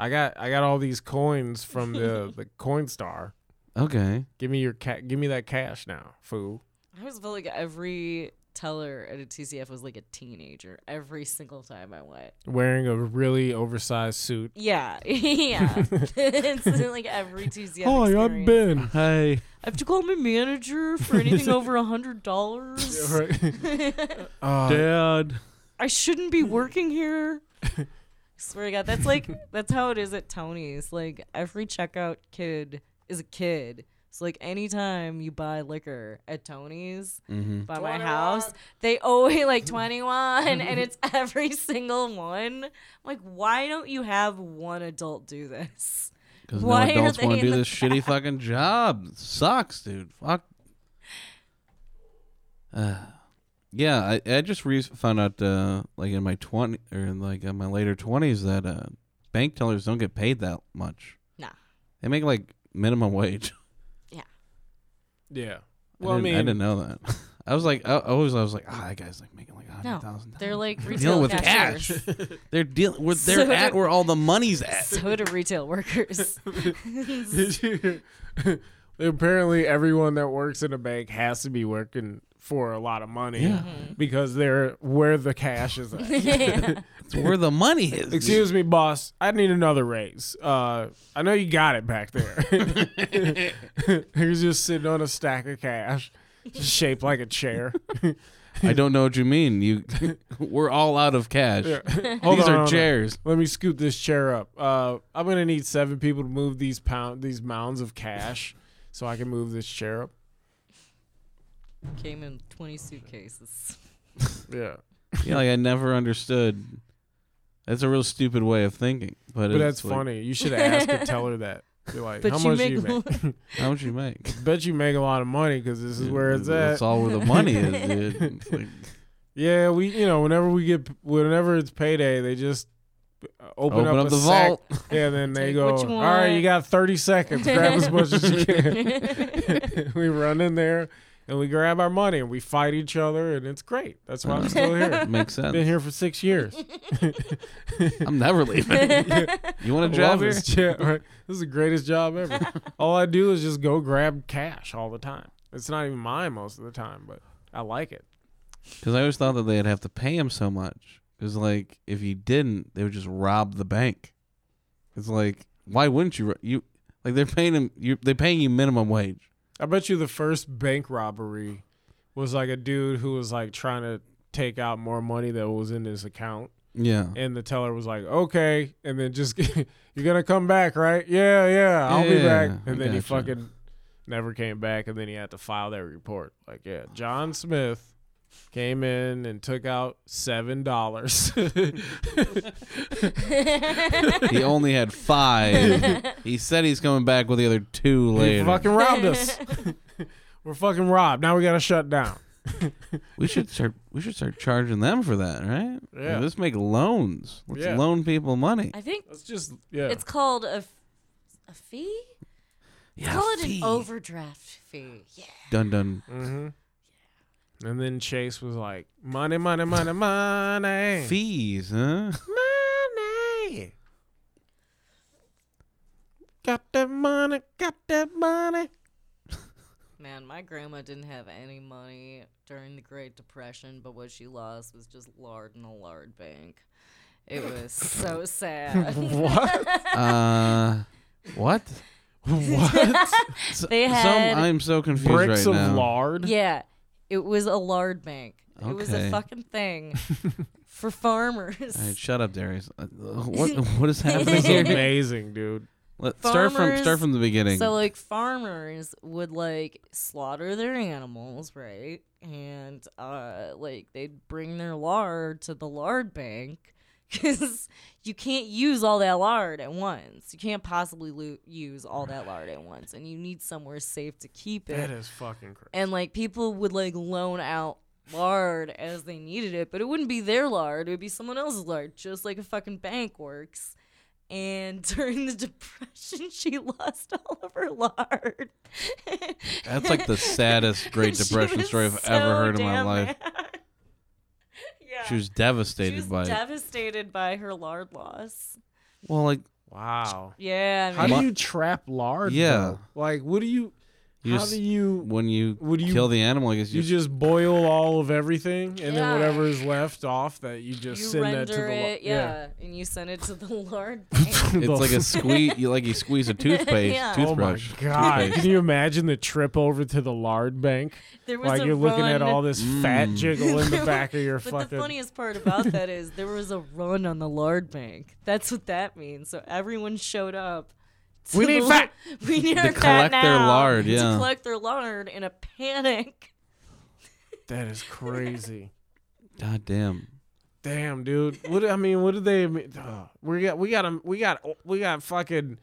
S5: I got I got all these coins from the the Coinstar.
S4: Okay.
S5: Give me your cat. Give me that cash now, fool.
S3: I always felt like every teller at a TCF was like a teenager every single time I went.
S5: Wearing a really oversized suit.
S3: Yeah, yeah. it's like every TCF. experience.
S5: Ben.
S4: Hey.
S3: I have to call my manager for anything over a hundred dollars.
S5: uh,
S4: Dad.
S3: I shouldn't be working here. I swear to God, that's like that's how it is at Tony's. Like every checkout kid is a kid So like anytime you buy liquor at Tony's
S4: Mm-hmm.
S3: by my house, they always like 21 and it's every single one. I'm like, why don't you have one adult do this?
S4: Because no
S3: Why are
S4: adults
S3: they
S4: want
S3: in
S4: to do
S3: the
S4: this shitty fucking job. sucks, dude. Fuck. Uh, yeah, I, I just re- found out, uh, like in my twenty or in like in my later twenties, that uh, bank tellers don't get paid that much.
S3: Nah.
S4: they make like minimum wage.
S5: Yeah. Well, I,
S4: I, didn't,
S5: mean,
S4: I didn't know that. I was like, I, I always, I was like, ah, that guy's like making like a
S3: No,
S4: hundred thousand.
S3: They're like
S4: dealing
S3: retail
S4: with
S3: cashiers.
S4: cash. they're dealing. Where
S3: So
S4: they're
S3: do-
S4: at where all the money's at.
S3: So do retail workers.
S5: Did you? Apparently, everyone that works in a bank has to be working for a lot of money
S4: Yeah.
S5: because they're where the cash is at.
S4: It's where the money is.
S5: Excuse me, boss. I need another raise. Uh, I know you got it back there. You're just sitting on a stack of cash, just shaped like a chair.
S4: I don't know what you mean. You, we're all out of cash.
S5: Hold
S4: These
S5: on,
S4: are
S5: hold on.
S4: chairs.
S5: Let me scoot this chair up. Uh, I'm gonna need seven people to move these pound these mounds of cash, so I can move this chair up.
S3: Came in 20 suitcases.
S5: Yeah,
S4: Yeah, like I never understood. That's a real stupid way of thinking. But,
S5: but
S4: it's
S5: that's
S4: like,
S5: funny. You should ask and tell her that. Be like,
S3: But
S5: how
S3: you
S5: much
S3: make
S5: you make?
S4: How much you make?
S5: Bet you make a lot of money because this is where it's at.
S4: That's all where the money is, dude. It's like,
S5: Yeah, we you know whenever we get whenever it's payday, they just uh, open,
S4: open up,
S5: up, a
S4: the
S5: sack,
S4: vault.
S5: and then they
S3: Take
S5: go.
S3: what you
S5: All right, you
S3: want."
S5: got thirty seconds. Grab as much as you can. we run in there and we grab our money and we fight each other and it's great. That's why I'm still here.
S4: Makes sense.
S5: Been here for six years.
S4: I'm never leaving. you want a job
S5: Love
S4: here?
S5: this, job, right? this is the greatest job ever. all I do is just go grab cash all the time. It's not even mine most of the time, but I like it.
S4: Because I always thought that they'd have to pay him so much. Because like if you didn't, they would just rob the bank. It's like why wouldn't you? ro- You like they're paying him. You they're paying you minimum wage.
S5: I bet you the first bank robbery was like a dude who was like trying to take out more money that was in his account.
S4: Yeah.
S5: And the teller was like, okay. And then just, you're going to come back, right? Yeah, yeah, I'll be
S4: Yeah,
S5: back.
S4: I
S5: And then he
S4: gotcha.
S5: fucking never came back. And then he had to file that report. Like, yeah, John Smith came in and took out $7.
S4: He only had five. he said he's coming back with the other two
S5: he
S4: later.
S5: fucking robbed us. We're fucking robbed. Now we got to shut down.
S4: we should start. We should start charging them for that, right? Like,
S5: Yeah.
S4: let's make loans. Let's
S5: Yeah.
S4: loan people money.
S3: I think
S5: That's just, yeah.
S3: it's called a, f- a fee?
S4: Yeah,
S3: Call it
S4: fee.
S3: an overdraft fee. Yeah.
S4: Dun dun.
S5: Mm-hmm. And then Chase was like, money, money, money, money.
S4: Fees, huh?
S5: Money. Got that money, got that money.
S3: Man, my grandma didn't have any money during the Great Depression, but what she lost was just lard in a lard bank. It was so sad.
S5: What?
S4: Uh, what?
S5: what?
S4: So,
S3: They had-
S4: some, I'm so confused right
S5: Bricks of
S4: now.
S5: lard?
S3: yeah, it was a lard bank. It was
S4: Okay.
S3: a fucking thing for farmers.
S4: All right, shut up, Darius. Uh, What what is happening
S5: This is
S4: here?
S5: amazing, dude.
S4: Let's start from start
S3: Farmers-
S4: from the beginning.
S3: So like farmers would like slaughter their animals, right? And uh like they'd bring their lard to the lard bank cuz you can't use all that lard at once. You can't possibly lo- use all that lard at once and you need somewhere safe to keep it.
S5: That is fucking crazy.
S3: And like people would like loan out lard as they needed it, but it wouldn't be their lard, it would be someone else's lard, just like a fucking bank works. And during the depression, she lost all of her lard.
S4: That's like the saddest Great
S3: She
S4: Depression
S3: was
S4: story I've
S3: so
S4: ever heard in my
S3: damn
S4: life.
S3: mad. yeah.
S4: She was
S3: She
S4: devastated
S3: was
S4: by it.
S3: devastated by her lard loss.
S4: Well, like
S5: Wow.
S3: Yeah. I
S5: How
S3: mean,
S5: do you trap lard?
S4: Yeah.
S5: though? Like, what do you,
S4: you
S5: how
S4: s-
S5: do you,
S4: when you,
S5: Would you-
S4: kill the animal, I guess you,
S5: you just boil all of everything and then
S3: Yeah.
S5: whatever is left off that you just
S3: you
S5: send that to the
S3: render
S5: lo-
S3: it, yeah, and you send it to the lard. bank.
S5: the
S4: it's like a squeeze. You like you squeeze a toothpaste,
S3: Yeah.
S5: Oh my
S4: toothbrush.
S5: god!
S4: toothpaste.
S5: Can you imagine the trip over to the lard bank?
S3: There was
S5: Like
S3: a
S5: you're looking at
S3: run-
S5: all this fat
S4: Mm.
S5: jiggle in the
S3: There
S5: back of your
S3: But
S5: fucking.
S3: the funniest part about that is there was a run on the lard bank. That's what that means. So everyone showed up to
S5: We need
S3: the-
S5: fat.
S3: We need
S4: To
S3: our fat
S4: collect their
S3: now
S4: lard, yeah.
S3: To collect their lard in a panic.
S5: That is crazy.
S4: God damn.
S5: Damn, dude. What I mean, what did they? ugh. we got, we got, a- we got, we got fucking,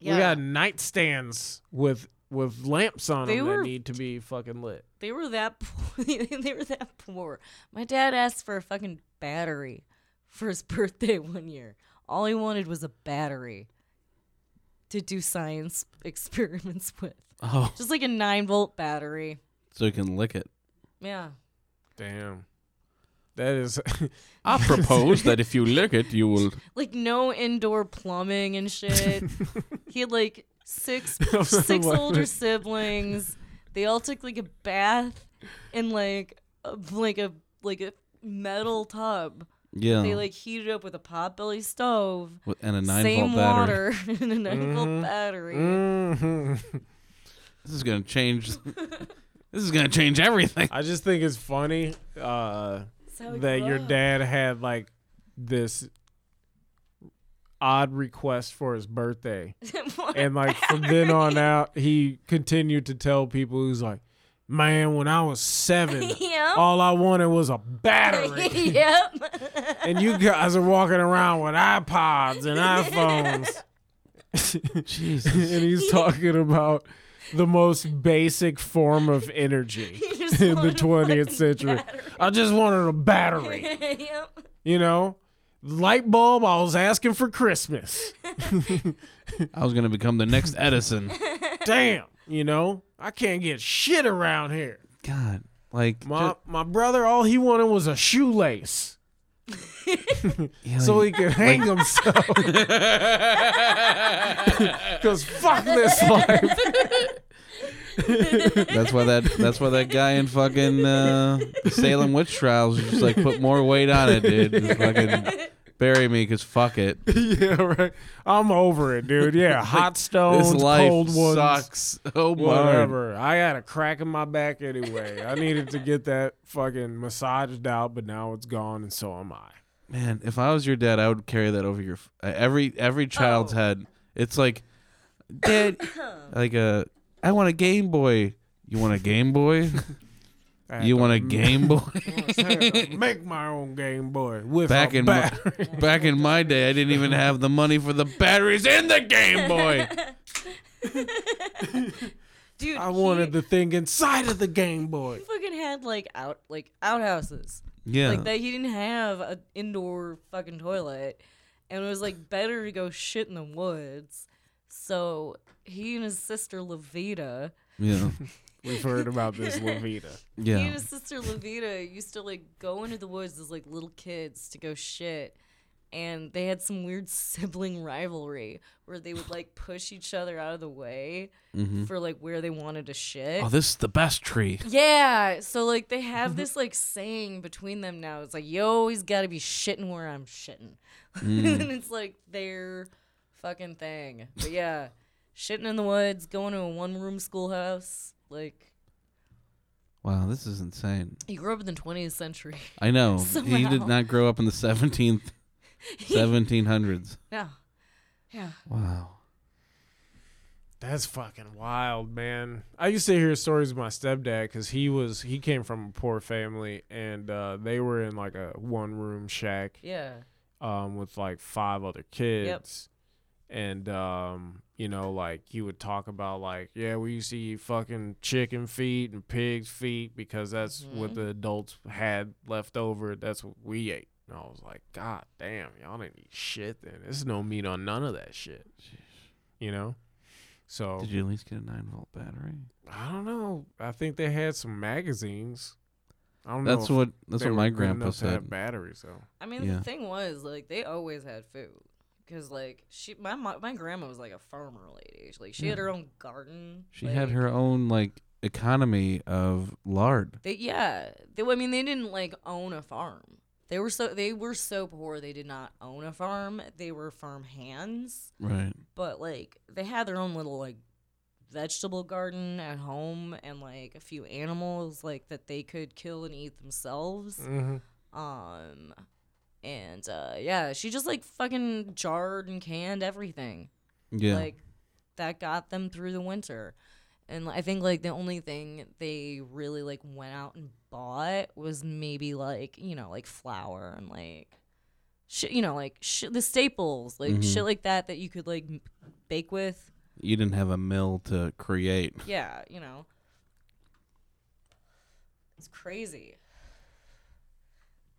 S5: we got nightstands with with lamps on
S3: They
S5: them
S3: were-
S5: that need to be fucking lit.
S3: They were that poor. they were that poor. My dad asked for a fucking battery for his birthday one year. All he wanted was a battery to do science experiments with.
S4: Oh,
S3: Just like a 9 volt battery.
S4: so you can lick it.
S3: Yeah.
S5: Damn, that is.
S4: I propose that if you lick it, you will.
S3: Like no indoor plumbing and shit. he had like six six
S5: What?
S3: older siblings. They all took like a bath in like a, like a like a metal tub.
S4: Yeah.
S5: Oh.
S3: They like heated up with a potbelly stove.
S4: with- and a nine
S3: same
S4: volt battery.
S3: water and a 9 volt
S5: Mm-hmm.
S3: battery.
S5: Mhm.
S4: This is gonna change. this is gonna change everything.
S5: I just think it's funny uh,
S3: That's how it
S5: that
S3: grew
S5: your
S3: up.
S5: dad had like this odd request for his birthday. and like from then on out, he continued to tell people he's like, "Man, when I was seven,
S3: Yeah.
S5: all I wanted was a battery."
S3: yep.
S5: and you guys are walking around with iPods and iPhones,
S4: Jesus.
S5: and he's talking about the most basic form of energy
S3: You just
S5: in the
S3: wanted a
S5: 20th
S3: fucking
S5: century. I just wanted a battery,
S3: yep.
S5: you know. Light bulb, I was asking for Christmas.
S4: I was gonna become the next Edison.
S5: Damn, you know, I can't get shit around here.
S4: God, like
S5: My my brother, all he wanted was a shoelace
S4: ju- Oh, yeah,
S5: so
S4: like-
S5: he could hang himself. Cause fuck this life.
S4: that's why that that's why that guy in fucking uh, Salem witch trials was just like put more weight on it, dude. Just fucking bury me, cause fuck it.
S5: yeah, right. I'm over it, dude. Yeah, hot stones,
S4: This life
S5: cold ones,
S4: sucks. Oh my.
S5: whatever. I got a crack in my back anyway. I needed to get that fucking massaged out, but now it's gone, and so am I.
S4: Man, if I was your dad, I would carry that over your f- uh, every every child's
S3: Oh.
S4: head. It's like, dad, like a, I want a Game Boy. You want a Game Boy?
S5: I had
S4: You
S5: to
S4: want a Game Boy?
S5: make my own Game Boy with
S4: Back
S5: a
S4: in my,
S5: battery.
S4: back in my day, I didn't even have the money for the batteries in the Game Boy.
S3: Dude,
S5: I
S3: he
S5: wanted the thing inside of the Game Boy.
S3: fucking had like out like outhouses.
S4: Yeah,
S3: Like that he didn't have an indoor fucking toilet. And it was like better to go shit in the woods. So he and his sister Levita
S4: yeah,
S5: We've heard about this Levita.
S3: He
S4: yeah.
S3: and his sister Levita used to like go into the woods as like little kids to go shit. And they had some weird sibling rivalry where they would like push each other out of the way for like where they wanted to shit.
S4: Mm-hmm. Oh, this is the best tree. Mm-hmm.
S3: yeah. So like they have this like saying between them now. It's like, you always gotta be shitting where I'm shitting.
S4: Mm.
S3: and it's like their fucking thing. But yeah. shitting in the woods, going to a one room schoolhouse, like
S4: Wow, this is insane.
S3: he grew up in the 20th century.
S4: I know he did
S3: Somehow.
S4: not grow up in the seventeenth, seventeen hundreds.
S3: Yeah. Yeah.
S4: Wow.
S5: That's fucking wild, man. I used to hear stories of my stepdad because he was he came from a poor family and uh, they were in like a one room shack
S3: Yeah.
S5: um, with like five other kids. And um, you know, like he would talk about like, yeah, we used to eat fucking chicken feet and pig's feet because that's what the adults had left over. That's what we ate. And I was like, God damn, y'all didn't eat shit then. There's no meat on none of that shit. You know? So
S4: Did you at least get a nine volt battery?
S5: I don't know. I think they had some magazines. I don't know.
S4: That's
S5: if
S4: what that's
S5: they
S4: what
S5: were
S4: my
S5: good
S4: grandpa
S5: enough to have
S4: said.
S5: Batteries though.
S3: I mean,
S4: Yeah.
S3: the thing was, like, they always had food. Because, like, she, my, mo- my grandma was, like, a farmer lady. She, like, she had her own garden.
S4: She had
S3: like,
S4: her own like economy of lard.
S3: They, yeah. They, I mean, they didn't, like, own a farm. They were so they were so poor they did not own a farm. They were farm hands,
S4: Right.
S3: but like they had their own little like vegetable garden at home and like a few animals like that they could kill and eat themselves.
S5: Mm-hmm.
S3: Um, and uh, yeah, she just like fucking jarred and canned everything.
S4: Yeah.
S3: Like that got them through the winter. And I think like the only thing they really like went out and bought was maybe like you know like flour and like shit you know like sh- the staples like shit like that that you could like m- bake with.
S4: You didn't have a mill to create.
S3: Yeah, you know. It's crazy.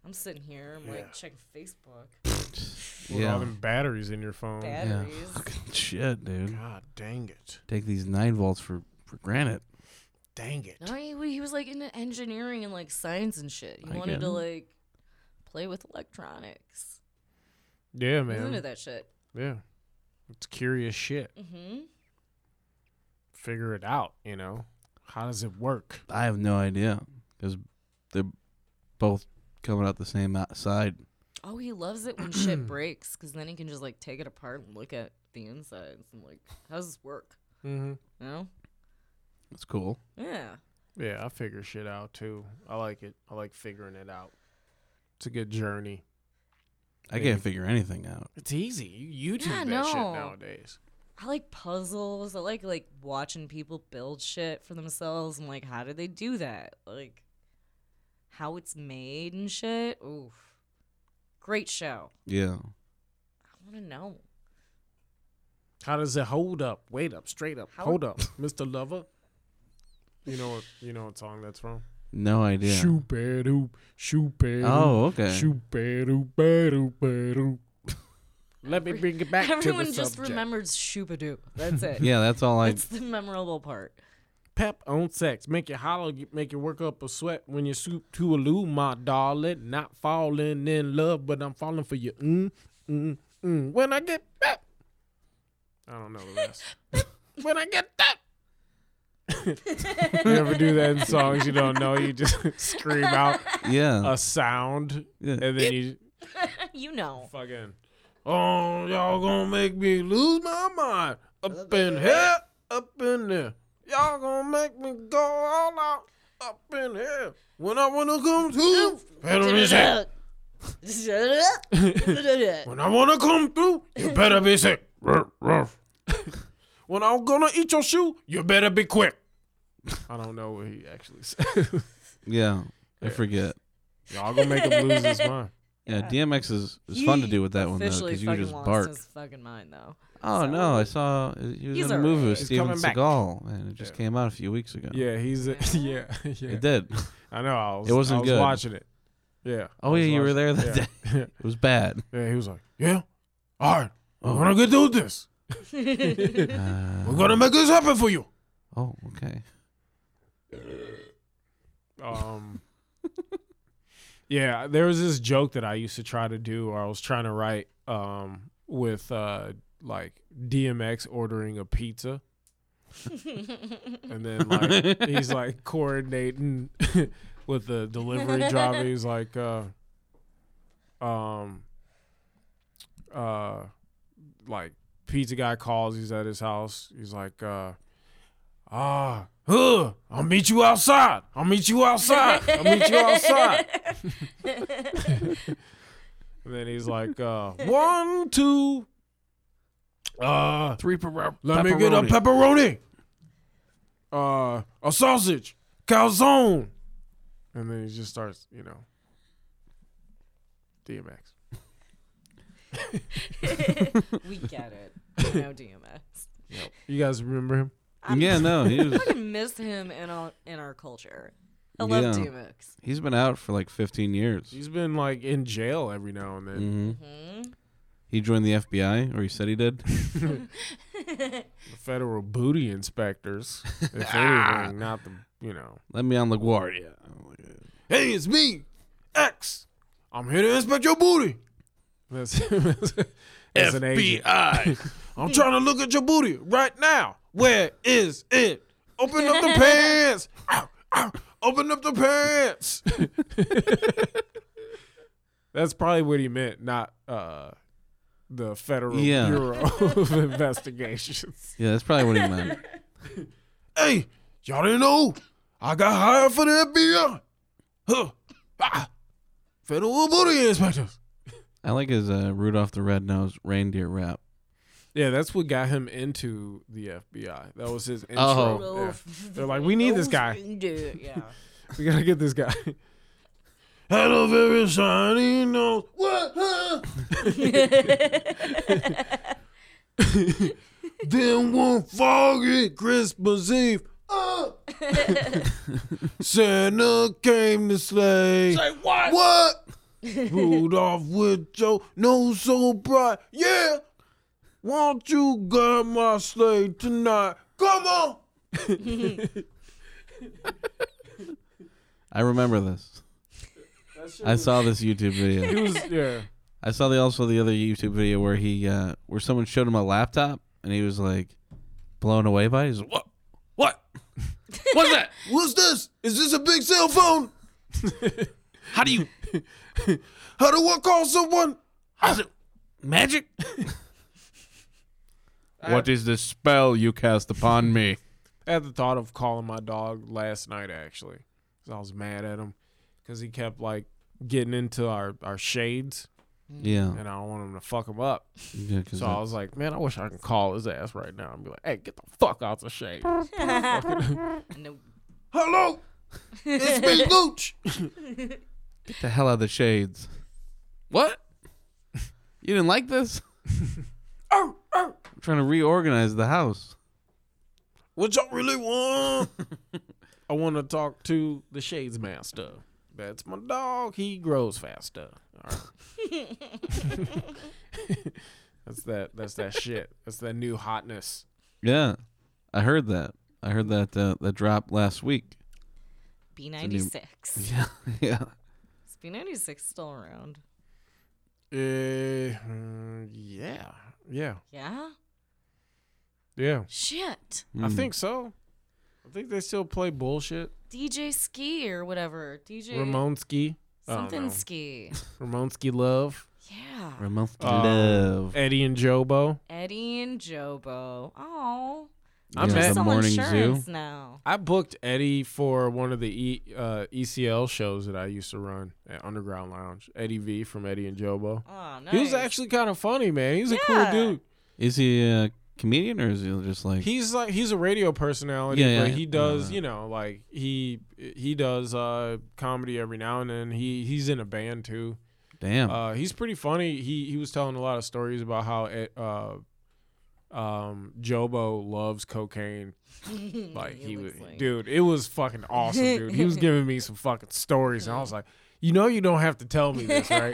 S3: I'm sitting here, I'm like checking Facebook.
S5: With all
S4: yeah.
S5: them batteries in your phone.
S4: Oh, Yeah.
S3: Batteries.
S4: Fucking shit, dude.
S5: God dang it.
S4: Take these nine volts for for granted.
S5: Dang it.
S3: No, he, he was like into engineering and like science and shit. He
S4: I
S3: wanted
S4: get
S3: to
S4: it.
S3: like play with electronics.
S5: Yeah,
S3: He was into
S5: man.
S3: that shit.
S5: Yeah. It's curious shit.
S3: Mm-hmm.
S5: Figure it out, you know? How does it work?
S4: I have no idea because they're both coming out the same o- side.
S3: Oh, he loves it when shit breaks because then he can just like take it apart and look at the insides and like, how does this work?
S5: Mm-hmm.
S3: You know?
S4: It's cool.
S3: Yeah.
S5: Yeah, I figure shit out too. I like it. I like figuring it out. It's a good journey.
S4: I can't figure anything out.
S5: It's easy. You YouTube
S3: Yeah,
S5: that shit
S3: no.
S5: nowadays.
S3: I like puzzles. I like like watching people build shit for themselves. I'm like, how do they do that? Like, how it's made and shit. Oof, great show.
S4: Yeah.
S3: I want to know.
S5: How does it hold up? Wait up, straight up,
S3: How-
S5: hold up, Mr. Lover. You know what? You know what song that's from?
S4: No idea.
S5: Shoot, bad oop, shoot, bad
S4: Oh, okay.
S5: shoot, bad oop, bad oop, bad oop. Let me bring it back
S3: Everyone
S5: to the
S3: just
S5: subject.
S3: remembers Shoobadoo. That's it.
S4: Yeah, that's all I.
S3: That's the memorable part.
S5: Pep on sex, make you holler, you- make you work up a sweat when you soup to a loo, my darling. Not falling in love, but I'm falling for you. Mm, mm, mm. When I get pep, I don't know the rest. when I get that. you ever do that in songs you don't know? You just scream out
S4: Yeah.
S5: a sound,
S4: Yeah.
S5: and then you
S3: you know.
S5: fucking, oh, y'all gonna make me lose my mind. Up in here, up in there. Y'all gonna make me go all out. Up in here. When I wanna come through, better be sick. When I wanna come through, you better be sick. Ruff, ruff. when I'm gonna eat your shoe, you better be quick. I don't know what he actually said.
S4: Yeah. I forget.
S5: Y'all gonna make him lose his mind.
S4: Yeah, DMX is, is fun to do with that one though,
S3: Officially
S4: because you can
S3: fucking
S4: just
S3: lost
S4: bark.
S3: his fucking mind though.
S4: Oh no, I saw he was
S3: He's
S4: in a
S3: all
S4: movie with
S3: right.
S5: He's
S4: Steven
S5: coming back.
S4: Seagal, and it just
S5: Yeah.
S4: came out a few weeks ago.
S5: Yeah, he's a, yeah, yeah.
S4: It did. Oh,
S5: I know. I was,
S4: It wasn't
S5: I was
S4: good.
S5: watching it. Yeah. I
S4: Oh
S5: was
S4: yeah, you were
S5: watching
S4: there
S5: it.
S4: that
S5: yeah.
S4: day. It was bad.
S5: Yeah, he was like, yeah, all right, we're gonna get through this. we're gonna make this happen for you.
S4: Uh, Oh, okay.
S5: Um, yeah, there was this joke that I used to try to do, or I was trying to write, um, with uh, like DMX ordering a pizza, and then like he's like coordinating with the delivery driver. He's like, uh, um, uh, like pizza guy calls. He's at his house. He's like, uh, ah. Huh, I'll meet you outside. I'll meet you outside. I'll meet you outside. and then he's like, uh, one, two, uh,
S4: Three per-
S5: let me get a pepperoni, uh, a sausage, calzone. And then he just starts, you know, DMX.
S3: we get it. No DMX.
S5: You guys remember him?
S4: Yeah, no, he was,
S3: I miss him in all in our culture. I love
S4: Yeah.
S3: DMX.
S4: he's been out for like 15 years.
S5: He's been like in jail every now and then.
S4: hmm
S3: Hmm?
S4: He joined the FBI, or he said he did.
S5: The federal booty inspectors, if anything, not the, you know.
S4: Let me on LaGuardia.
S5: Hey, it's me, X. I'm here to inspect your booty. That's, that's, that's an agent. I'm trying to look at your booty right now. Where is it? Open up the pants. Ow, ow. Open up the pants. That's probably what he meant, not uh, the Federal
S4: Yeah.
S5: Bureau of Investigations.
S4: Yeah, that's probably what he meant.
S5: Hey, y'all didn't know I got hired for the FBI. Huh. Ah. Federal booty inspectors.
S4: I like his uh, Rudolph the Red-Nosed Reindeer rap.
S5: Yeah, that's what got him into the FBI. That was his intro.
S4: Oh.
S5: Yeah. They're like, we need this guy.
S3: Dude, yeah.
S5: We gotta get this guy. Hello, very shiny nose. What? Huh? then one foggy Christmas Eve. Uh. Santa came to slay. Say what? What? Rudolph with your nose so bright. Yeah. Won't you guide my sleigh tonight? Come on.
S4: I remember this. I saw this YouTube video.
S5: He was yeah.
S4: I saw the also the other YouTube video where he uh, where someone showed him a laptop and he was like blown away by it. He's like, what? What? What's that?
S5: What's this? Is this a big cell phone?
S4: How do you
S5: How do I call someone?
S4: how's it magic? what is the spell you cast upon me?
S5: I had the thought of calling my dog last night actually, 'cause I was mad at him because he kept like getting into our our shades,
S4: Yeah.
S5: and I don't want him to fuck him up.
S4: yeah 'cause
S5: So I was like, man, I wish I could call his ass right now and be like, hey, get the fuck out the shade.
S3: No.
S5: Hello, it's me, Gooch.
S4: Get the hell out of the shades. What? You didn't like this?
S5: Oh, oh,
S4: I'm trying to reorganize the house.
S5: what y'all really want? I want to talk to the shades master. That's my dog. He grows faster. All right. That's that. That's that shit. That's that new hotness.
S4: Yeah. I heard that. I heard that uh, that drop last week.
S3: B96.
S4: Yeah. yeah.
S3: Is B96 still around?
S5: Uh, mm, yeah, yeah,
S3: Yeah?
S5: yeah.
S3: Shit.
S5: I think so. I think they still play bullshit.
S3: DJ Ski or whatever. DJ
S5: Ramonski, I don't
S3: something
S5: know.
S3: Ski.
S5: Ramonski Love,
S3: Yeah.
S4: Remote
S5: Um,
S4: love.
S5: Eddie and Jobo.
S3: Eddie and Jobo. Oh.
S5: I
S4: Yeah.
S5: met.
S4: The
S3: Sell
S4: morning
S3: insurance now.
S5: I booked Eddie for one of the e, uh, ECL shows that I used to run at Underground Lounge. Eddie V from Eddie and Jobo.
S3: Oh, nice.
S5: He was actually kind of funny, man. He's a cool
S3: Yeah.
S5: dude.
S4: Is he a comedian or is he just like
S5: He's like he's a radio personality,
S4: Yeah,
S5: but
S4: yeah,
S5: he
S4: I
S5: does,
S4: know that.
S5: you know, like he he does uh comedy every now and then. He he's in a band too.
S4: damn?
S5: Uh he's pretty funny. He he was telling a lot of stories about how it, uh um Jobo loves cocaine. Like he, was
S3: looks like-
S5: dude, it was fucking awesome, dude. He was giving me some fucking stories and I was like, "You know you don't have to tell me this, right?"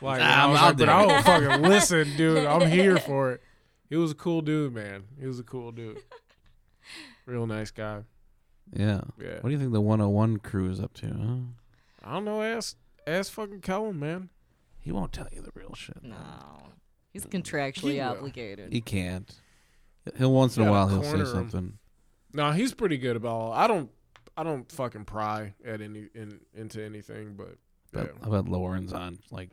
S5: Like, and I
S4: I'm
S5: was
S4: out
S5: like, but
S4: there.
S5: I will fucking listen, dude. I'm here for it. He was a cool dude, man. He was a cool dude. Real nice guy.
S4: yeah.
S5: Yeah.
S4: What do you think the 101 crew is up to? Huh?
S5: I don't know. Ask ask fucking Kellen, man.
S4: He won't tell you the real shit.
S3: No. He's
S5: Mm.
S3: contractually
S5: will.
S3: obligated.
S4: He can't. He'll once in a
S5: Gotta
S4: while he'll
S5: corner
S4: say
S5: 'em.
S4: something.
S5: No, he's pretty good about. All, I don't. I don't fucking pry at any in, into anything, but yeah.
S4: But I bet Lauren's on like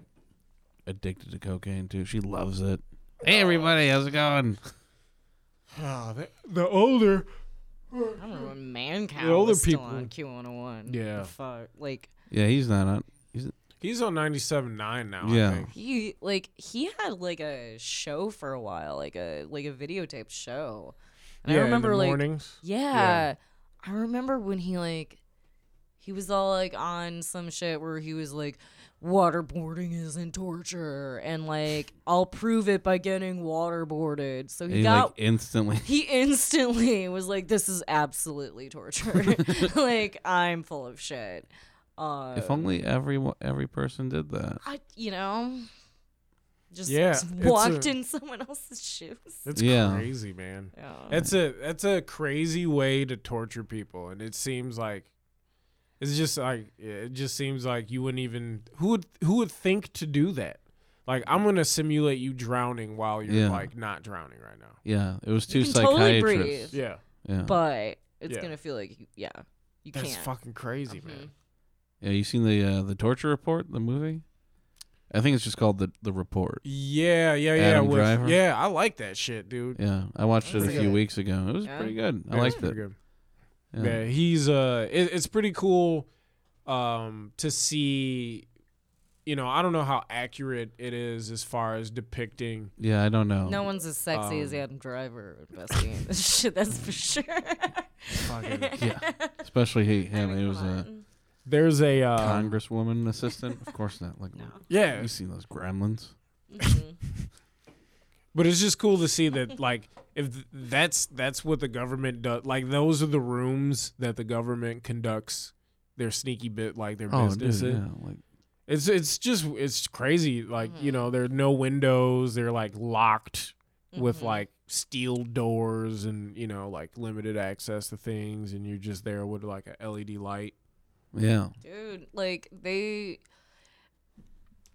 S4: addicted to cocaine too. She loves it. Hey everybody, how's it going?
S5: Ah, the, the older.
S3: I don't know when man
S5: The
S3: cow
S5: older
S3: was still
S5: people-
S3: on Q101.
S5: Yeah.
S3: The Fuck. Like
S4: Yeah, he's not on.
S5: He's on ninety seven nine now. I
S4: Yeah.
S5: think.
S3: he like he had like a show for a while, like a like a videotape show. And
S5: yeah,
S3: I remember
S5: in the
S3: like
S5: mornings.
S3: Yeah. I remember when he like he was all like on some shit where he was like waterboarding isn't torture and like I'll prove it by getting waterboarded. So he,
S4: He
S3: got
S4: like instantly.
S3: he instantly was like this is absolutely torture. like I'm full of shit. Uh
S4: If only every every person did that.
S3: I, you know just,
S5: Yeah,
S3: just
S5: it's
S3: walked
S5: a-
S3: in someone else's shoes.
S5: It's
S4: Yeah.
S5: crazy, man.
S3: Yeah.
S5: That's a that's a crazy way to torture people, and it seems like it's just like it just seems like you wouldn't even who would who would think to do that. Like I'm gonna simulate you drowning while you're
S4: Yeah.
S5: like not drowning right now.
S4: Yeah, it was two
S3: can totally breathe.
S4: psychiatrists.
S5: Yeah,
S4: yeah.
S3: but it's
S5: Yeah.
S3: going to feel like you, yeah. You
S5: that's
S3: can't. Mm-hmm.
S5: fucking crazy, man.
S4: yeah, you seen the uh, the torture report, the movie? I think it's just called the the report.
S5: Yeah, yeah, yeah.
S4: Adam
S5: with-
S4: Driver?
S5: Yeah, I like that shit, dude.
S4: Yeah, I watched it a
S3: That's
S4: few
S3: good.
S4: weeks ago. It was
S3: Yeah?
S4: pretty good. I
S5: Yeah, it's
S4: liked
S5: pretty
S4: it.
S5: good.
S4: Yeah.
S5: Yeah, he's uh, it, it's pretty cool, um, to see you know, I don't know how accurate it is as far as depicting
S4: Yeah, I don't know.
S3: No one's as sexy as
S5: Um,
S3: Adam Driver investing in this shit. That's for sure.
S5: fucking
S4: Yeah, especially he, him. he was a
S5: There's a uh,
S4: congresswoman assistant. Of course not. Like
S5: yeah,
S4: you seen those gremlins?
S3: Mm-hmm.
S5: but it's just cool to see that like if th- that's that's what the government does. Like those are the rooms that the government conducts their sneaky bit like their
S4: Oh, dude,
S5: business. in.
S4: yeah. Like
S5: It's it's just it's crazy. Like you know, there are no windows. They're like locked with like steel doors and you know like limited access to things, and you're just there with like a LED light.
S4: yeah,
S3: Dude, like they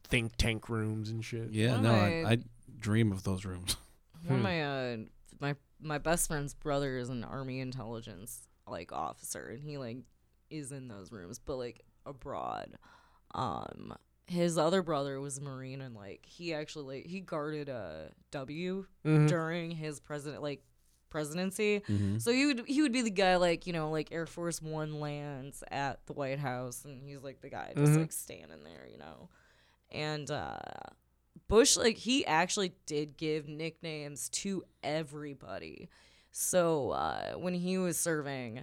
S5: Think tank rooms and shit.
S4: yeah.
S3: One
S4: No,
S3: of
S4: I,
S3: my-
S4: I dream of those rooms.
S3: one
S5: Hmm.
S3: of my uh my my best friend's brother is an army intelligence like officer and he like is in those rooms, but like abroad. Um his other brother was a marine and like he actually like, he guarded a W
S5: Mm-hmm. Hmm.
S3: during his president like presidency.
S4: Mm-hmm.
S3: So he would he would be the guy like you know like Air Force One lands at the White House and he's like the guy just like standing there you know, and uh, Bush like he actually did give nicknames to everybody. So uh, when he was serving,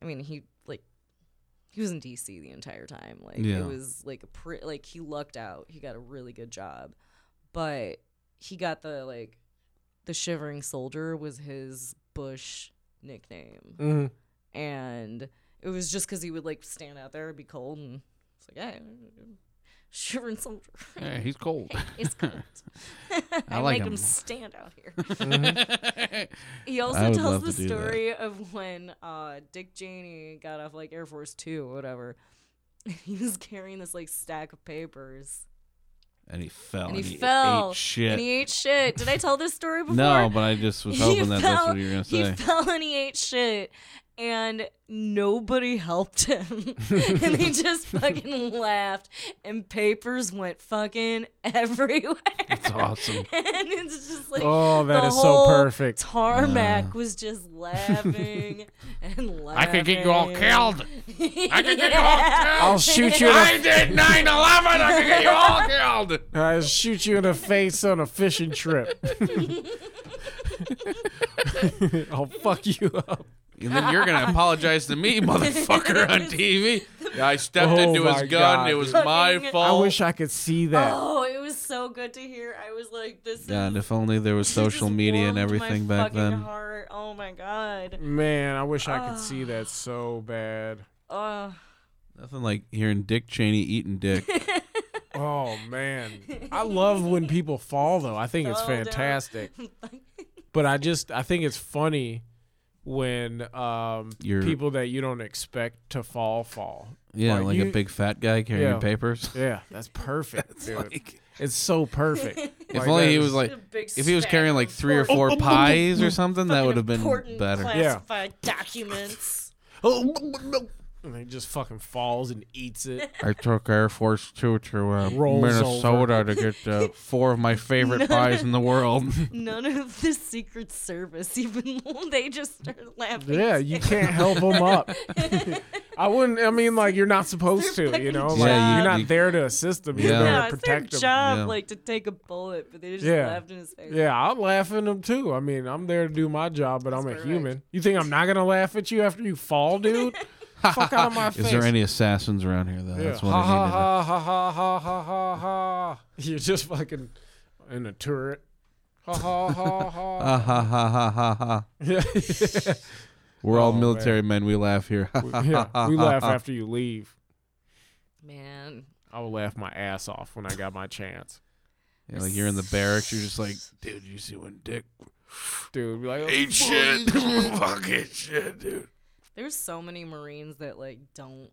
S3: I mean he like he was in D.C. the entire time. Like
S4: Yeah.
S3: it was like a pre- like he lucked out. He got a really good job, but he got the like the shivering soldier was his bush nickname
S5: Mhm.
S3: and it was just because he would like stand out there and be cold and it's like hey shivering soldier
S4: Yeah, he's cold.
S3: it's cold i,
S4: like
S3: make him.
S4: him.
S3: stand out here he also
S4: I would
S3: tells
S4: love
S3: the
S4: to do that.
S3: story of when uh, dick cheney got off like air force two or whatever he was carrying this like stack of papers
S4: Oh, and he fell.
S3: and he,
S4: ate
S3: fell
S4: shit.
S3: and he ate shit did i tell this story before
S4: no, but I just was hoping that that's what you were gonna
S3: he
S4: say.
S3: fell and he ate shit, and nobody helped him. and they just fucking laughed, and papers went fucking everywhere.
S4: It's awesome.
S3: and it's just like,
S5: Oh, that
S3: the
S5: is so
S3: whole
S5: perfect.
S3: Tarmac was just laughing and laughing. I could get you all killed. I could get
S5: I'll shoot you. In the,
S4: did 9-11. I could get you all killed.
S5: I'll shoot you in the face on a fishing trip. I'll fuck you up.
S4: And then you're gonna apologize to me, motherfucker, on TV. I stepped
S5: Oh
S4: into
S5: my
S4: his gun.
S5: God.
S4: It was my
S3: Fucking- I
S5: I
S4: fault.
S5: wish I could see that.
S3: Oh, it was so good to hear. I was like, this
S4: God,
S3: is.
S4: if only there was
S3: it
S4: social
S3: just
S4: media and
S3: warmed my
S4: everything back
S3: fucking
S4: then.
S3: Heart. Oh my god.
S5: Man, I wish I could see that so bad.
S3: Uh,
S4: Nothing like hearing Dick Cheney eating dick.
S5: Oh man, I love when people fall though. I think it's
S3: Fall down.
S5: fantastic. But I just I think it's funny when um
S4: You're-
S5: people that you don't expect to fall fall.
S4: Yeah,
S5: Like
S4: like
S5: you-
S4: a big fat guy carrying
S5: Yeah.
S4: papers.
S5: Yeah, that's perfect, dude. it's so perfect.
S4: If only he was
S5: like. that is-
S4: like,
S3: a big
S4: if he was
S3: stack
S4: carrying
S3: of
S4: like three or
S3: important-
S4: four pies or something, that would have been
S3: Oh, important
S4: better.
S3: Classified documents.
S5: Oh,
S4: "Oh,
S5: and he just fucking falls and eats it.
S4: I took Air Force Two to uh,
S5: Rolls
S4: Minnesota to get uh, four of my favorite pies in the world.
S3: None of the Secret Service, even though they just start laughing.
S5: Yeah, you can't help him up. I wouldn't. I mean, like you're not supposed
S3: their
S5: to.
S3: fucking
S5: You know,
S3: job.
S5: like
S4: Yeah, you-
S5: you're not there to assist him. You're
S4: Yeah.
S5: there
S3: Yeah,
S5: to
S3: it's their
S5: protect him.
S3: job,
S4: Yeah.
S3: like to take a bullet, but they just
S5: Yeah.
S3: laughed in his face.
S5: Yeah, I'm laughing them too. I mean, I'm there to do my job, but I'm a
S3: correct.
S5: human. You think I'm not gonna laugh at you after you fall, dude? Fuck out of my face.
S4: Is there any assassins around here though?
S5: Yeah.
S4: That's what
S5: ha,
S4: I
S5: ha,
S4: needed.
S5: ha ha ha ha ha ha ha. You're just fucking in a turret. Ha ha ha ha.
S4: Ah, ha ha ha ha ha. We're all military men. We laugh here.
S5: yeah, Oh, we laugh after you leave.
S3: Man,
S5: I would laugh my ass off when I got my chance,
S4: Yeah, like you're in the barracks, you're just like, dude, you see when Dick
S5: dude. Be like,
S4: ate shit? Fucking shit, dude.
S3: there's so many Marines that like don't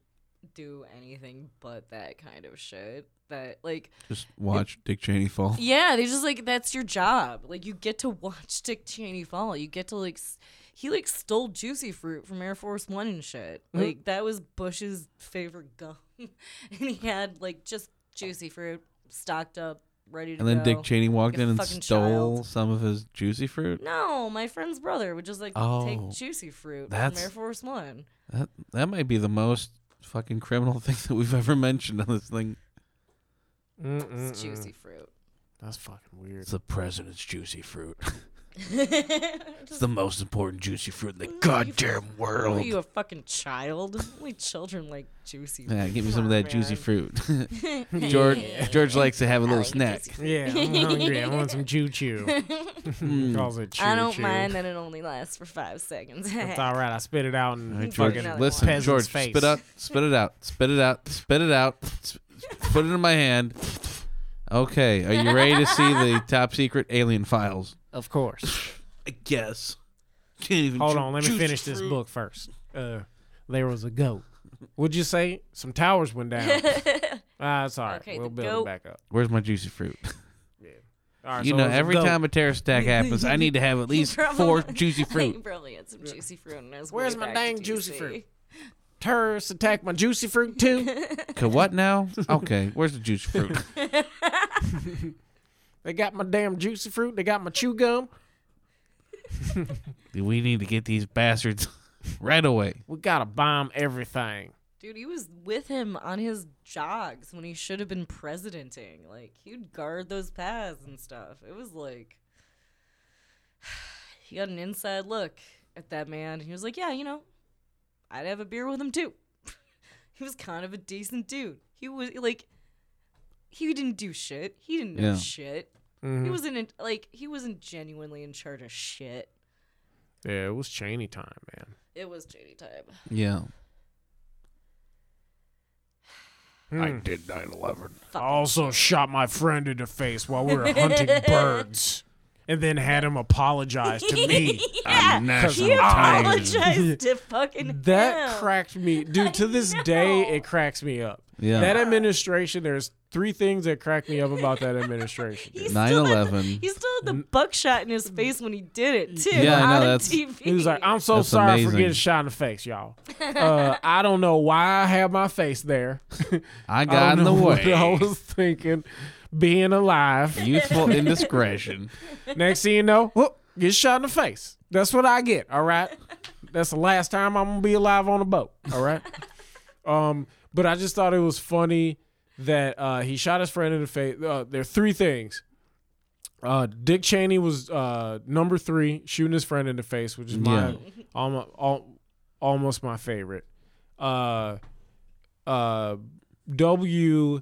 S3: do anything but that kind of shit. That like,
S4: Just watch Dick Cheney fall.
S3: yeah, they just like that's your job. Like you get to watch Dick Cheney fall. You get to like, s- he like stole juicy fruit from Air Force One and shit.
S4: Mm-hmm.
S3: Like that was Bush's favorite gum, and he had like just juicy fruit stocked up, ready to
S4: And then
S3: go.
S4: Dick Cheney walked
S3: Like a
S4: in and
S3: fucking
S4: stole
S3: child.
S4: some of his juicy fruit.
S3: No, my friend's brother would just like
S4: Oh,
S3: take juicy fruit from
S4: that's-
S3: Air Force One.
S4: That that might be the most fucking criminal thing that we've ever mentioned on this thing.
S5: Mm-mm-mm.
S3: It's juicy fruit.
S5: That's fucking weird.
S7: It's the president's juicy fruit. it's the most important juicy fruit in the goddamn
S3: Are
S7: world.
S3: you a fucking child? Only children like juicy fruit.
S4: Yeah, give me some of
S3: Come
S4: that juicy
S3: on.
S4: fruit. George George likes to have a little
S3: like
S4: snack.
S5: Yeah, I'm hungry. I want some choo choo. Calls it choo choo.
S3: I don't mind that it only lasts for five seconds.
S5: It's all right. I spit it out and
S4: All right, George,
S5: fucking
S3: another
S4: listen,
S5: peasant's
S4: George,
S5: face.
S4: spit out, spit it out, spit it out, spit it out, sp- put it in my hand. Okay, are you ready to see the top secret alien files?
S5: Of course.
S4: I guess. Can't even
S5: Hold
S4: ju-
S5: on. Let me
S4: juice
S5: finish this
S4: fruit.
S5: book first. Uh, there was a goat. Would you say some towers went down? Ah, it's all right.
S3: Okay,
S5: we'll
S3: the
S5: build
S3: goat-
S5: it back up.
S4: Where's my juicy fruit?
S5: All right,
S4: you
S5: so it
S4: know,
S5: was a
S4: every
S5: goat.
S4: time a terrorist attack happens, I need to have at least four
S3: probably-
S4: juicy
S3: he
S4: fruit.
S3: probably had some juicy fruit in his
S5: Where's
S3: way
S5: my
S3: back
S5: dang
S3: to
S5: juicy
S3: DC.
S5: fruit? terrorists attack my juicy fruit too.
S4: Okay, what now? Okay, where's the juicy fruit?
S5: they got my damn juicy fruit. They got my chew gum.
S4: we need to get these bastards right away.
S5: We gotta bomb everything.
S3: Dude, he was with him on his jogs when he should have been presidenting. Like, he'd guard those paths and stuff. It was like, he got an inside look at that man. He was like, yeah, you know, I'd have a beer with him too. he was kind of a decent dude. He was like, he didn't do shit. He didn't know
S4: Yeah.
S3: shit.
S5: Mm-hmm.
S3: He wasn't in, like he wasn't genuinely in charge of shit.
S5: Yeah, it was Cheney time, man.
S3: It was JD time.
S4: Yeah.
S7: I did 9 11.
S5: Hmm. I also shot my friend in the face while we were hunting birds, and then had him apologize to me.
S7: I'm
S3: He
S7: national
S3: apologized
S7: time.
S3: to fucking
S5: That
S3: him.
S5: cracked me, dude. To this day, it cracks me up.
S4: Yeah.
S5: That administration. There's three things that crack me up about that administration.
S3: He still had the-
S4: 9/11.
S3: He still had the buckshot in his face when he did it too.
S4: Yeah, I
S3: on
S4: know, that's-
S3: TV.
S5: He was like, "I'm so
S4: That's
S5: sorry for
S4: amazing.
S5: getting shot in the face, y'all. Uh, I don't know why I had my face there.
S4: I
S5: I
S4: got
S5: don't
S4: in the
S5: know
S4: way.
S5: what I was thinking, being alive.
S4: Youthful indiscretion.
S5: Next thing you know, whoop, get shot in the face. That's what I get. All right. That's the last time I'm gonna be alive on a boat. All right. um, but I just thought it was funny that uh, he shot his friend in the face. Uh, there are three things. Uh, Dick Cheney was uh, number three, shooting his friend in the face, which is my
S4: Yeah.
S5: almo- al- almost my favorite. Uh, uh, W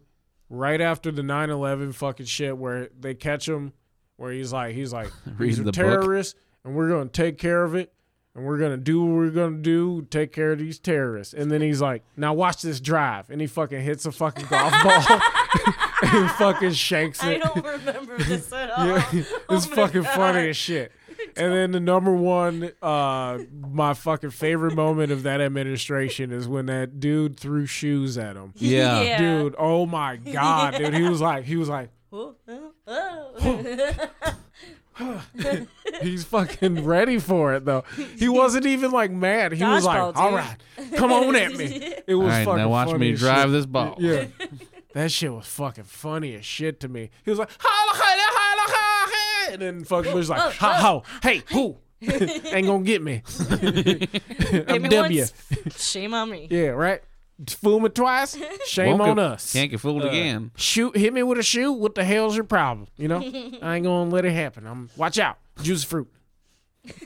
S5: right after the 9/11 fucking shit where they catch him where he's like he's like these
S4: Reading
S5: are
S4: the book.
S5: terrorists and we're going to take care of it and we're going to do what we're going to do take care of these terrorists and then he's like now watch this drive and he fucking hits a fucking golf ball and fucking shanks
S3: I
S5: it
S3: don't remember this at all.
S5: it's
S3: Oh my
S5: fucking
S3: God.
S5: funny as shit. And then the number one, uh, my fucking favorite moment of that administration is when that dude threw shoes at him.
S4: Yeah.
S5: Dude, oh my god, dude. He was like, he was like,
S3: Oh, oh, oh.
S5: he's fucking ready for it though. He wasn't even like mad. He was like,
S3: Dodgeball, dude.
S5: all right, come on at me. It was
S4: All right,
S5: fucking
S4: now watch
S5: funny
S4: me
S5: as
S4: drive
S5: shit.
S4: this ball.
S5: Yeah. that shit was fucking funny as shit to me. He was like, "Holla, holla, holla, holla," and then fucking was like, ho, ho, hey, who? Ain't gonna get me.
S3: Hit
S5: I'm
S3: me
S5: W.
S3: once. Shame on me.
S5: Yeah, right? Fool me twice, shame
S4: Won't
S5: on
S4: get-
S5: us.
S4: Can't get fooled again.
S5: Shoot, hit me with a shoe. What the hell's your problem? You know, I ain't gonna let it happen. I'm watch out, juice fruit.
S4: Yeah,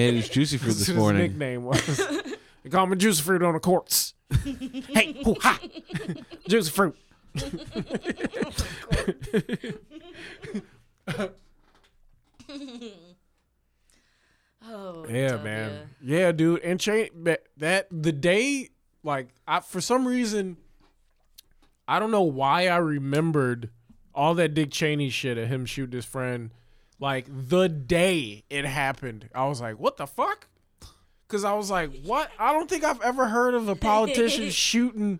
S4: it was juicy fruit this
S5: That's what His
S4: morning.
S5: nickname was. they call me juice fruit on the courts. hey, hoo ha, juice fruit.
S3: Oh,
S5: Yeah,
S3: W.
S5: man. Yeah, dude. And chain that, that the day like I for some reason I don't know why I remembered all that Dick Cheney shit of him shooting his friend. Like the day it happened, I was like, "What the fuck?" Because I was like, "What?" I don't think I've ever heard of a politician shooting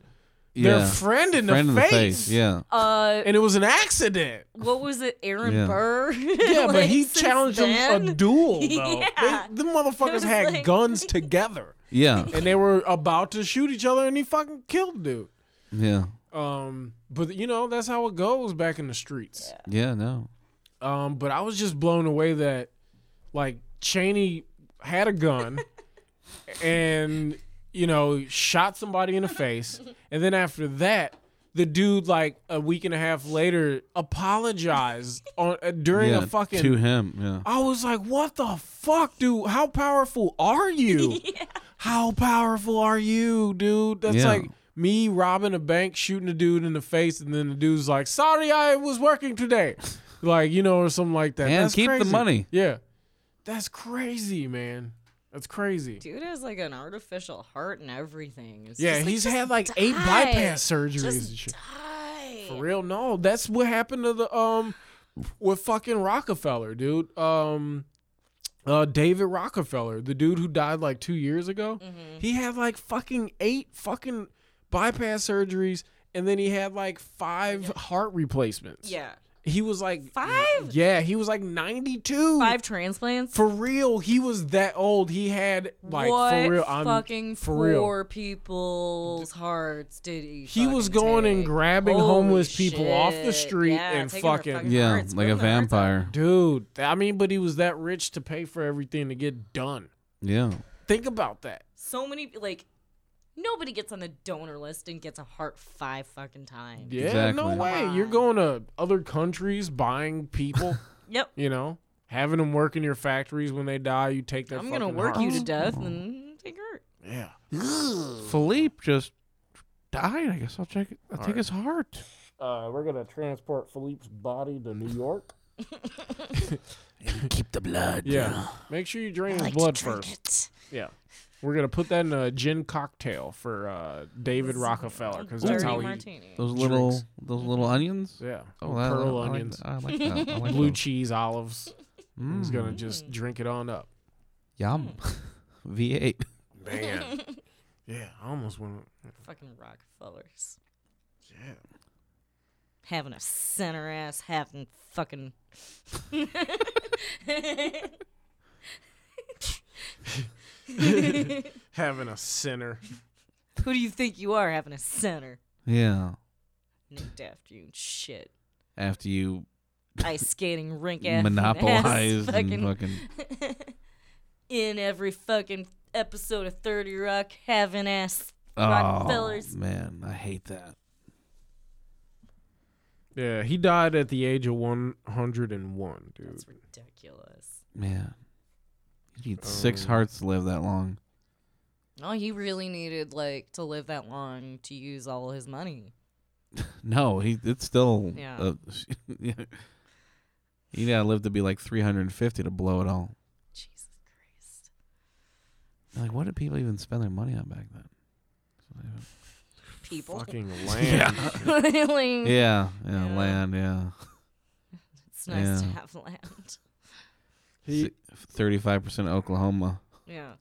S4: Yeah.
S5: their friend in,
S4: Friend
S5: the,
S4: in the
S5: face.
S4: face. Yeah.
S3: Uh,
S5: and it was an accident.
S3: what was it, Aaron
S4: Yeah.
S3: Burr?
S5: Yeah, but
S3: Like,
S5: he
S3: since
S5: challenged him
S3: then?
S5: a duel though.
S3: Yeah.
S5: They, the
S3: It
S5: motherfuckers
S3: was
S5: had
S3: like-
S5: guns together.
S4: Yeah.
S5: and they were about to shoot each other, and he fucking killed dude.
S4: Yeah.
S5: Um, but you know that's how it goes back in the streets.
S4: Yeah, no.
S5: Um, but I was just blown away that like Cheney had a gun and you know shot somebody in the face, and then after that the dude like a week and a half later apologized on uh, during
S4: yeah,
S5: a fucking
S4: to him. Yeah.
S5: I was like, what the fuck, dude? How powerful are you? How powerful are you, dude? That's
S4: Yeah.
S5: like me robbing a bank, shooting a dude in the face, and then the dude's like, sorry, I was working today. Like, you know, or something like that.
S4: And
S5: That's
S4: keep the
S5: crazy.
S4: money.
S5: Yeah. That's crazy, man. That's crazy.
S3: Dude has like an artificial heart and everything. It's
S5: yeah,
S3: just,
S5: he's
S3: just
S5: had like eight
S3: die.
S5: bypass surgeries and shit.
S3: die.
S5: For real, no. That's what happened to the um with fucking Rockefeller, dude. Um uh David Rockefeller, the dude who died like 2 years ago.
S3: Mm-hmm.
S5: He had like fucking 8 fucking bypass surgeries and then he had like 5 heart replacements.
S3: Yeah.
S5: He was like
S3: Five?
S5: Yeah, he was like 92.
S3: Five transplants.
S5: For real, he was that old. He had like
S3: what
S5: for real I'm
S3: fucking
S5: for
S3: poor
S5: real.
S3: people's hearts did he?
S5: He was
S3: fucking
S5: going and
S3: take?
S5: grabbing
S3: Holy
S5: homeless people off the
S3: shit.
S5: street
S3: Yeah,
S5: and
S3: taking their
S5: fucking-
S4: Yeah,
S3: hearts,
S4: like a
S3: ripping their hearts out.
S4: vampire.
S5: Dude, I mean, but he was that rich to pay for everything to get done.
S4: Yeah.
S5: Think about that.
S3: So many like nobody gets on the donor list and gets a heart five fucking times.
S5: Yeah,
S4: Exactly.
S5: no way. You're going to other countries buying people,
S3: Yep.
S5: you know, having them work in your factories when they die. You take their
S3: I'm
S5: going to
S3: gonna work you to death and take her.
S5: Yeah.
S4: Philippe just died. I guess I'll check it. I'll take his heart.
S5: Uh, we're going to transport Philippe's body to New York.
S7: And keep the blood.
S5: Yeah. Make sure you drain his blood first. Yeah. We're going to put that in a gin cocktail for uh, David Rockefeller because that's
S3: Dirty
S5: how he.
S3: martini.
S4: Those little those little onions.
S5: Yeah.
S4: Oh, that,
S5: Pearl
S4: I like
S5: onions,
S4: that. I like that. I like
S5: blue
S4: those.
S5: cheese, olives. He's
S4: Mm.
S5: going to just drink it on up.
S4: Yum. V8.
S5: Man. yeah, I almost went.
S3: Fucking Rockefellers.
S5: Yeah.
S3: Having a center ass, having fucking.
S5: Having a sinner.
S3: Who do you think you are having a center?
S4: Yeah.
S3: Named after you and shit.
S4: After you
S3: Ice skating rink ass.
S4: monopolize and
S3: fucking,
S4: fucking,
S3: in every fucking episode of 30 Rock, having ass
S4: oh,
S3: Rockefellers.
S4: man, I hate that.
S5: Yeah, he died at the age of 101, dude.
S3: That's ridiculous.
S4: Man, you need
S5: Oh.
S4: six hearts to live that long.
S3: No, he really needed like to live that long to use all his money.
S4: No, he it's still.
S3: Yeah.
S4: Uh, you gotta live to be like 350 to blow it all.
S3: Jesus Christ.
S4: Like, what did people even spend their money on back then?
S3: People.
S5: Fucking land.
S3: Really?
S4: Yeah, yeah,
S3: Yeah.
S4: land, yeah.
S3: It's nice to
S4: Yeah.
S3: have land.
S5: He,
S4: Thirty-five percent Oklahoma.
S3: Yeah.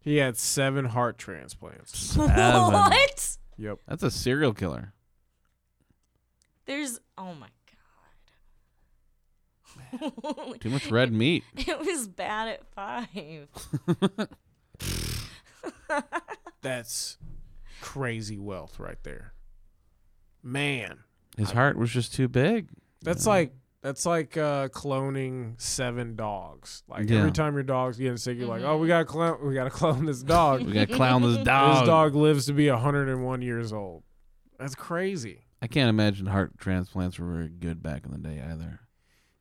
S5: he had seven heart transplants.
S4: Seven.
S3: What?
S5: Yep.
S4: That's a serial killer.
S3: There's oh my god. Holy-
S4: Too much red meat.
S3: it was bad at five.
S5: That's crazy wealth right there. Man.
S4: His heart was just too big.
S5: That's like. That's like uh, cloning seven dogs. Like
S4: Yeah.
S5: every time your dog's getting sick, you're like, "Oh, we gotta clone, we gotta clone this dog."
S4: We gotta clown this dog.
S5: This dog lives to be 101 years old. That's crazy.
S4: I can't imagine heart transplants were very good back in the day either.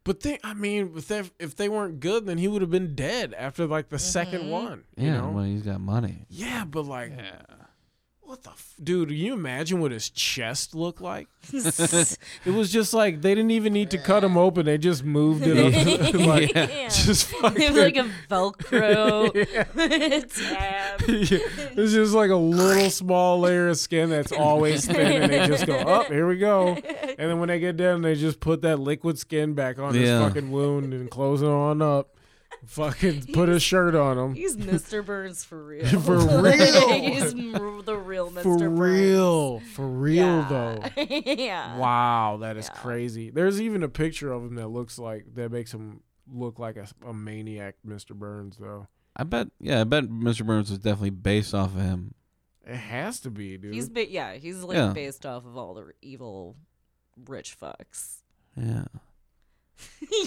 S5: But they, I mean, if they, if they weren't good, then he would have been dead after like the
S3: Mm-hmm.
S5: second one. You
S4: Yeah,
S5: know?
S4: well, he's got money.
S5: yeah, but like, what the f- dude? Can you imagine what his chest looked like? It was just like they didn't even need to cut him open. They just moved it up, like
S3: yeah.
S5: just
S3: It
S5: fucking.
S3: was like a Velcro tab.
S5: Yeah, it's just like a little small layer of skin that's always thin, and they just go up. here we go. And then when they get down, they just put that liquid skin back on his
S4: Yeah.
S5: fucking wound and close it on up. Fucking put a shirt on him.
S3: He's Mr. Burns for real.
S5: For real.
S3: He's m- the real Mr.
S5: for
S3: Burns.
S5: real for real though
S3: yeah.
S5: wow that is crazy there's even a picture of him that looks like that makes him look like a, a maniac mr burns though
S4: I bet. Yeah, I bet Mr. Burns was definitely based off of him.
S5: it has to be dude
S3: He's ba- yeah, he's like
S4: Yeah.
S3: based off of all the r- evil rich fucks.
S4: Yeah.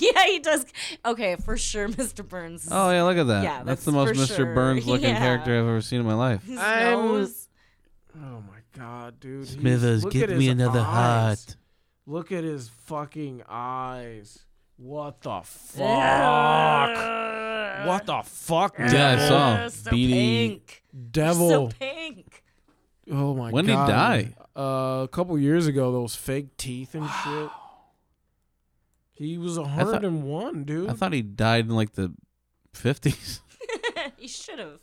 S3: yeah, he does. Okay, for sure, Mr. Burns. is-
S4: Oh yeah, look at that.
S3: Yeah,
S4: that's, the
S3: that's
S4: most
S3: for
S4: Mr.
S3: sure.
S4: Burns looking
S3: Yeah.
S4: character I've ever seen in my life.
S3: his
S5: I'm-
S3: nose.
S5: oh my God, dude. he's-
S4: Smithers,
S5: look
S4: get
S5: at
S4: me
S5: his
S4: another
S5: eyes.
S4: heart.
S5: Look at his fucking eyes. What the fuck? What the fuck?
S4: Yeah, I saw him.
S3: so
S4: Beating-
S3: pink.
S5: Devil.
S3: So pink.
S5: oh my
S4: When did he
S5: god.
S4: die?
S5: Uh, a couple years ago, those fake teeth and shit. He was a
S4: thought-
S5: 101, dude.
S4: I thought he died in like the 50s.
S3: you should have.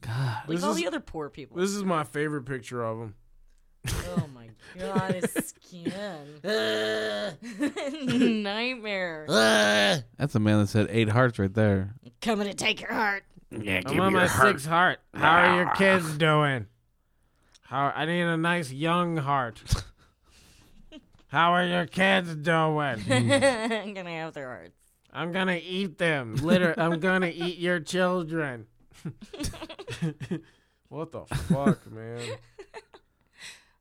S4: God.
S3: Like
S5: This
S3: all
S5: is-
S3: the other poor people.
S5: this is my favorite picture of him.
S3: Oh my god, his skin. Nightmare.
S4: That's a man that said eight hearts right there.
S3: Coming to take your heart.
S5: I'm on my sixth heart. How are your kids doing? How I need a nice young heart. How are your kids doing?
S3: I'm Mm. gonna have their hearts.
S5: I'm gonna eat them. Liter I'm gonna eat your children. what the fuck, man?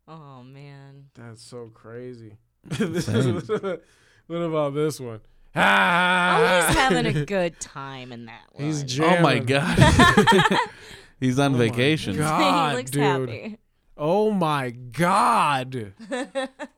S3: Oh man.
S5: That's so crazy.
S4: Same.
S5: what about this one?
S4: Ah.
S3: Oh, he's having a good time in that one.
S5: He's
S4: Oh my
S5: jamming.
S4: God. He's on
S5: Oh my
S4: vacation.
S5: God.
S3: he looks
S5: dude.
S3: happy.
S5: Oh my god.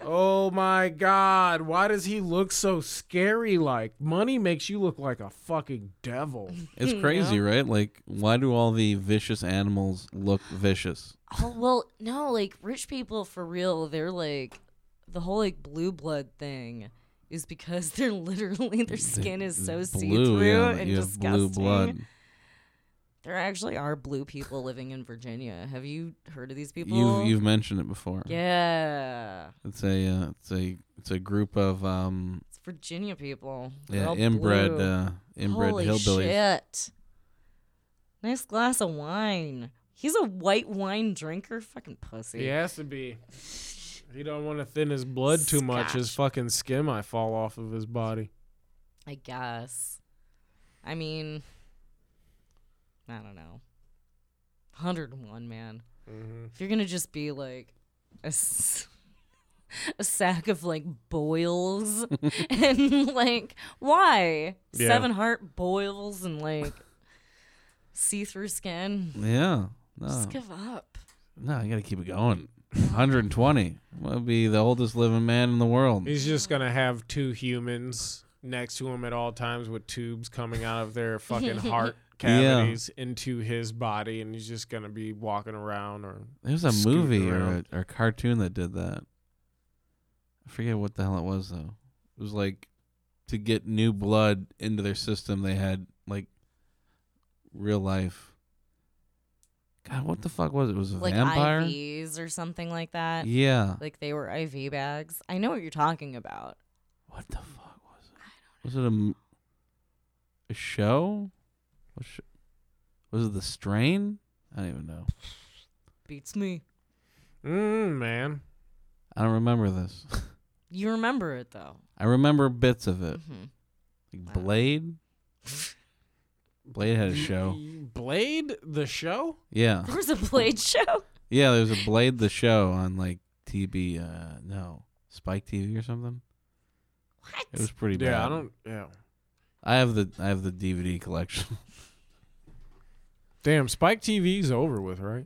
S5: oh my god. Why does he look so scary like? Money makes you look like a fucking devil.
S4: It's crazy, right? Like, why do all the vicious animals look vicious?
S3: Oh well, no, like rich people for real, they're like the whole like blue blood thing is because they're literally their skin is so see
S4: Blue,
S3: through
S4: yeah,
S3: and
S4: you have
S3: disgusting.
S4: blue blood.
S3: There actually are blue people living in Virginia. Have you heard of these people?
S4: You've you've mentioned it before.
S3: yeah,
S4: It's a uh, it's a it's a group of um
S3: it's Virginia people. They're
S4: yeah,
S3: all
S4: inbred
S3: blue.
S4: uh, inbred
S3: Holy
S4: hillbillies.
S3: shit! Nice glass of wine. He's a white wine drinker. Fucking pussy.
S5: He has to be. He don't want to thin his blood too much. His
S3: Scotch.
S5: fucking skin might fall off of his body.
S3: I guess. I mean, I don't know. 101, man. If you're going to just be like a, s- a sack of like boils and like, why?
S5: Yeah.
S3: Seven heart boils and like see through skin.
S4: Yeah. No.
S3: Just give up.
S4: No, you got to keep it going. 120. Would be the oldest living man in the world.
S5: He's just gonna have two humans next to him at all times with tubes coming out of their fucking heart cavities into his body, and he's just gonna be walking around or
S4: There's a
S5: scooting
S4: movie or
S5: around.
S4: a, or a cartoon that did that. I forget what the hell it was though. It was like to get new blood into their system. They had like real life. God, what the fuck was it? It was a
S3: Like
S4: vampire.
S3: IVs or something like that.
S4: Yeah.
S3: Like they were IV bags. I know what you're talking about.
S4: What the fuck was it? Was it a, m- a show? What sh- was it The Strain? I don't even know.
S3: Beats me.
S5: mm, man.
S4: I don't remember this.
S3: You remember it though.
S4: I remember bits of it.
S3: Mhm.
S4: Like Blade. Blade had a show.
S5: Blade the show.
S4: Yeah.
S3: There was a Blade show.
S4: Yeah, there was a Blade the show on like TB uh no, Spike TV or something.
S3: What?
S4: It was pretty bad.
S5: Yeah, I don't. Yeah.
S4: I have the I have the DVD collection.
S5: Damn, Spike TV's over with, right?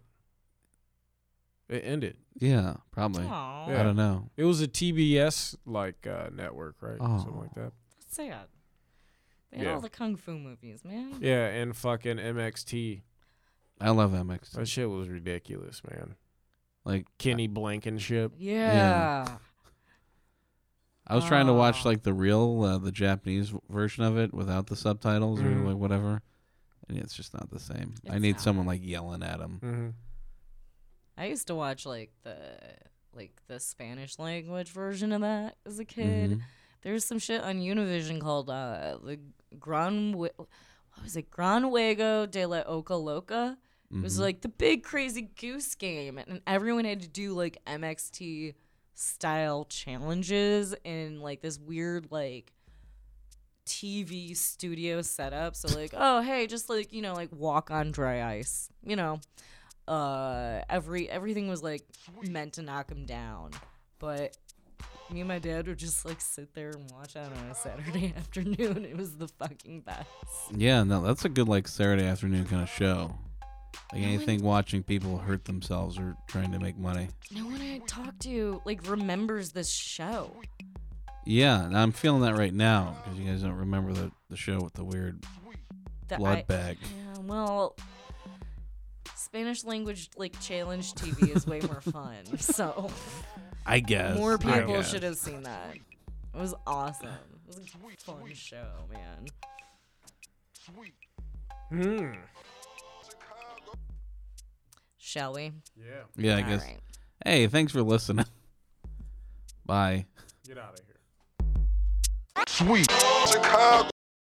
S5: It ended.
S4: yeah, probably.
S3: Aw,
S5: Yeah.
S4: I don't know.
S5: It was a TBS like uh, network, right? Something
S4: Oh.
S5: like that.
S3: that's sad. They had
S5: Yeah.
S3: all the kung fu movies, man.
S5: Yeah, and fucking MXT.
S4: I love MX.
S5: That shit was ridiculous, man.
S4: Like
S5: Kenny Blankenship.
S3: Yeah.
S4: I was trying to watch
S3: Oh.
S4: like the real, uh, the Japanese v- version of it without the subtitles
S5: Mhm.
S4: or like whatever, and it's just not the same. I
S3: It's
S4: need
S3: not.
S4: someone like yelling at him.
S5: Mm-hmm.
S3: I used to watch like the like the Spanish language version of that as a kid.
S4: Mm-hmm.
S3: There's some shit on Univision called uh, the Gran Wi- what was it Gran Juego de la Oca Loca. It
S4: Mm-hmm.
S3: was like the big crazy goose game, and everyone had to do like MXT style challenges in like this weird like TV studio setup. So like, oh hey, just like you know, like walk on dry ice, you know. Uh, every everything was like meant to knock him down, but me and my dad would just like sit there and watch that on a Saturday afternoon. It was the fucking best.
S4: Yeah, no, that's a good like Saturday afternoon kind of show. Like anything watching people hurt themselves or trying to make money.
S3: No one I talk to like remembers this show.
S4: Yeah, and I'm feeling that right now because you guys don't remember the, the show with the weird
S3: That
S4: blood
S3: I-
S4: bag.
S3: Yeah, well, Spanish language like challenge TV is way more fun. So
S7: I guess.
S3: more
S7: I
S3: people
S7: guess.
S3: should have seen that. It was awesome. It was a fun show, man.
S5: Hmm.
S3: Shall we?
S5: Yeah.
S4: Yeah, I
S3: All
S4: guess.
S3: right.
S4: Hey, thanks for listening. Bye.
S5: Get out of here.
S2: Sweet Chicago.